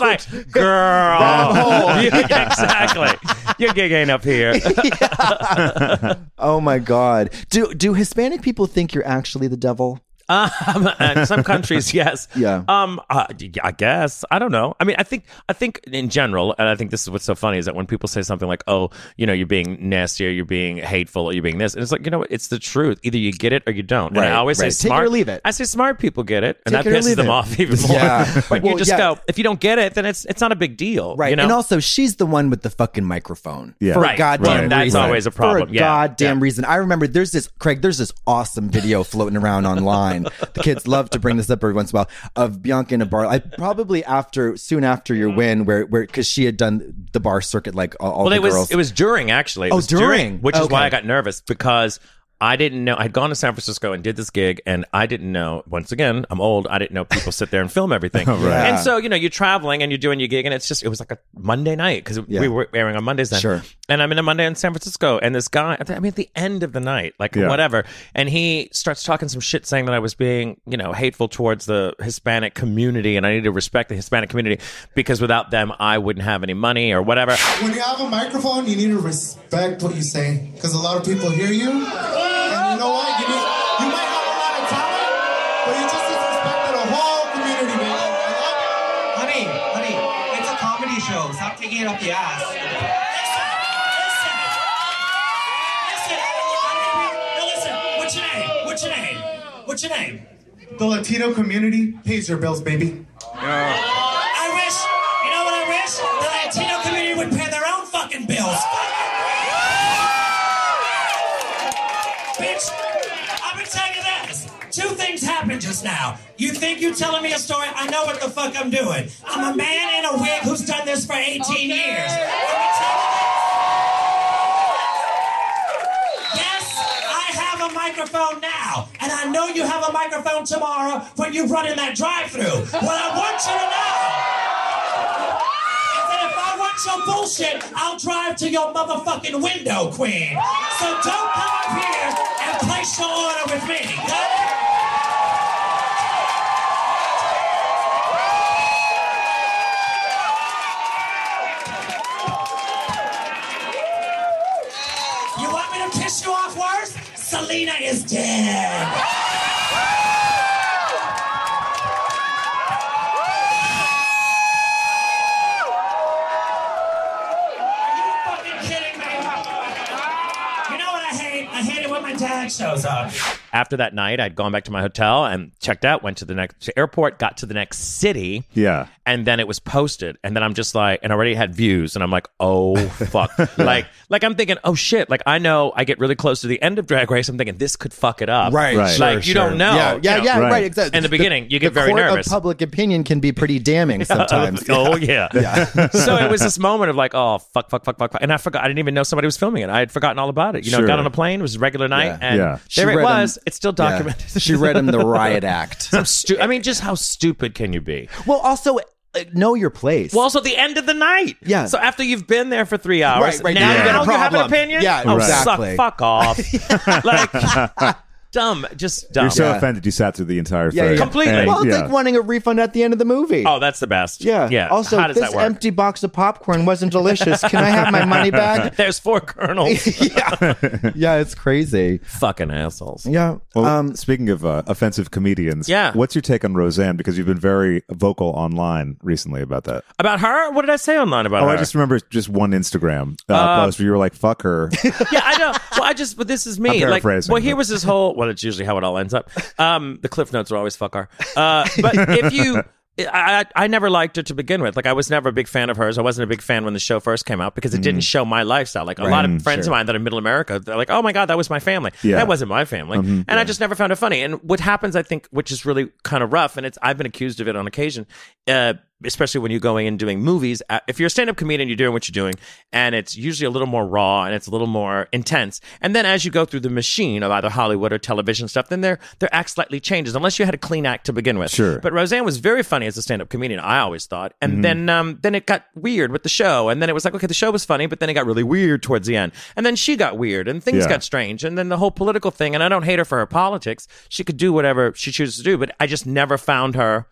[SPEAKER 3] *laughs*
[SPEAKER 4] like, girl. *laughs* Yeah, exactly. Your gig ain't up here.
[SPEAKER 3] *laughs*
[SPEAKER 4] *laughs*
[SPEAKER 3] oh my god do do hispanic people think you're actually the devil
[SPEAKER 4] Um, in some countries, yes.
[SPEAKER 3] Yeah.
[SPEAKER 4] Um, uh, yeah, I guess I don't know. I mean, I think I think in general, and I think this is what's so funny is that when people say something like, "Oh, you know, you're being nasty, or you're being hateful, or you're being this," and it's like, you know, what? it's the truth. Either you get it or you don't. and
[SPEAKER 3] Right,
[SPEAKER 4] I always
[SPEAKER 3] right.
[SPEAKER 4] say,
[SPEAKER 3] Take it or
[SPEAKER 4] smart
[SPEAKER 3] leave it.
[SPEAKER 4] I say smart people get it, and
[SPEAKER 3] Take
[SPEAKER 4] that
[SPEAKER 3] it or
[SPEAKER 4] pisses
[SPEAKER 3] leave
[SPEAKER 4] them
[SPEAKER 3] it.
[SPEAKER 4] off
[SPEAKER 3] *laughs*
[SPEAKER 4] even more. *laughs*
[SPEAKER 3] Yeah.
[SPEAKER 4] but
[SPEAKER 3] Well,
[SPEAKER 4] you just
[SPEAKER 3] yeah.
[SPEAKER 4] go if you don't get it, then it's it's not a big deal,
[SPEAKER 3] right
[SPEAKER 4] You know?
[SPEAKER 3] and also she's the one with the fucking microphone
[SPEAKER 5] Yeah.
[SPEAKER 3] for
[SPEAKER 5] Right,
[SPEAKER 3] a goddamn
[SPEAKER 5] right,
[SPEAKER 3] reason
[SPEAKER 5] that's
[SPEAKER 4] always a
[SPEAKER 3] for
[SPEAKER 4] problem,
[SPEAKER 3] a
[SPEAKER 4] yeah,
[SPEAKER 3] goddamn
[SPEAKER 4] yeah.
[SPEAKER 3] reason i remember there's this craig there's this awesome video floating around online the kids love to bring this up every once in a while of bianca in a bar I, probably after soon after your win where where because she had done the bar circuit like all, all
[SPEAKER 4] Well,
[SPEAKER 3] the
[SPEAKER 4] it was
[SPEAKER 3] girls
[SPEAKER 4] it was during actually. It
[SPEAKER 3] Oh,
[SPEAKER 4] was
[SPEAKER 3] during.
[SPEAKER 4] which is
[SPEAKER 3] Okay.
[SPEAKER 4] why I got nervous because I didn't know. I'd gone to San Francisco and did this gig, and I didn't know. Once again, I'm old. I didn't know people sit there and film everything.
[SPEAKER 3] *laughs* Right.
[SPEAKER 4] And so you know, you're traveling and you're doing your gig, and it's just it was like a Monday night because
[SPEAKER 3] Yeah.
[SPEAKER 4] we were airing on Mondays then.
[SPEAKER 3] Sure.
[SPEAKER 4] And I'm in a Monday in San Francisco, and this guy. I mean, at the end of the night, like
[SPEAKER 5] Yeah.
[SPEAKER 4] whatever, and he starts talking some shit, saying that I was being you know hateful towards the Hispanic community, and I need to respect the Hispanic community because without them, I wouldn't have any money or whatever.
[SPEAKER 7] When you have a microphone, you need to respect what you say because a lot of people hear you. And you know what? You, need, you might have a lot of talent, but you just disrespected a whole community, man. I love it.
[SPEAKER 8] Honey, honey, it's a comedy show. Stop taking it up the ass. Listen, listen, listen. No, listen. What's your name? What's your name? What's your name?
[SPEAKER 7] The Latino community pays your bills, baby.
[SPEAKER 8] I wish. You know what I wish? The Latino community would pay their own fucking bills. Bitch, I've been telling you this. Two things happened just now. You think you're telling me a story? I know what the fuck I'm doing. I'm a man in a wig who's done this for 18 years. I've been telling you Yes, I have a microphone now, and I know you have a microphone tomorrow when you run in that drive-through. What I want you to know is that if I want your bullshit, I'll drive to your motherfucking window, queen. So don't come up here and place your order with me. Got it? You want me to piss you off worse? Selena is dead. Are you fucking kidding me? You know what I hate? I hate it when my dad shows up.
[SPEAKER 4] After that night, I'd gone back to my hotel and checked out, went to the next airport, got to the next city.
[SPEAKER 1] Yeah.
[SPEAKER 4] And then it was posted. And then I'm just like, and already had views. And I'm like, oh, fuck. like, like I'm thinking, oh, shit. Like, I know I get really close to the end of Drag Race. I'm thinking, this could fuck it up.
[SPEAKER 3] Right,
[SPEAKER 1] Right.
[SPEAKER 4] like, you don't know.
[SPEAKER 3] yeah, yeah,
[SPEAKER 4] you know.
[SPEAKER 3] yeah, right.
[SPEAKER 1] Right.
[SPEAKER 3] Exactly.
[SPEAKER 4] In the beginning, you get very
[SPEAKER 3] court
[SPEAKER 4] nervous.
[SPEAKER 3] Of public opinion can be pretty
[SPEAKER 4] *laughs*
[SPEAKER 3] damning sometimes.
[SPEAKER 4] *laughs* Oh yeah.
[SPEAKER 3] *laughs*
[SPEAKER 4] so it was this moment of like, oh fuck, fuck, fuck, fuck, fuck, and I forgot. I didn't even know somebody was filming it. I had forgotten all about it. You know,
[SPEAKER 1] Sure.
[SPEAKER 4] got on a plane. It was a regular night,
[SPEAKER 3] Yeah.
[SPEAKER 4] and
[SPEAKER 1] Yeah.
[SPEAKER 3] She
[SPEAKER 4] there it
[SPEAKER 3] read 'em-
[SPEAKER 4] was. It's still
[SPEAKER 3] Yeah.
[SPEAKER 4] documented.
[SPEAKER 3] *laughs* She
[SPEAKER 4] *laughs*
[SPEAKER 3] read him the riot act.
[SPEAKER 4] I'm stu- I mean, just how stupid can you be?
[SPEAKER 3] *laughs* well, also uh, know your place.
[SPEAKER 4] Well, also the end of the night.
[SPEAKER 3] Yeah.
[SPEAKER 4] So after you've been there for three hours,
[SPEAKER 3] Right, right,
[SPEAKER 4] now
[SPEAKER 3] yeah.
[SPEAKER 4] you, got- oh, you have an
[SPEAKER 3] Problem.
[SPEAKER 4] opinion.
[SPEAKER 3] Yeah,
[SPEAKER 4] oh,
[SPEAKER 3] exactly.
[SPEAKER 4] suck, fuck
[SPEAKER 3] *laughs*
[SPEAKER 4] off. *laughs* like dumb, just dumb.
[SPEAKER 1] You're so
[SPEAKER 3] Yeah.
[SPEAKER 1] offended you sat through the entire
[SPEAKER 3] yeah,
[SPEAKER 1] thing.
[SPEAKER 3] yeah.
[SPEAKER 4] Completely.
[SPEAKER 1] And-
[SPEAKER 3] well, it's
[SPEAKER 1] yeah.
[SPEAKER 3] like wanting a refund at the end of the movie.
[SPEAKER 4] oh, that's the best.
[SPEAKER 3] yeah,
[SPEAKER 4] Yeah.
[SPEAKER 3] Also,
[SPEAKER 4] how does
[SPEAKER 3] this
[SPEAKER 4] that work?
[SPEAKER 3] empty box of popcorn wasn't delicious. Can I have my *laughs* money back?
[SPEAKER 4] There's four
[SPEAKER 3] *laughs*
[SPEAKER 4] kernels.
[SPEAKER 3] yeah, yeah, it's crazy.
[SPEAKER 4] Fucking assholes.
[SPEAKER 3] Yeah,
[SPEAKER 1] Well,
[SPEAKER 3] um,
[SPEAKER 1] speaking of uh, offensive comedians,
[SPEAKER 4] Yeah.
[SPEAKER 1] what's your take on Roseanne? Because you've been very vocal online recently about that.
[SPEAKER 4] About her? What did I say online about
[SPEAKER 1] Oh,
[SPEAKER 4] her?
[SPEAKER 1] I just remember just one Instagram uh, post where you were like, "Fuck
[SPEAKER 4] *laughs*
[SPEAKER 1] her."
[SPEAKER 4] yeah, I know. Well, I just, but this is me.
[SPEAKER 1] I'm
[SPEAKER 4] like,
[SPEAKER 1] paraphrasing,
[SPEAKER 4] well, here
[SPEAKER 1] but-
[SPEAKER 4] was this whole. Well, it's usually how it all ends up. Um, the cliff notes are always fuck her. Uh, but if you. I, I I never liked her to begin with. Like I was never a big fan of hers. I wasn't a big fan when the show first came out because it
[SPEAKER 1] Mm.
[SPEAKER 4] didn't show my lifestyle. Like a lot of friends of mine that are middle America, they're like, "Oh my god, that was my family.
[SPEAKER 1] Yeah.
[SPEAKER 4] That wasn't my family."
[SPEAKER 1] Mm-hmm.
[SPEAKER 4] and I just never found it funny. And what happens, I think, which is really kind of rough, and it's I've been accused of it on occasion. Uh, especially when you're going and doing movies. Uh, If you're a stand up comedian, you're doing what you're doing, and it's usually a little more raw and it's a little more intense. And then as you go through the machine of either Hollywood or television stuff, then their their act slightly changes, unless you had a clean act to begin with.
[SPEAKER 1] Sure. Mm-hmm.
[SPEAKER 4] But Roseanne was very funny as a stand up comedian, I always thought. And then um, then it got weird with the show. And then it was like, okay, the show was funny, but then it got really weird towards the end. And then she got weird and things
[SPEAKER 1] Yeah.
[SPEAKER 4] got strange. And then the whole political thing, and I don't hate her for her politics. She could do whatever she chooses to do, but I just never found her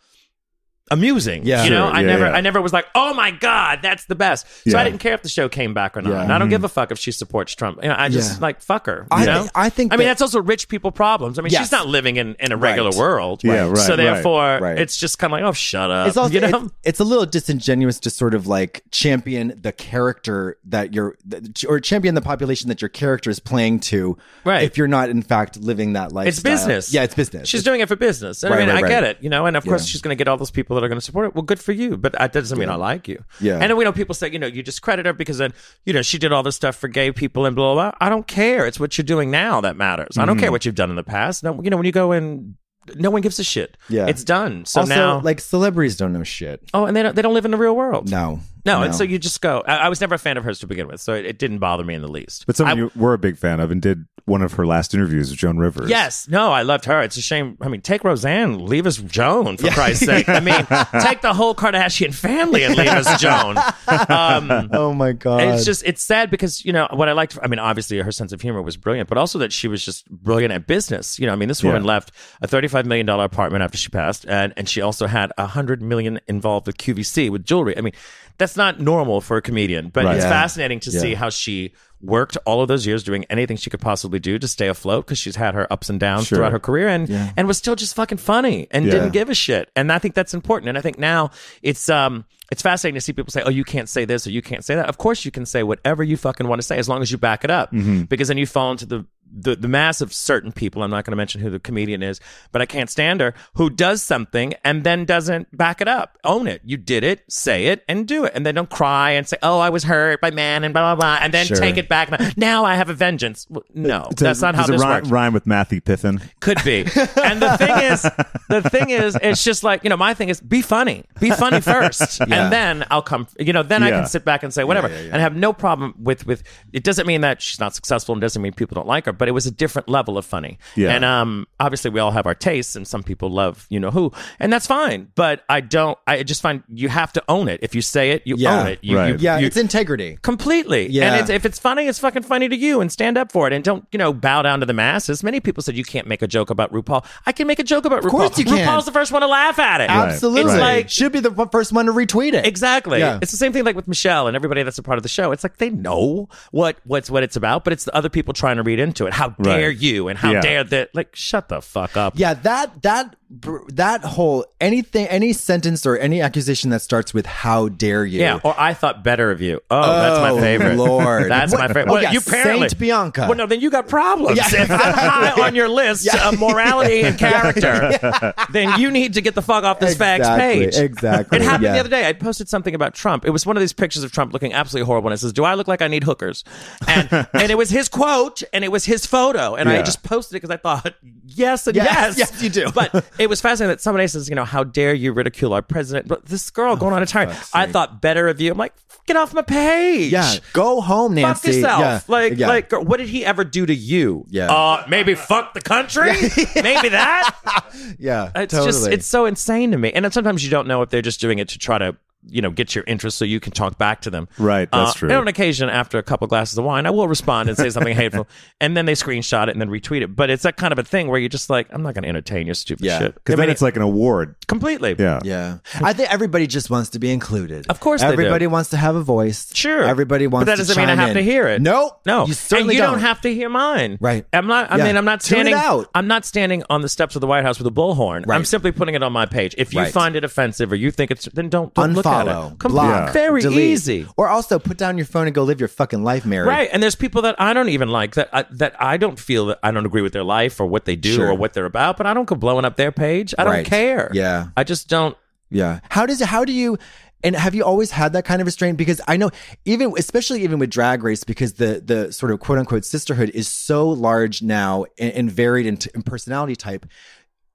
[SPEAKER 4] amusing.
[SPEAKER 3] Yeah.
[SPEAKER 4] You know,
[SPEAKER 1] Sure,
[SPEAKER 4] I
[SPEAKER 1] yeah,
[SPEAKER 4] never
[SPEAKER 1] yeah.
[SPEAKER 4] I never was like, oh my God, that's the best. So
[SPEAKER 1] Yeah.
[SPEAKER 4] I didn't care if the show came back or not.
[SPEAKER 3] Yeah. mm-hmm.
[SPEAKER 4] And I don't give a fuck if she supports Trump. You know, I just
[SPEAKER 3] Yeah.
[SPEAKER 4] like fuck her. You
[SPEAKER 3] I
[SPEAKER 4] know?
[SPEAKER 3] thi- I think
[SPEAKER 4] I mean
[SPEAKER 3] that-
[SPEAKER 4] that's also rich people problems. I mean,
[SPEAKER 3] Yes.
[SPEAKER 4] she's not living in, in a regular
[SPEAKER 3] Right.
[SPEAKER 4] world.
[SPEAKER 1] Yeah, right,
[SPEAKER 4] So
[SPEAKER 1] right,
[SPEAKER 4] therefore
[SPEAKER 3] right.
[SPEAKER 4] it's just kinda like, oh shut up.
[SPEAKER 3] it's also
[SPEAKER 4] *laughs* you know?
[SPEAKER 3] it's, it's a little disingenuous to sort of like champion the character that you're th- or champion the population that your character is playing to
[SPEAKER 4] Right.
[SPEAKER 3] if you're not in fact living that
[SPEAKER 4] it's
[SPEAKER 3] lifestyle
[SPEAKER 4] business.
[SPEAKER 3] yeah it's business
[SPEAKER 4] She's doing it for business. And I
[SPEAKER 3] Right,
[SPEAKER 4] mean,
[SPEAKER 3] right,
[SPEAKER 4] I get
[SPEAKER 3] right.
[SPEAKER 4] it, you know. And of course, she's going to get all those people that are going to support it. Well, good for you, but that doesn't mean I like you.
[SPEAKER 3] Yeah.
[SPEAKER 4] And we know people say, you know, you discredit her because then, you know, she did all this stuff for gay people and blah blah. blah. I don't care. It's what you're doing now that matters. I
[SPEAKER 3] Mm-hmm.
[SPEAKER 4] don't care what you've done in the past. No, you know, when you go and no one gives a shit.
[SPEAKER 3] Yeah.
[SPEAKER 4] It's done. So
[SPEAKER 3] also
[SPEAKER 4] now,
[SPEAKER 3] like celebrities don't know shit
[SPEAKER 4] oh, and they don't, they don't live in the real world.
[SPEAKER 3] no
[SPEAKER 4] No, and so you just go. I, I was never a fan of hers to begin with, so it, it didn't bother me in the least.
[SPEAKER 1] But someone
[SPEAKER 4] I-
[SPEAKER 1] you were a big fan of and did one of her last interviews with Joan Rivers.
[SPEAKER 4] Yes. No, I loved her. It's a shame. I mean, take Roseanne, leave us Joan, for Christ's sake. I mean, take the whole Kardashian family and leave us Joan. Um,
[SPEAKER 3] oh my god
[SPEAKER 4] and it's just it's sad because you know what I liked. I mean, obviously her sense of humor was brilliant, but also that she was just brilliant at business. You know, I mean, this woman
[SPEAKER 1] Yeah.
[SPEAKER 4] left a thirty-five million dollar apartment after she passed, and and she also had a hundred million involved with QVC with jewelry. I mean, that's not normal for a comedian, but
[SPEAKER 1] Right.
[SPEAKER 4] it's
[SPEAKER 1] Yeah.
[SPEAKER 4] fascinating to see how she worked all of those years doing anything she could possibly do to stay afloat because she's had her ups and downs
[SPEAKER 1] Sure.
[SPEAKER 4] throughout her career and and was still just fucking funny and
[SPEAKER 1] Yeah.
[SPEAKER 4] didn't give a shit. And I think that's important. And I think now it's um it's fascinating to see people say, "Oh, you can't say this or you can't say that." Of course, you can say whatever you fucking want to say as long as you back it up,
[SPEAKER 1] Mm-hmm.
[SPEAKER 4] because then you fall into the the, the mass of certain people. I'm not going to mention who the comedian is, but I can't stand her who does something and then doesn't back it up, own it. You did it, say it, and do it, and then don't cry and say, "Oh, I was hurt by man," and blah blah blah, and then take it back. Now I have a vengeance. Well, No,
[SPEAKER 1] Does-
[SPEAKER 4] that's not how
[SPEAKER 1] Uh, does it
[SPEAKER 4] this
[SPEAKER 1] rhyme,
[SPEAKER 4] works.
[SPEAKER 1] rhyme with Matthew Piffin.
[SPEAKER 4] Could be. And the thing is, the thing is, it's just like, you know, my thing is be funny.
[SPEAKER 1] *laughs*
[SPEAKER 4] Be funny first. And then I'll come, you know, then I
[SPEAKER 1] Yeah.
[SPEAKER 4] can sit back and say whatever and have no problem with, with, it doesn't mean that she's not successful and doesn't mean people don't like her, but it was a different level of funny.
[SPEAKER 1] Yeah.
[SPEAKER 4] And, um, obviously we all have our tastes and some people love, you know, who, and that's fine. But I don't, I just find you have to own it. If you say it, you
[SPEAKER 3] Yeah.
[SPEAKER 4] own it. You,
[SPEAKER 1] Right.
[SPEAKER 4] you,
[SPEAKER 3] yeah
[SPEAKER 4] you-
[SPEAKER 3] it's integrity
[SPEAKER 4] Completely.
[SPEAKER 3] Yeah.
[SPEAKER 4] And it's, if it's funny, it's fucking funny to you and stand up for it and don't, you know, bow down to the masses. Many people said you can't make a joke about RuPaul. I can make a joke about RuPaul.
[SPEAKER 3] course you can.
[SPEAKER 4] RuPaul's the first one to laugh at it.
[SPEAKER 3] absolutely
[SPEAKER 4] It's like,
[SPEAKER 3] should be the p- first one to retweet it
[SPEAKER 4] Exactly.
[SPEAKER 3] Yeah.
[SPEAKER 4] It's the same thing like with Michelle and everybody that's a part of the show. It's like they know what what's what it's about, but it's the other people trying to read into it. How dare you and how
[SPEAKER 1] Yeah.
[SPEAKER 4] dare that like shut the fuck up.
[SPEAKER 3] yeah that that br- that whole anything, any sentence or any accusation that starts with "How dare you?"
[SPEAKER 4] Yeah, or I thought better of you. Oh, that's
[SPEAKER 3] Oh,
[SPEAKER 4] my favorite.
[SPEAKER 3] Lord. oh,
[SPEAKER 4] that's my favorite. Well,
[SPEAKER 3] yeah,
[SPEAKER 4] you apparently
[SPEAKER 3] Saint Bianca.
[SPEAKER 4] Well, no, then you got problems. If I'm high on
[SPEAKER 3] *laughs*
[SPEAKER 4] your list of morality and character, then you need to get the fuck off this facts
[SPEAKER 3] Exactly,
[SPEAKER 4] page.
[SPEAKER 3] exactly,
[SPEAKER 4] It happened
[SPEAKER 3] yeah.
[SPEAKER 4] the other day. I posted something about Trump. It was one of these pictures of Trump looking absolutely horrible, and it says, "Do I look like I need hookers?" And
[SPEAKER 3] *laughs*
[SPEAKER 4] and it was his quote, and it was his photo, and I
[SPEAKER 5] Yeah.
[SPEAKER 4] just posted it because I thought, yes, and
[SPEAKER 3] Yes,
[SPEAKER 4] yes,
[SPEAKER 3] yes, you do.
[SPEAKER 4] But it was fascinating that somebody says, you know, how dare you ridicule our president? But this
[SPEAKER 3] Oh,
[SPEAKER 4] girl going on a tirade. I thought better of you. I'm like, get off my page.
[SPEAKER 3] yeah. Go home,
[SPEAKER 4] Fuck
[SPEAKER 3] Nancy.
[SPEAKER 4] yourself.
[SPEAKER 3] Yeah,
[SPEAKER 4] Like,
[SPEAKER 3] yeah.
[SPEAKER 4] like, girl, what did he ever do to you?
[SPEAKER 3] Yeah.
[SPEAKER 4] Uh, maybe fuck
[SPEAKER 3] *laughs*
[SPEAKER 4] the country? maybe that?
[SPEAKER 3] yeah.
[SPEAKER 4] *laughs* It's
[SPEAKER 3] totally.
[SPEAKER 4] just, it's so insane to me. And then sometimes you don't know if they're just doing it to try to, you know, get your interest so you can talk back to them. Uh,
[SPEAKER 1] Right, that's true.
[SPEAKER 4] And on occasion, after a couple glasses of wine, I will respond and
[SPEAKER 3] *laughs*
[SPEAKER 4] say something hateful. And then they screenshot it and then retweet it. But it's that kind of a thing where you're just like, I'm not going to entertain your stupid
[SPEAKER 3] Yeah.
[SPEAKER 4] shit.
[SPEAKER 1] Because then it's like an award.
[SPEAKER 4] Completely.
[SPEAKER 1] Yeah.
[SPEAKER 3] yeah. I think everybody just wants to be included.
[SPEAKER 4] Of course they do.
[SPEAKER 3] everybody wants to have a voice.
[SPEAKER 4] Sure.
[SPEAKER 3] everybody wants.
[SPEAKER 4] But that doesn't
[SPEAKER 3] to
[SPEAKER 4] mean I
[SPEAKER 3] chime
[SPEAKER 4] have
[SPEAKER 3] in.
[SPEAKER 4] to hear it.
[SPEAKER 3] Nope.
[SPEAKER 4] No.
[SPEAKER 3] you certainly
[SPEAKER 4] and you don't.
[SPEAKER 3] don't
[SPEAKER 4] have to hear mine.
[SPEAKER 3] Right.
[SPEAKER 4] I'm not I
[SPEAKER 3] Yeah.
[SPEAKER 4] mean I'm not
[SPEAKER 3] Tune it
[SPEAKER 4] standing
[SPEAKER 3] out.
[SPEAKER 4] I'm not standing on the steps of the White House with a bullhorn. I'm
[SPEAKER 3] Right.
[SPEAKER 4] simply putting it on my page. If you
[SPEAKER 3] Right.
[SPEAKER 4] find it offensive or you think it's then don't, don't look at
[SPEAKER 3] unfollow,
[SPEAKER 4] it. Come
[SPEAKER 3] block,
[SPEAKER 4] on. Very
[SPEAKER 3] delete.
[SPEAKER 4] easy.
[SPEAKER 3] Or also put down your phone and go live your fucking life, Mary.
[SPEAKER 4] Right, and there's people that I don't even like that I, that I don't feel that I don't agree with their life or what they do
[SPEAKER 3] Sure.
[SPEAKER 4] or what they're about, but I don't go blowing up their page. I
[SPEAKER 3] Right.
[SPEAKER 4] don't care.
[SPEAKER 3] Yeah.
[SPEAKER 4] I just don't.
[SPEAKER 3] Yeah. How does how do you and have you always had that kind of restraint? Because I know even especially even with drag race, because the the sort of quote unquote sisterhood is so large now and, and varied in, in personality type.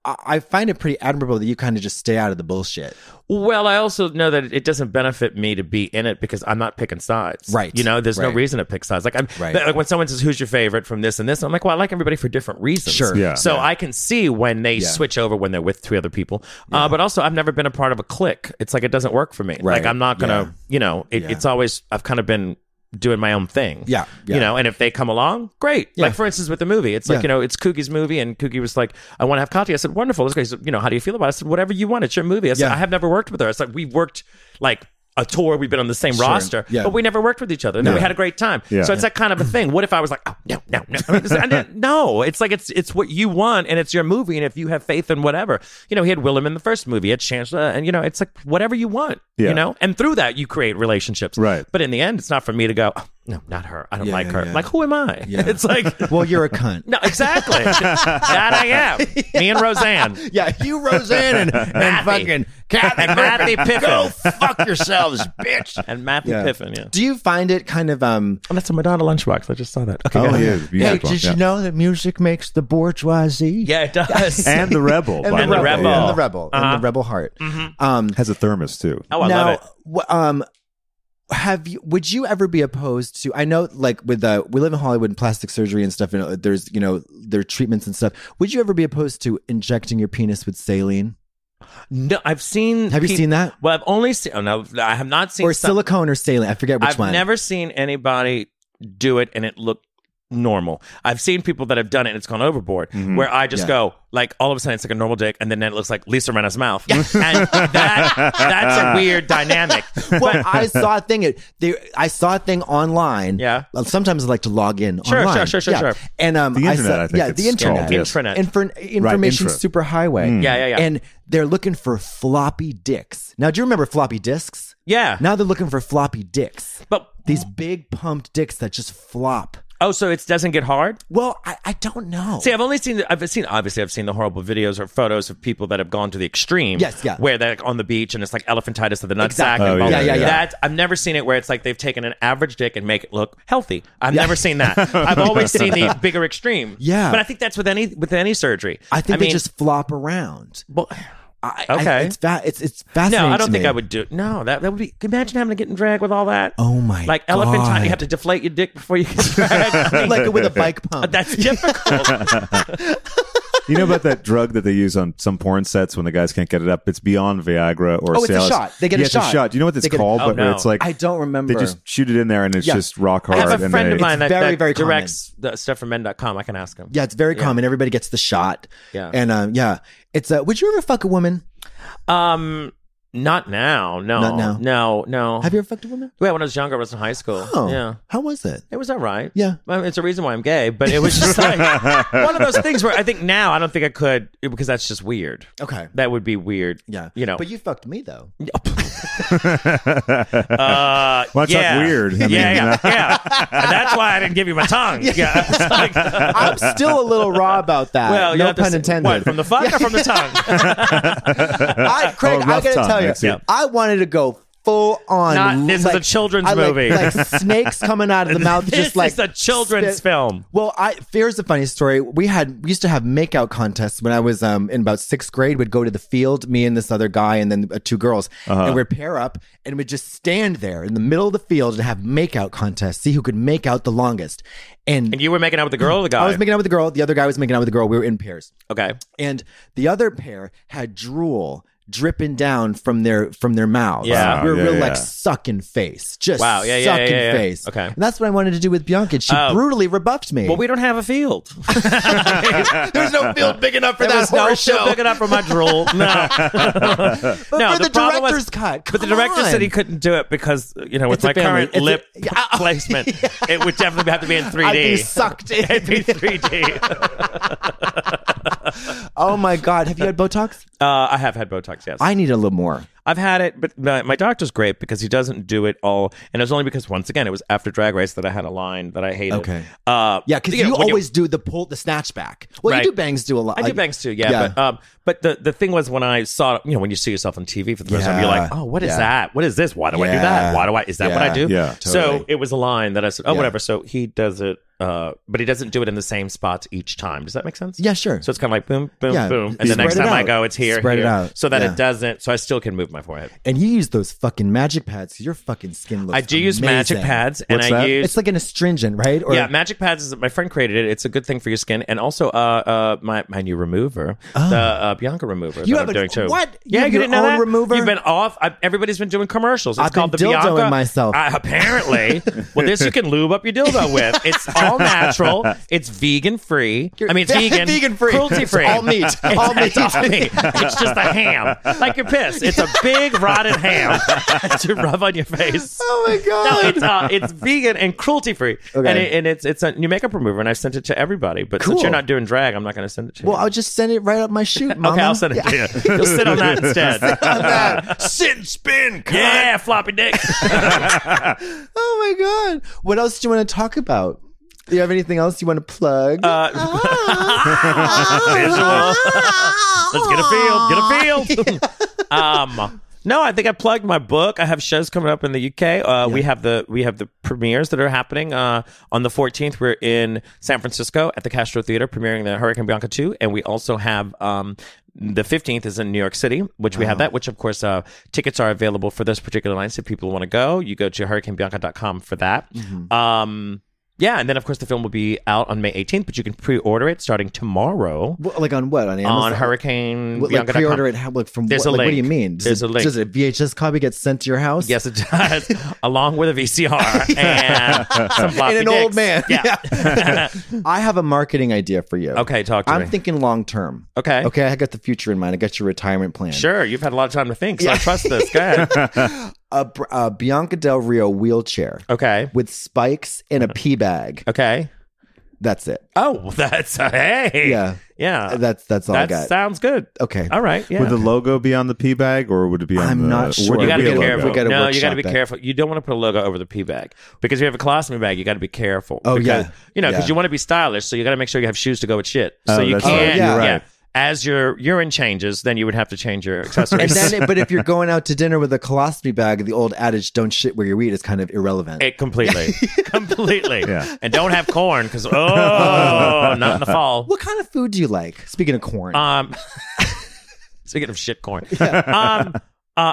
[SPEAKER 3] I, I find it pretty admirable that you kind of just stay out of the bullshit.
[SPEAKER 4] Well, I also know that it doesn't benefit me to be in it because I'm not picking sides.
[SPEAKER 3] Right.
[SPEAKER 4] You know, there's no
[SPEAKER 3] Right.
[SPEAKER 4] reason to pick sides. Like I'm
[SPEAKER 3] Right.
[SPEAKER 4] like when someone says who's your favorite from this and this, I'm like, well, I like everybody for different reasons.
[SPEAKER 3] Sure.
[SPEAKER 1] Yeah.
[SPEAKER 4] So I can see when they switch over when they're with three other people. Uh, but also, I've never been a part of a clique. It's like it doesn't work for me.
[SPEAKER 3] Right.
[SPEAKER 4] Like I'm not gonna. You know, it, it's always I've kind of been doing my own thing.
[SPEAKER 3] Yeah. Yeah.
[SPEAKER 4] You know, and if they come along, great. Like for instance, with the movie, it's like
[SPEAKER 3] Yeah.
[SPEAKER 4] you know, it's Kookie's movie, and Kookie was like, I want to have coffee. I said, wonderful. This guy said, you know, how do you feel about it? I said, whatever you want. It's your movie. I said,
[SPEAKER 3] Yeah.
[SPEAKER 4] I have never worked with her. It's like we've worked like. A tour, we've been on the same roster,
[SPEAKER 3] Yeah.
[SPEAKER 4] but we never worked with each other. And then we had a great time.
[SPEAKER 1] Yeah.
[SPEAKER 4] So it's that kind of a thing. What if I was like, oh no, no, no, I mean, it's- I
[SPEAKER 3] *laughs*
[SPEAKER 4] didn't- no? It's like it's it's what you want, and it's your movie, and if you have faith in whatever, you know, he had Willem in the first movie, he had Chancellor, and you know, it's like whatever you want,
[SPEAKER 1] Yeah.
[SPEAKER 4] you know, and through that you create relationships,
[SPEAKER 1] Right.
[SPEAKER 4] But in the end, it's not for me to go, oh, no, not her, I don't like her.
[SPEAKER 3] yeah.
[SPEAKER 4] Like who am I? *laughs* It's like
[SPEAKER 3] Well, you're a cunt.
[SPEAKER 4] no, exactly. that I am. Me and Roseanne.
[SPEAKER 3] *laughs* Yeah, you Roseanne and, and
[SPEAKER 4] Kathy.
[SPEAKER 3] fucking Kathy
[SPEAKER 4] And Matthew
[SPEAKER 3] Griffin.
[SPEAKER 4] Piffin.
[SPEAKER 3] Go fuck yourselves, bitch.
[SPEAKER 4] And Matthew
[SPEAKER 3] Yeah.
[SPEAKER 4] Piffin, yeah.
[SPEAKER 3] Do you find it kind of um
[SPEAKER 4] Oh, that's a Madonna lunchbox. I just saw that. Okay.
[SPEAKER 1] Oh,
[SPEAKER 4] go.
[SPEAKER 1] yeah.
[SPEAKER 2] Hey, did you know that music makes the bourgeoisie?
[SPEAKER 4] Yeah, it does.
[SPEAKER 1] And the Rebel. by
[SPEAKER 4] the
[SPEAKER 1] way.
[SPEAKER 4] Rebel.
[SPEAKER 1] Yeah.
[SPEAKER 3] and the rebel and the rebel heart. Um,
[SPEAKER 1] Has a thermos, too.
[SPEAKER 4] oh, I
[SPEAKER 3] now,
[SPEAKER 4] love it.
[SPEAKER 3] w- um, have you? Would you ever be opposed to? I know, like with uh, we live in Hollywood and plastic surgery and stuff. And uh, there's you know there are treatments and stuff. Would you ever be opposed to injecting your penis with saline
[SPEAKER 4] No, I've seen.
[SPEAKER 3] Have you seen that?
[SPEAKER 4] Well, I've only seen. Oh, no, I have not seen.
[SPEAKER 3] or
[SPEAKER 4] some-
[SPEAKER 3] silicone or saline? I forget which
[SPEAKER 4] I've
[SPEAKER 3] one.
[SPEAKER 4] never seen anybody do it and it looked normal. I've seen people that have done it and it's gone overboard. Where I just
[SPEAKER 3] Mm-hmm. Yeah.
[SPEAKER 4] go like all of a sudden it's like a normal dick and then it looks like Lisa Renna's mouth, and that that's a
[SPEAKER 3] *laughs*
[SPEAKER 4] weird dynamic.
[SPEAKER 3] well,
[SPEAKER 4] *laughs*
[SPEAKER 3] I saw a thing. It, they, I saw a thing online.
[SPEAKER 4] Yeah.
[SPEAKER 3] Uh, Sometimes I like to log in.
[SPEAKER 4] Sure,
[SPEAKER 3] online.
[SPEAKER 4] sure, sure, sure,
[SPEAKER 3] Yeah.
[SPEAKER 4] sure.
[SPEAKER 3] And um,
[SPEAKER 1] The internet,
[SPEAKER 3] saw,
[SPEAKER 1] I think
[SPEAKER 3] yeah,
[SPEAKER 1] it's
[SPEAKER 3] the internet,
[SPEAKER 1] called, yes.
[SPEAKER 4] Intranet. Mm.
[SPEAKER 3] Infor- information
[SPEAKER 1] intra.
[SPEAKER 3] superhighway.
[SPEAKER 4] Yeah, yeah, yeah.
[SPEAKER 3] And they're looking for floppy dicks. Now, do you remember floppy disks?
[SPEAKER 4] Yeah. Mm.
[SPEAKER 3] Now they're looking for floppy dicks.
[SPEAKER 4] But
[SPEAKER 3] These big pumped dicks that just flop.
[SPEAKER 4] oh, so it doesn't get hard.
[SPEAKER 3] Well, I, I don't know.
[SPEAKER 4] See, I've only seen, I've seen, obviously, I've seen the horrible videos or photos of people that have gone to the extreme.
[SPEAKER 3] Yes, yeah.
[SPEAKER 4] Where they're like on the beach and it's like elephantitis of the nutsack.
[SPEAKER 3] Exactly.
[SPEAKER 1] Oh,
[SPEAKER 4] And
[SPEAKER 1] yeah,
[SPEAKER 4] all-
[SPEAKER 1] yeah, yeah.
[SPEAKER 4] That, I've never seen it where it's like they've taken an average dick and make it look healthy. I've never seen that.
[SPEAKER 3] *laughs*
[SPEAKER 4] I've always seen the bigger extreme.
[SPEAKER 3] Yeah.
[SPEAKER 4] But I think that's with any with any surgery.
[SPEAKER 3] I think they
[SPEAKER 4] mean,
[SPEAKER 3] just flop around.
[SPEAKER 4] well,
[SPEAKER 3] I, I,
[SPEAKER 4] Okay.
[SPEAKER 3] it's, fa- it's it's fascinating.
[SPEAKER 4] no, I don't
[SPEAKER 3] to
[SPEAKER 4] think
[SPEAKER 3] me.
[SPEAKER 4] I would do. No, that that would be. Imagine having to get in drag with all that.
[SPEAKER 3] Oh, my
[SPEAKER 4] Like elephant,
[SPEAKER 3] God.
[SPEAKER 4] you have to deflate your dick before you can drag. I
[SPEAKER 3] *laughs*
[SPEAKER 4] mean,
[SPEAKER 3] like with a
[SPEAKER 4] *laughs*
[SPEAKER 3] bike pump.
[SPEAKER 4] that's
[SPEAKER 3] *laughs*
[SPEAKER 4] difficult.
[SPEAKER 1] You know about that drug that they use on some porn sets when the guys can't get it up? It's beyond Viagra or
[SPEAKER 3] Oh, it's a
[SPEAKER 1] Cialis.
[SPEAKER 3] shot. They get a
[SPEAKER 1] yeah, it's
[SPEAKER 3] shot.
[SPEAKER 1] Do you know what it's
[SPEAKER 3] They get a-
[SPEAKER 1] called?
[SPEAKER 4] Oh,
[SPEAKER 1] but where
[SPEAKER 4] no.
[SPEAKER 1] it's like
[SPEAKER 3] I don't remember.
[SPEAKER 1] They just shoot it in there and it's
[SPEAKER 3] Yeah.
[SPEAKER 1] just rock hard.
[SPEAKER 4] I have a
[SPEAKER 1] and
[SPEAKER 4] friend
[SPEAKER 1] they-
[SPEAKER 4] of mine that,
[SPEAKER 3] very,
[SPEAKER 4] that
[SPEAKER 3] very common.
[SPEAKER 4] directs the stuff from men.com. I can ask him.
[SPEAKER 3] Yeah, it's very common. Everybody gets the shot.
[SPEAKER 4] Yeah.
[SPEAKER 3] uh, And um, yeah, it's uh, would you ever fuck a woman?
[SPEAKER 4] Um, Not now. No.
[SPEAKER 3] Not now.
[SPEAKER 4] No. No.
[SPEAKER 3] Have you ever fucked a woman?
[SPEAKER 4] Yeah, when I was younger, I was in high school.
[SPEAKER 3] Oh,
[SPEAKER 4] Yeah.
[SPEAKER 3] How was it?
[SPEAKER 4] It was all right.
[SPEAKER 3] Yeah.
[SPEAKER 4] Well, it's a reason why I'm gay, but it
[SPEAKER 1] *laughs*
[SPEAKER 4] was just like one of those things where I think now I don't think I could because that's just weird.
[SPEAKER 3] Okay.
[SPEAKER 4] That would be weird.
[SPEAKER 3] Yeah.
[SPEAKER 4] You know.
[SPEAKER 3] But you fucked me
[SPEAKER 4] *laughs*
[SPEAKER 3] though.
[SPEAKER 4] uh,
[SPEAKER 1] Well, it's not
[SPEAKER 4] yeah.
[SPEAKER 1] weird. I
[SPEAKER 4] yeah,
[SPEAKER 1] mean,
[SPEAKER 4] yeah,
[SPEAKER 1] you know.
[SPEAKER 4] yeah. And that's why I didn't give you my tongue. Yeah. It's
[SPEAKER 3] *laughs*
[SPEAKER 4] like-
[SPEAKER 2] I'm still a little raw about that.
[SPEAKER 4] well, you
[SPEAKER 2] no
[SPEAKER 4] have to
[SPEAKER 2] pun
[SPEAKER 4] say-
[SPEAKER 2] intended.
[SPEAKER 4] What, from the fuck or from
[SPEAKER 3] *laughs*
[SPEAKER 4] the tongue?
[SPEAKER 3] I, Craig,
[SPEAKER 1] *laughs* Oh,
[SPEAKER 3] I
[SPEAKER 1] rough
[SPEAKER 3] gotta
[SPEAKER 1] time,
[SPEAKER 3] tell you,
[SPEAKER 1] that's it.
[SPEAKER 3] I wanted to go full on.
[SPEAKER 4] Not- this is a children's
[SPEAKER 3] I like-
[SPEAKER 4] movie.
[SPEAKER 3] Like,
[SPEAKER 4] *laughs*
[SPEAKER 3] snakes coming out of the mouth,
[SPEAKER 4] This
[SPEAKER 3] just like
[SPEAKER 4] is a children's film.
[SPEAKER 3] Well, I here's a funny story. We had we used to have makeout contests when I was um in about sixth grade. Would go to the field, me and this other guy, and then uh, two girls,
[SPEAKER 1] Uh-huh.
[SPEAKER 3] and we'd pair up and we'd just stand there in the middle of the field and have makeout contests, see who could make out the longest. And,
[SPEAKER 4] And you were making out with the girl or the guy?
[SPEAKER 3] I was making out with the girl. The other guy was making out with the girl. We were in pairs
[SPEAKER 4] okay.
[SPEAKER 3] and the other pair had drool dripping down from their from their mouths.
[SPEAKER 4] Yeah. Wow,
[SPEAKER 3] we were
[SPEAKER 1] yeah,
[SPEAKER 3] real
[SPEAKER 1] yeah.
[SPEAKER 3] like sucking face, just
[SPEAKER 4] Wow, yeah, yeah, yeah,
[SPEAKER 3] sucking
[SPEAKER 4] yeah, yeah.
[SPEAKER 3] face.
[SPEAKER 4] Okay.
[SPEAKER 3] and that's what I wanted to do with Bianca. and She
[SPEAKER 4] Oh.
[SPEAKER 3] brutally rebuffed me.
[SPEAKER 4] Well, we don't have a field.
[SPEAKER 3] there's no field *laughs* big enough for
[SPEAKER 4] There was no show big enough for
[SPEAKER 3] *laughs*
[SPEAKER 4] my drool. No.
[SPEAKER 3] But
[SPEAKER 4] no,
[SPEAKER 3] for the,
[SPEAKER 4] problem
[SPEAKER 3] director's
[SPEAKER 4] was-
[SPEAKER 3] cut.
[SPEAKER 4] But the
[SPEAKER 3] come
[SPEAKER 4] director
[SPEAKER 3] on.
[SPEAKER 4] said he couldn't do it because you know, with
[SPEAKER 3] It's a
[SPEAKER 4] my
[SPEAKER 3] family.
[SPEAKER 4] current
[SPEAKER 3] It's a-
[SPEAKER 4] lip
[SPEAKER 3] *laughs* Yeah.
[SPEAKER 4] placement, it would definitely have to be in 3D.
[SPEAKER 3] I'd be
[SPEAKER 4] *laughs*
[SPEAKER 3] sucked
[SPEAKER 4] It'd
[SPEAKER 3] in.
[SPEAKER 4] be
[SPEAKER 3] *laughs*
[SPEAKER 4] 3D.
[SPEAKER 3] oh my god, have you had Botox?
[SPEAKER 4] Uh, I have had Botox, yes.
[SPEAKER 3] I need a little more.
[SPEAKER 4] I've had it, but my, my doctor's great because he doesn't do it all. And it was only because, once again, it was after Drag Race that I had a line that I hated.
[SPEAKER 3] Okay.
[SPEAKER 4] Uh,
[SPEAKER 3] Yeah, because you,
[SPEAKER 4] know, when
[SPEAKER 3] always do the pull, the snatch back. Well,
[SPEAKER 4] Right.
[SPEAKER 3] you do bangs do a lot.
[SPEAKER 4] I do
[SPEAKER 3] like-
[SPEAKER 4] bangs too, yeah. But, um, but the, the thing was when I saw, you know, when you see yourself on TV for the first time, you're
[SPEAKER 3] Yeah.
[SPEAKER 4] like, oh, what is
[SPEAKER 3] Yeah.
[SPEAKER 4] that? What is this? Why do I do
[SPEAKER 3] Yeah.
[SPEAKER 4] that? Why do I? Is that what I
[SPEAKER 3] Yeah.
[SPEAKER 4] do?
[SPEAKER 1] Yeah,
[SPEAKER 4] So
[SPEAKER 3] totally.
[SPEAKER 4] it was a line that I said, oh,
[SPEAKER 3] Yeah.
[SPEAKER 4] whatever. So he does it, uh, but he doesn't do it in the same spots each time. Does that make sense?
[SPEAKER 3] Yeah, sure.
[SPEAKER 4] So it's kind of like boom, boom,
[SPEAKER 3] Yeah.
[SPEAKER 4] boom, and the
[SPEAKER 3] Spread
[SPEAKER 4] next
[SPEAKER 3] it
[SPEAKER 4] time I
[SPEAKER 3] out.
[SPEAKER 4] go, it's here,
[SPEAKER 3] Spread it
[SPEAKER 4] here.
[SPEAKER 3] out.
[SPEAKER 4] so that
[SPEAKER 3] Yeah.
[SPEAKER 4] it doesn't. So I still can move my forehead.
[SPEAKER 3] and you use those fucking magic pads. Your fucking skin looks.
[SPEAKER 4] I do use magic
[SPEAKER 3] amazing.
[SPEAKER 4] pads, and
[SPEAKER 1] What's
[SPEAKER 4] I
[SPEAKER 1] that?
[SPEAKER 4] use
[SPEAKER 3] It's like an astringent, right? Or
[SPEAKER 4] yeah, magic pads is my friend created it. It's a good thing for your skin, and also uh, uh my my new remover, the uh, Bianca remover.
[SPEAKER 3] Oh. You
[SPEAKER 4] that
[SPEAKER 3] have
[SPEAKER 4] I'm
[SPEAKER 3] a-
[SPEAKER 4] doing too.
[SPEAKER 3] what? You
[SPEAKER 4] Yeah, you,
[SPEAKER 3] have your
[SPEAKER 4] didn't know
[SPEAKER 3] own
[SPEAKER 4] that
[SPEAKER 3] remover?
[SPEAKER 4] You've been off. I, everybody's been doing commercials. It's
[SPEAKER 3] I've
[SPEAKER 4] called
[SPEAKER 3] been
[SPEAKER 4] the
[SPEAKER 3] dildoing
[SPEAKER 4] Bianca.
[SPEAKER 3] myself.
[SPEAKER 4] I, apparently, *laughs* well, this you can lube up your dildo with. It's all natural. It's vegan free. I
[SPEAKER 3] *laughs*
[SPEAKER 4] mean, it's vegan,
[SPEAKER 3] Vegan-free.
[SPEAKER 4] cruelty free,
[SPEAKER 3] It's all meat. All
[SPEAKER 4] *laughs* It's all meat. It's just a ham, like your piss. It's a big rotted ham *laughs* to rub on
[SPEAKER 3] *laughs*
[SPEAKER 4] your face.
[SPEAKER 3] *laughs* Oh my
[SPEAKER 4] No,
[SPEAKER 3] god.
[SPEAKER 4] it's uh, it's vegan and cruelty free,
[SPEAKER 3] Okay.
[SPEAKER 4] and, it, and it's it's a new makeup remover, and I sent it to everybody. But since
[SPEAKER 3] Cool.
[SPEAKER 4] you're not doing drag, I'm not going to send it to
[SPEAKER 3] Well,
[SPEAKER 4] you.
[SPEAKER 3] I'll just send it right up my chute, mama.
[SPEAKER 4] *laughs* okay, I'll send it to you. You'll sit on that instead.
[SPEAKER 1] Sit and spin.
[SPEAKER 4] yeah, floppy dick.
[SPEAKER 3] *laughs* Oh my god. What else do you want to talk about? Do you have anything else you want to plug?
[SPEAKER 4] Uh, Visual. Let's get a field. Get a field. *laughs* um. No, I think I plugged my book. I have shows coming up in the UK. Uh, We have the we have the premieres that are happening uh, on the 14th. We're in San Francisco at the Castro Theater, premiering the Hurricane Bianca 2, and we also have um, the 15th is in New York City, which we have that. Which of course, uh, tickets are available for those particular lines. If people want to go, you go to hurricanebianca.com for that. Um, yeah, and then of course the film will be out on May 18th, but you can pre-order it starting tomorrow
[SPEAKER 3] Well, like on what? On Amazon?
[SPEAKER 4] on Hurricane
[SPEAKER 3] What, like
[SPEAKER 4] Bianca.com.
[SPEAKER 3] pre-order it? How, like from
[SPEAKER 4] There's
[SPEAKER 3] what?
[SPEAKER 4] a
[SPEAKER 3] like, what do you
[SPEAKER 4] link.
[SPEAKER 3] mean? Does
[SPEAKER 4] There's
[SPEAKER 3] it,
[SPEAKER 4] a link.
[SPEAKER 3] Does a VHS copy get sent to your house?
[SPEAKER 4] Yes, it
[SPEAKER 3] *laughs*
[SPEAKER 4] does. Along with a VCR and some floppy
[SPEAKER 3] And an
[SPEAKER 4] dicks.
[SPEAKER 3] old man. *laughs*
[SPEAKER 4] Yeah. *laughs*
[SPEAKER 3] I have a marketing idea for you.
[SPEAKER 4] Okay, talk to
[SPEAKER 3] I'm
[SPEAKER 4] me.
[SPEAKER 3] thinking long term.
[SPEAKER 4] Okay.
[SPEAKER 3] Okay. I got the future in mind. I got your retirement plan.
[SPEAKER 4] Sure, you've had a lot of time to think, so I trust this.
[SPEAKER 3] *laughs*
[SPEAKER 4] Go ahead.
[SPEAKER 3] A, br- a Bianca Del Rio wheelchair
[SPEAKER 4] Okay.
[SPEAKER 3] with spikes and a pee bag.
[SPEAKER 4] Okay.
[SPEAKER 3] That's it.
[SPEAKER 4] Oh, *laughs* that's hey.
[SPEAKER 3] Yeah.
[SPEAKER 4] Yeah.
[SPEAKER 3] That's that's all
[SPEAKER 4] Uh, that
[SPEAKER 3] I got.
[SPEAKER 4] sounds good.
[SPEAKER 3] Okay.
[SPEAKER 4] All right. Yeah.
[SPEAKER 1] Would the logo be on the pee bag, or would it be on
[SPEAKER 3] I'm
[SPEAKER 1] the?
[SPEAKER 3] not
[SPEAKER 1] or
[SPEAKER 3] sure.
[SPEAKER 1] would
[SPEAKER 4] you
[SPEAKER 1] it
[SPEAKER 4] got to
[SPEAKER 1] be
[SPEAKER 4] be
[SPEAKER 1] a
[SPEAKER 4] careful.
[SPEAKER 1] logo?
[SPEAKER 3] We gotta
[SPEAKER 4] no, you got
[SPEAKER 3] workshop
[SPEAKER 4] to be
[SPEAKER 3] that.
[SPEAKER 4] careful. You don't want to put a logo over the pee bag because if you have a colostomy bag, you got to be careful.
[SPEAKER 3] Oh,
[SPEAKER 4] Because-
[SPEAKER 3] yeah.
[SPEAKER 4] you know because
[SPEAKER 3] Yeah.
[SPEAKER 4] you want to be stylish, so you got to make sure you have shoes to go with shit. So
[SPEAKER 1] Oh,
[SPEAKER 4] you
[SPEAKER 1] that's right.
[SPEAKER 4] can't.
[SPEAKER 3] You're
[SPEAKER 1] right.
[SPEAKER 4] As your urine changes, then you would have to change your accessories.
[SPEAKER 3] And then, but if
[SPEAKER 4] *laughs*
[SPEAKER 3] you're going out to dinner with a colostomy bag, the old adage "don't shit where you eat" is kind of irrelevant. *laughs*
[SPEAKER 4] It completely, completely,
[SPEAKER 1] Yeah.
[SPEAKER 4] and don't have corn because oh, not in the fall.
[SPEAKER 3] what kind of food do you like? Speaking of corn,
[SPEAKER 4] Um, *laughs* speaking of shit corn, um, uh,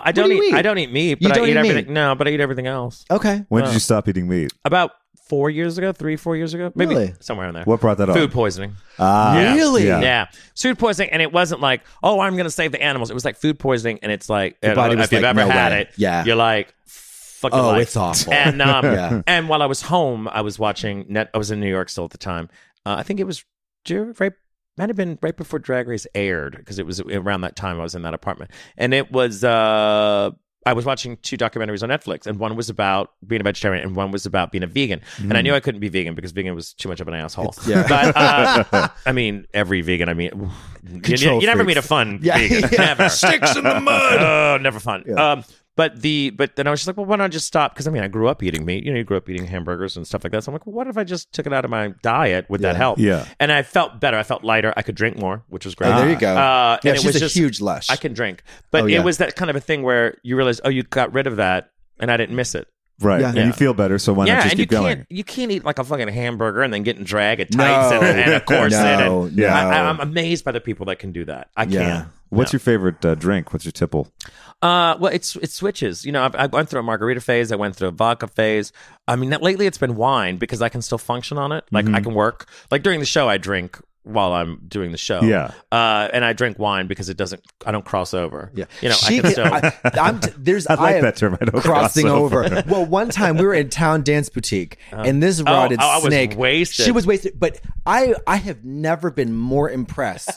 [SPEAKER 4] I don't
[SPEAKER 3] do you
[SPEAKER 4] eat,
[SPEAKER 3] eat?
[SPEAKER 4] I don't eat meat,
[SPEAKER 3] You
[SPEAKER 4] but I
[SPEAKER 3] don't
[SPEAKER 4] eat,
[SPEAKER 3] eat meat?
[SPEAKER 4] everything. No, but I eat everything else.
[SPEAKER 3] okay,
[SPEAKER 1] When did you stop eating meat?
[SPEAKER 4] About four years ago, three, four years ago, maybe
[SPEAKER 3] Really?
[SPEAKER 4] somewhere in there.
[SPEAKER 1] What brought that up?
[SPEAKER 4] Food poisoning.
[SPEAKER 1] Ah,
[SPEAKER 3] Really?
[SPEAKER 1] Yeah.
[SPEAKER 4] Yeah, food poisoning, and it wasn't like, oh, I'm gonna save the animals. It was like food poisoning, and it's like, I don't
[SPEAKER 3] body
[SPEAKER 4] know
[SPEAKER 3] was
[SPEAKER 4] if you've
[SPEAKER 3] like,
[SPEAKER 4] ever
[SPEAKER 3] no
[SPEAKER 4] had
[SPEAKER 3] way.
[SPEAKER 4] it,
[SPEAKER 3] Yeah.
[SPEAKER 4] you're like, fucking
[SPEAKER 3] Oh,
[SPEAKER 4] life.
[SPEAKER 3] it's awful.
[SPEAKER 4] *laughs* And
[SPEAKER 3] *laughs*
[SPEAKER 4] um,
[SPEAKER 3] Yeah.
[SPEAKER 4] and while I was home, I was watching net. I was in New York still at the time. Uh, I think it was Jerry. Ray- might have been right before Drag Race aired because it was around that time I was in that apartment, and it was. Uh, I was watching two documentaries on Netflix, and one was about being a vegetarian, and one was about being a vegan. And I knew I couldn't be vegan because vegan was too much of an asshole. Mm. Yeah. But *laughs* uh, I mean, every vegan. I mean, you, you never meet a fun *laughs* vegan. Never sticks in the mud. Oh, never fun. Um, but the but then I was just like, well, why not just stop? Because I mean, I grew up eating meat. You know, you grew up eating hamburgers and stuff like that. So I'm like, well, what if I just took it out of my diet? Would that help?
[SPEAKER 1] Yeah.
[SPEAKER 4] And I felt better. I felt lighter. I could drink more, which was great.
[SPEAKER 3] Oh, there you go.
[SPEAKER 4] Uh,
[SPEAKER 3] Yeah,
[SPEAKER 4] and it
[SPEAKER 3] she's
[SPEAKER 4] was
[SPEAKER 3] a
[SPEAKER 4] just
[SPEAKER 3] huge lush.
[SPEAKER 4] I can drink, but
[SPEAKER 3] Oh, yeah.
[SPEAKER 4] it was that kind of a thing where you realize, oh, you got rid of that, and I didn't miss it.
[SPEAKER 1] Right.
[SPEAKER 3] Yeah.
[SPEAKER 1] And you feel better, so why not
[SPEAKER 4] yeah,
[SPEAKER 1] just
[SPEAKER 4] and you
[SPEAKER 1] keep going?
[SPEAKER 4] can't you can't eat like a fucking hamburger and then get in drag and tights and,
[SPEAKER 3] *laughs*
[SPEAKER 4] and a corset.
[SPEAKER 3] No,
[SPEAKER 4] and,
[SPEAKER 3] no.
[SPEAKER 4] I, I'm amazed by the people that can do that. I
[SPEAKER 3] Yeah.
[SPEAKER 4] can't.
[SPEAKER 1] What's your favorite uh, drink? What's your tipple?
[SPEAKER 4] Uh, well, it's it switches. You know, I've, I went through a margarita phase. I went through a vodka phase. I mean, lately it's been wine because I can still function on it. Like
[SPEAKER 3] Mm-hmm.
[SPEAKER 4] I can work. Like during the show, I drink while I'm doing the show.
[SPEAKER 1] Yeah.
[SPEAKER 4] Uh, and I drink wine because it doesn't. I don't cross over.
[SPEAKER 3] Yeah,
[SPEAKER 4] You know,
[SPEAKER 3] she,
[SPEAKER 4] I can still.
[SPEAKER 3] I, am
[SPEAKER 1] *laughs*
[SPEAKER 3] there's
[SPEAKER 1] I like
[SPEAKER 3] am
[SPEAKER 1] that term. I don't
[SPEAKER 3] crossing
[SPEAKER 1] cross
[SPEAKER 3] over.
[SPEAKER 1] *laughs*
[SPEAKER 3] well, one time we were in town dance boutique, and this rotted
[SPEAKER 4] oh, I was
[SPEAKER 3] snake.
[SPEAKER 4] wasted.
[SPEAKER 3] She was wasted, but I I have never been more impressed.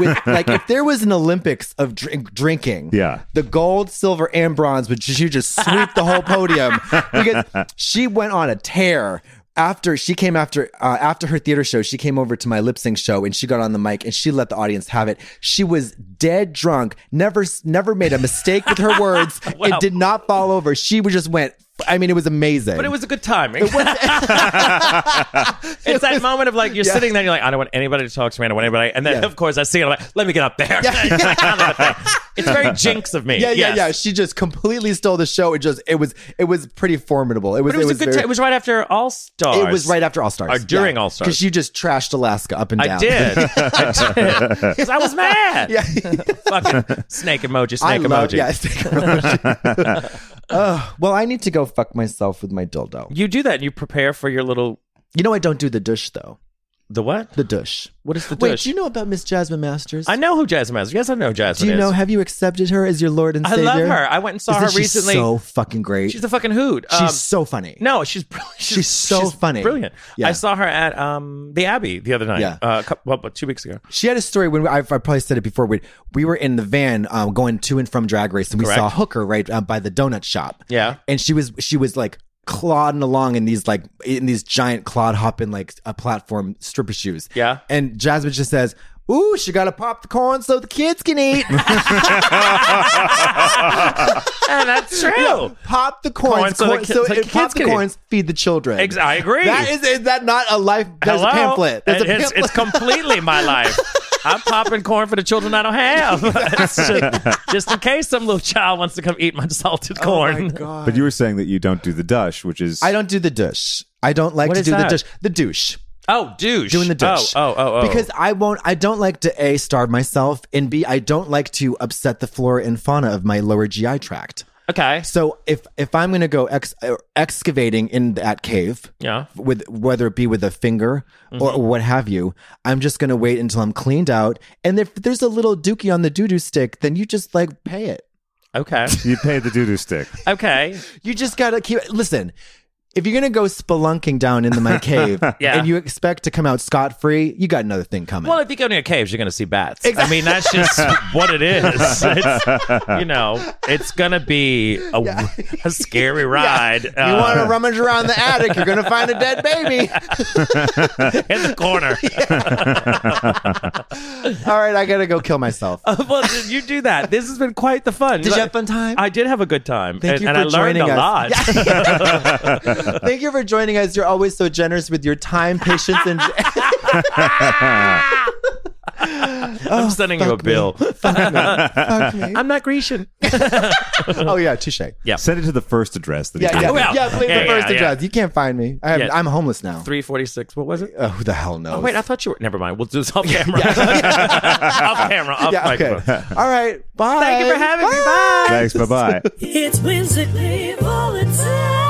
[SPEAKER 3] With, like if there was an Olympics of drink, drinking,
[SPEAKER 1] *laughs* Yeah.
[SPEAKER 3] the gold, silver, and bronze would she would just sweep the whole podium because she went on a tear. After she came after uh, after her theater show, she came over to my lip sync show and she got on the mic and she let the audience have it. She was dead drunk, never s- never made a mistake with
[SPEAKER 4] *laughs*
[SPEAKER 3] her words, and did not fall over. She was just went. I mean, it was amazing.
[SPEAKER 4] *laughs* But it was a good time. *laughs* it's that moment of like you're sitting there, and you're like, I don't want anybody to talk to me. I don't want anybody. And then
[SPEAKER 3] Yeah.
[SPEAKER 4] of course I see it. I'm like, let me get up there. *laughs* it's
[SPEAKER 3] *laughs*
[SPEAKER 4] very jinx of me.
[SPEAKER 3] Yeah, yeah,
[SPEAKER 4] Yes.
[SPEAKER 3] yeah. She just completely stole the show. It just it was it was pretty formidable. It was
[SPEAKER 4] But it was, a good
[SPEAKER 3] very-
[SPEAKER 4] time. It was right after All Stars.
[SPEAKER 3] It was right after All Stars.
[SPEAKER 4] Or during All Stars.
[SPEAKER 3] Because you just trashed Alaska up and down.
[SPEAKER 4] I did.
[SPEAKER 3] *laughs*
[SPEAKER 4] I did. Because I was mad. Yeah. Fucking snake emoji, snake
[SPEAKER 3] I love,
[SPEAKER 4] emoji.
[SPEAKER 3] yeah, snake emoji.
[SPEAKER 4] *laughs*
[SPEAKER 3] Ugh, well, I need to go fuck myself with my dildo.
[SPEAKER 4] You do that and you prepare for your little
[SPEAKER 3] You know, I don't do the douche though.
[SPEAKER 4] the what?
[SPEAKER 3] The douche.
[SPEAKER 4] What is the
[SPEAKER 3] Wait,
[SPEAKER 4] douche?
[SPEAKER 3] do you know about Miss Jasmine Masters?
[SPEAKER 4] I know who Jasmine is. Yes, I know who
[SPEAKER 3] Do
[SPEAKER 4] Jasmine
[SPEAKER 3] you
[SPEAKER 4] is.
[SPEAKER 3] know? Have you accepted her as your lord and
[SPEAKER 4] I
[SPEAKER 3] savior?
[SPEAKER 4] love her. I went and saw
[SPEAKER 3] Isn't
[SPEAKER 4] her
[SPEAKER 3] she
[SPEAKER 4] recently.
[SPEAKER 3] So fucking great.
[SPEAKER 4] She's a fucking hoot.
[SPEAKER 3] She's
[SPEAKER 4] Um,
[SPEAKER 3] so funny.
[SPEAKER 4] No, she's brilliant. *laughs* She's,
[SPEAKER 3] She's so funny.
[SPEAKER 4] Brilliant.
[SPEAKER 3] Yeah.
[SPEAKER 4] I saw her at um the Abbey the other night.
[SPEAKER 3] Yeah.
[SPEAKER 4] Uh, a cou- well, about two
[SPEAKER 3] *laughs*
[SPEAKER 4] weeks ago.
[SPEAKER 3] She had a story when I, I probably said it before. We, we were in the van um, going to and from Drag Race, and we saw
[SPEAKER 4] Correct.
[SPEAKER 3] Hooker right uh, by the donut shop.
[SPEAKER 4] Yeah.
[SPEAKER 3] and she was she was like clodding along in these like in these giant clod hopping like a platform stripper shoes.
[SPEAKER 4] Yeah.
[SPEAKER 3] and Jasmine just says. Ooh, she got to pop the corn so the kids can
[SPEAKER 4] *laughs*
[SPEAKER 3] eat. *laughs*
[SPEAKER 4] And that's true.
[SPEAKER 3] pop the corns,
[SPEAKER 4] Corn so the
[SPEAKER 3] corn-
[SPEAKER 4] ki-
[SPEAKER 3] so,
[SPEAKER 4] so
[SPEAKER 3] it-
[SPEAKER 4] kids
[SPEAKER 3] pop the
[SPEAKER 4] can eat.
[SPEAKER 3] corns, feed the children.
[SPEAKER 4] Ex- I agree.
[SPEAKER 3] That is, is that not a life? There's
[SPEAKER 4] Hello?
[SPEAKER 3] a pamphlet. There's a
[SPEAKER 4] And it's,
[SPEAKER 3] pamphlet.
[SPEAKER 4] it's completely my life. I'm popping corn for the children I don't have. *laughs* It's just, just in case some little child wants to come eat my salted
[SPEAKER 3] *laughs*
[SPEAKER 4] corn.
[SPEAKER 3] Oh my god!
[SPEAKER 1] But you were saying that you don't do the dush, which is
[SPEAKER 3] I don't do the douche. I don't like
[SPEAKER 4] What
[SPEAKER 3] to
[SPEAKER 4] is
[SPEAKER 3] do
[SPEAKER 4] that?
[SPEAKER 3] the douche. The douche.
[SPEAKER 4] *laughs* Oh, douche.
[SPEAKER 3] doing the douche.
[SPEAKER 4] Oh, oh, oh, oh.
[SPEAKER 3] Because I won't. I don't like to a starve myself, and b I don't like to upset the flora and fauna of my lower GI tract.
[SPEAKER 4] okay.
[SPEAKER 3] So if if I'm gonna go ex, uh, excavating in that cave,
[SPEAKER 4] Yeah.
[SPEAKER 3] with whether it be with a finger or
[SPEAKER 4] Mm-hmm.
[SPEAKER 3] what have you, I'm just gonna wait until I'm cleaned out. And if there's a little dookie on the doo doo stick, then you just like pay it.
[SPEAKER 4] Okay.
[SPEAKER 1] you pay the doo doo stick.
[SPEAKER 3] *laughs*
[SPEAKER 4] Okay.
[SPEAKER 3] You just gotta keep listen. If you're gonna go spelunking down into
[SPEAKER 4] *laughs*
[SPEAKER 3] my cave
[SPEAKER 4] Yeah.
[SPEAKER 3] and you expect to come out scot free, you got another thing coming.
[SPEAKER 4] Well, if you go near caves, you're going to see bats. I mean, that's just
[SPEAKER 3] *laughs*
[SPEAKER 4] what it is. It's, you know, it's going to be a, a scary ride
[SPEAKER 3] you
[SPEAKER 4] uh, *laughs*
[SPEAKER 3] want to rummage around the attic, you're going to find a dead baby.
[SPEAKER 4] in the corner.
[SPEAKER 3] *laughs* All right, I got to go kill myself.
[SPEAKER 4] *laughs* well, did you do that. This has been quite the fun.
[SPEAKER 3] Did you have fun time?
[SPEAKER 4] I did have a good time.
[SPEAKER 3] Thank
[SPEAKER 4] and,
[SPEAKER 3] you
[SPEAKER 4] and
[SPEAKER 3] for
[SPEAKER 4] I learned
[SPEAKER 3] joining
[SPEAKER 4] a
[SPEAKER 3] us.
[SPEAKER 4] lot.
[SPEAKER 3] *laughs*
[SPEAKER 4] *laughs*
[SPEAKER 3] Thank you for joining us. You're always so generous with your time, patience, and. *laughs*
[SPEAKER 4] I'm sending you a bill. I'm not Grecian.
[SPEAKER 3] *laughs* oh, yeah, touche.
[SPEAKER 1] Send it to the first address that he
[SPEAKER 3] Yeah,
[SPEAKER 1] gave
[SPEAKER 3] yeah,
[SPEAKER 1] you.
[SPEAKER 4] Well,
[SPEAKER 3] yeah, please,
[SPEAKER 4] yeah,
[SPEAKER 3] the first
[SPEAKER 4] yeah, yeah.
[SPEAKER 3] address. You can't find me. I have,
[SPEAKER 4] Yeah.
[SPEAKER 3] I'm homeless now.
[SPEAKER 4] 346. What was it?
[SPEAKER 3] Oh, who the hell knows?
[SPEAKER 4] Oh, wait, I thought you were. Never mind. We'll
[SPEAKER 3] *laughs*
[SPEAKER 4] do this off camera. *laughs* off camera. Off
[SPEAKER 3] yeah, okay.
[SPEAKER 4] microphone.
[SPEAKER 3] All right, bye. Oh,
[SPEAKER 4] Thank you for having me. Bye.
[SPEAKER 1] Thanks. Bye bye.
[SPEAKER 6] It's whimsically volatile.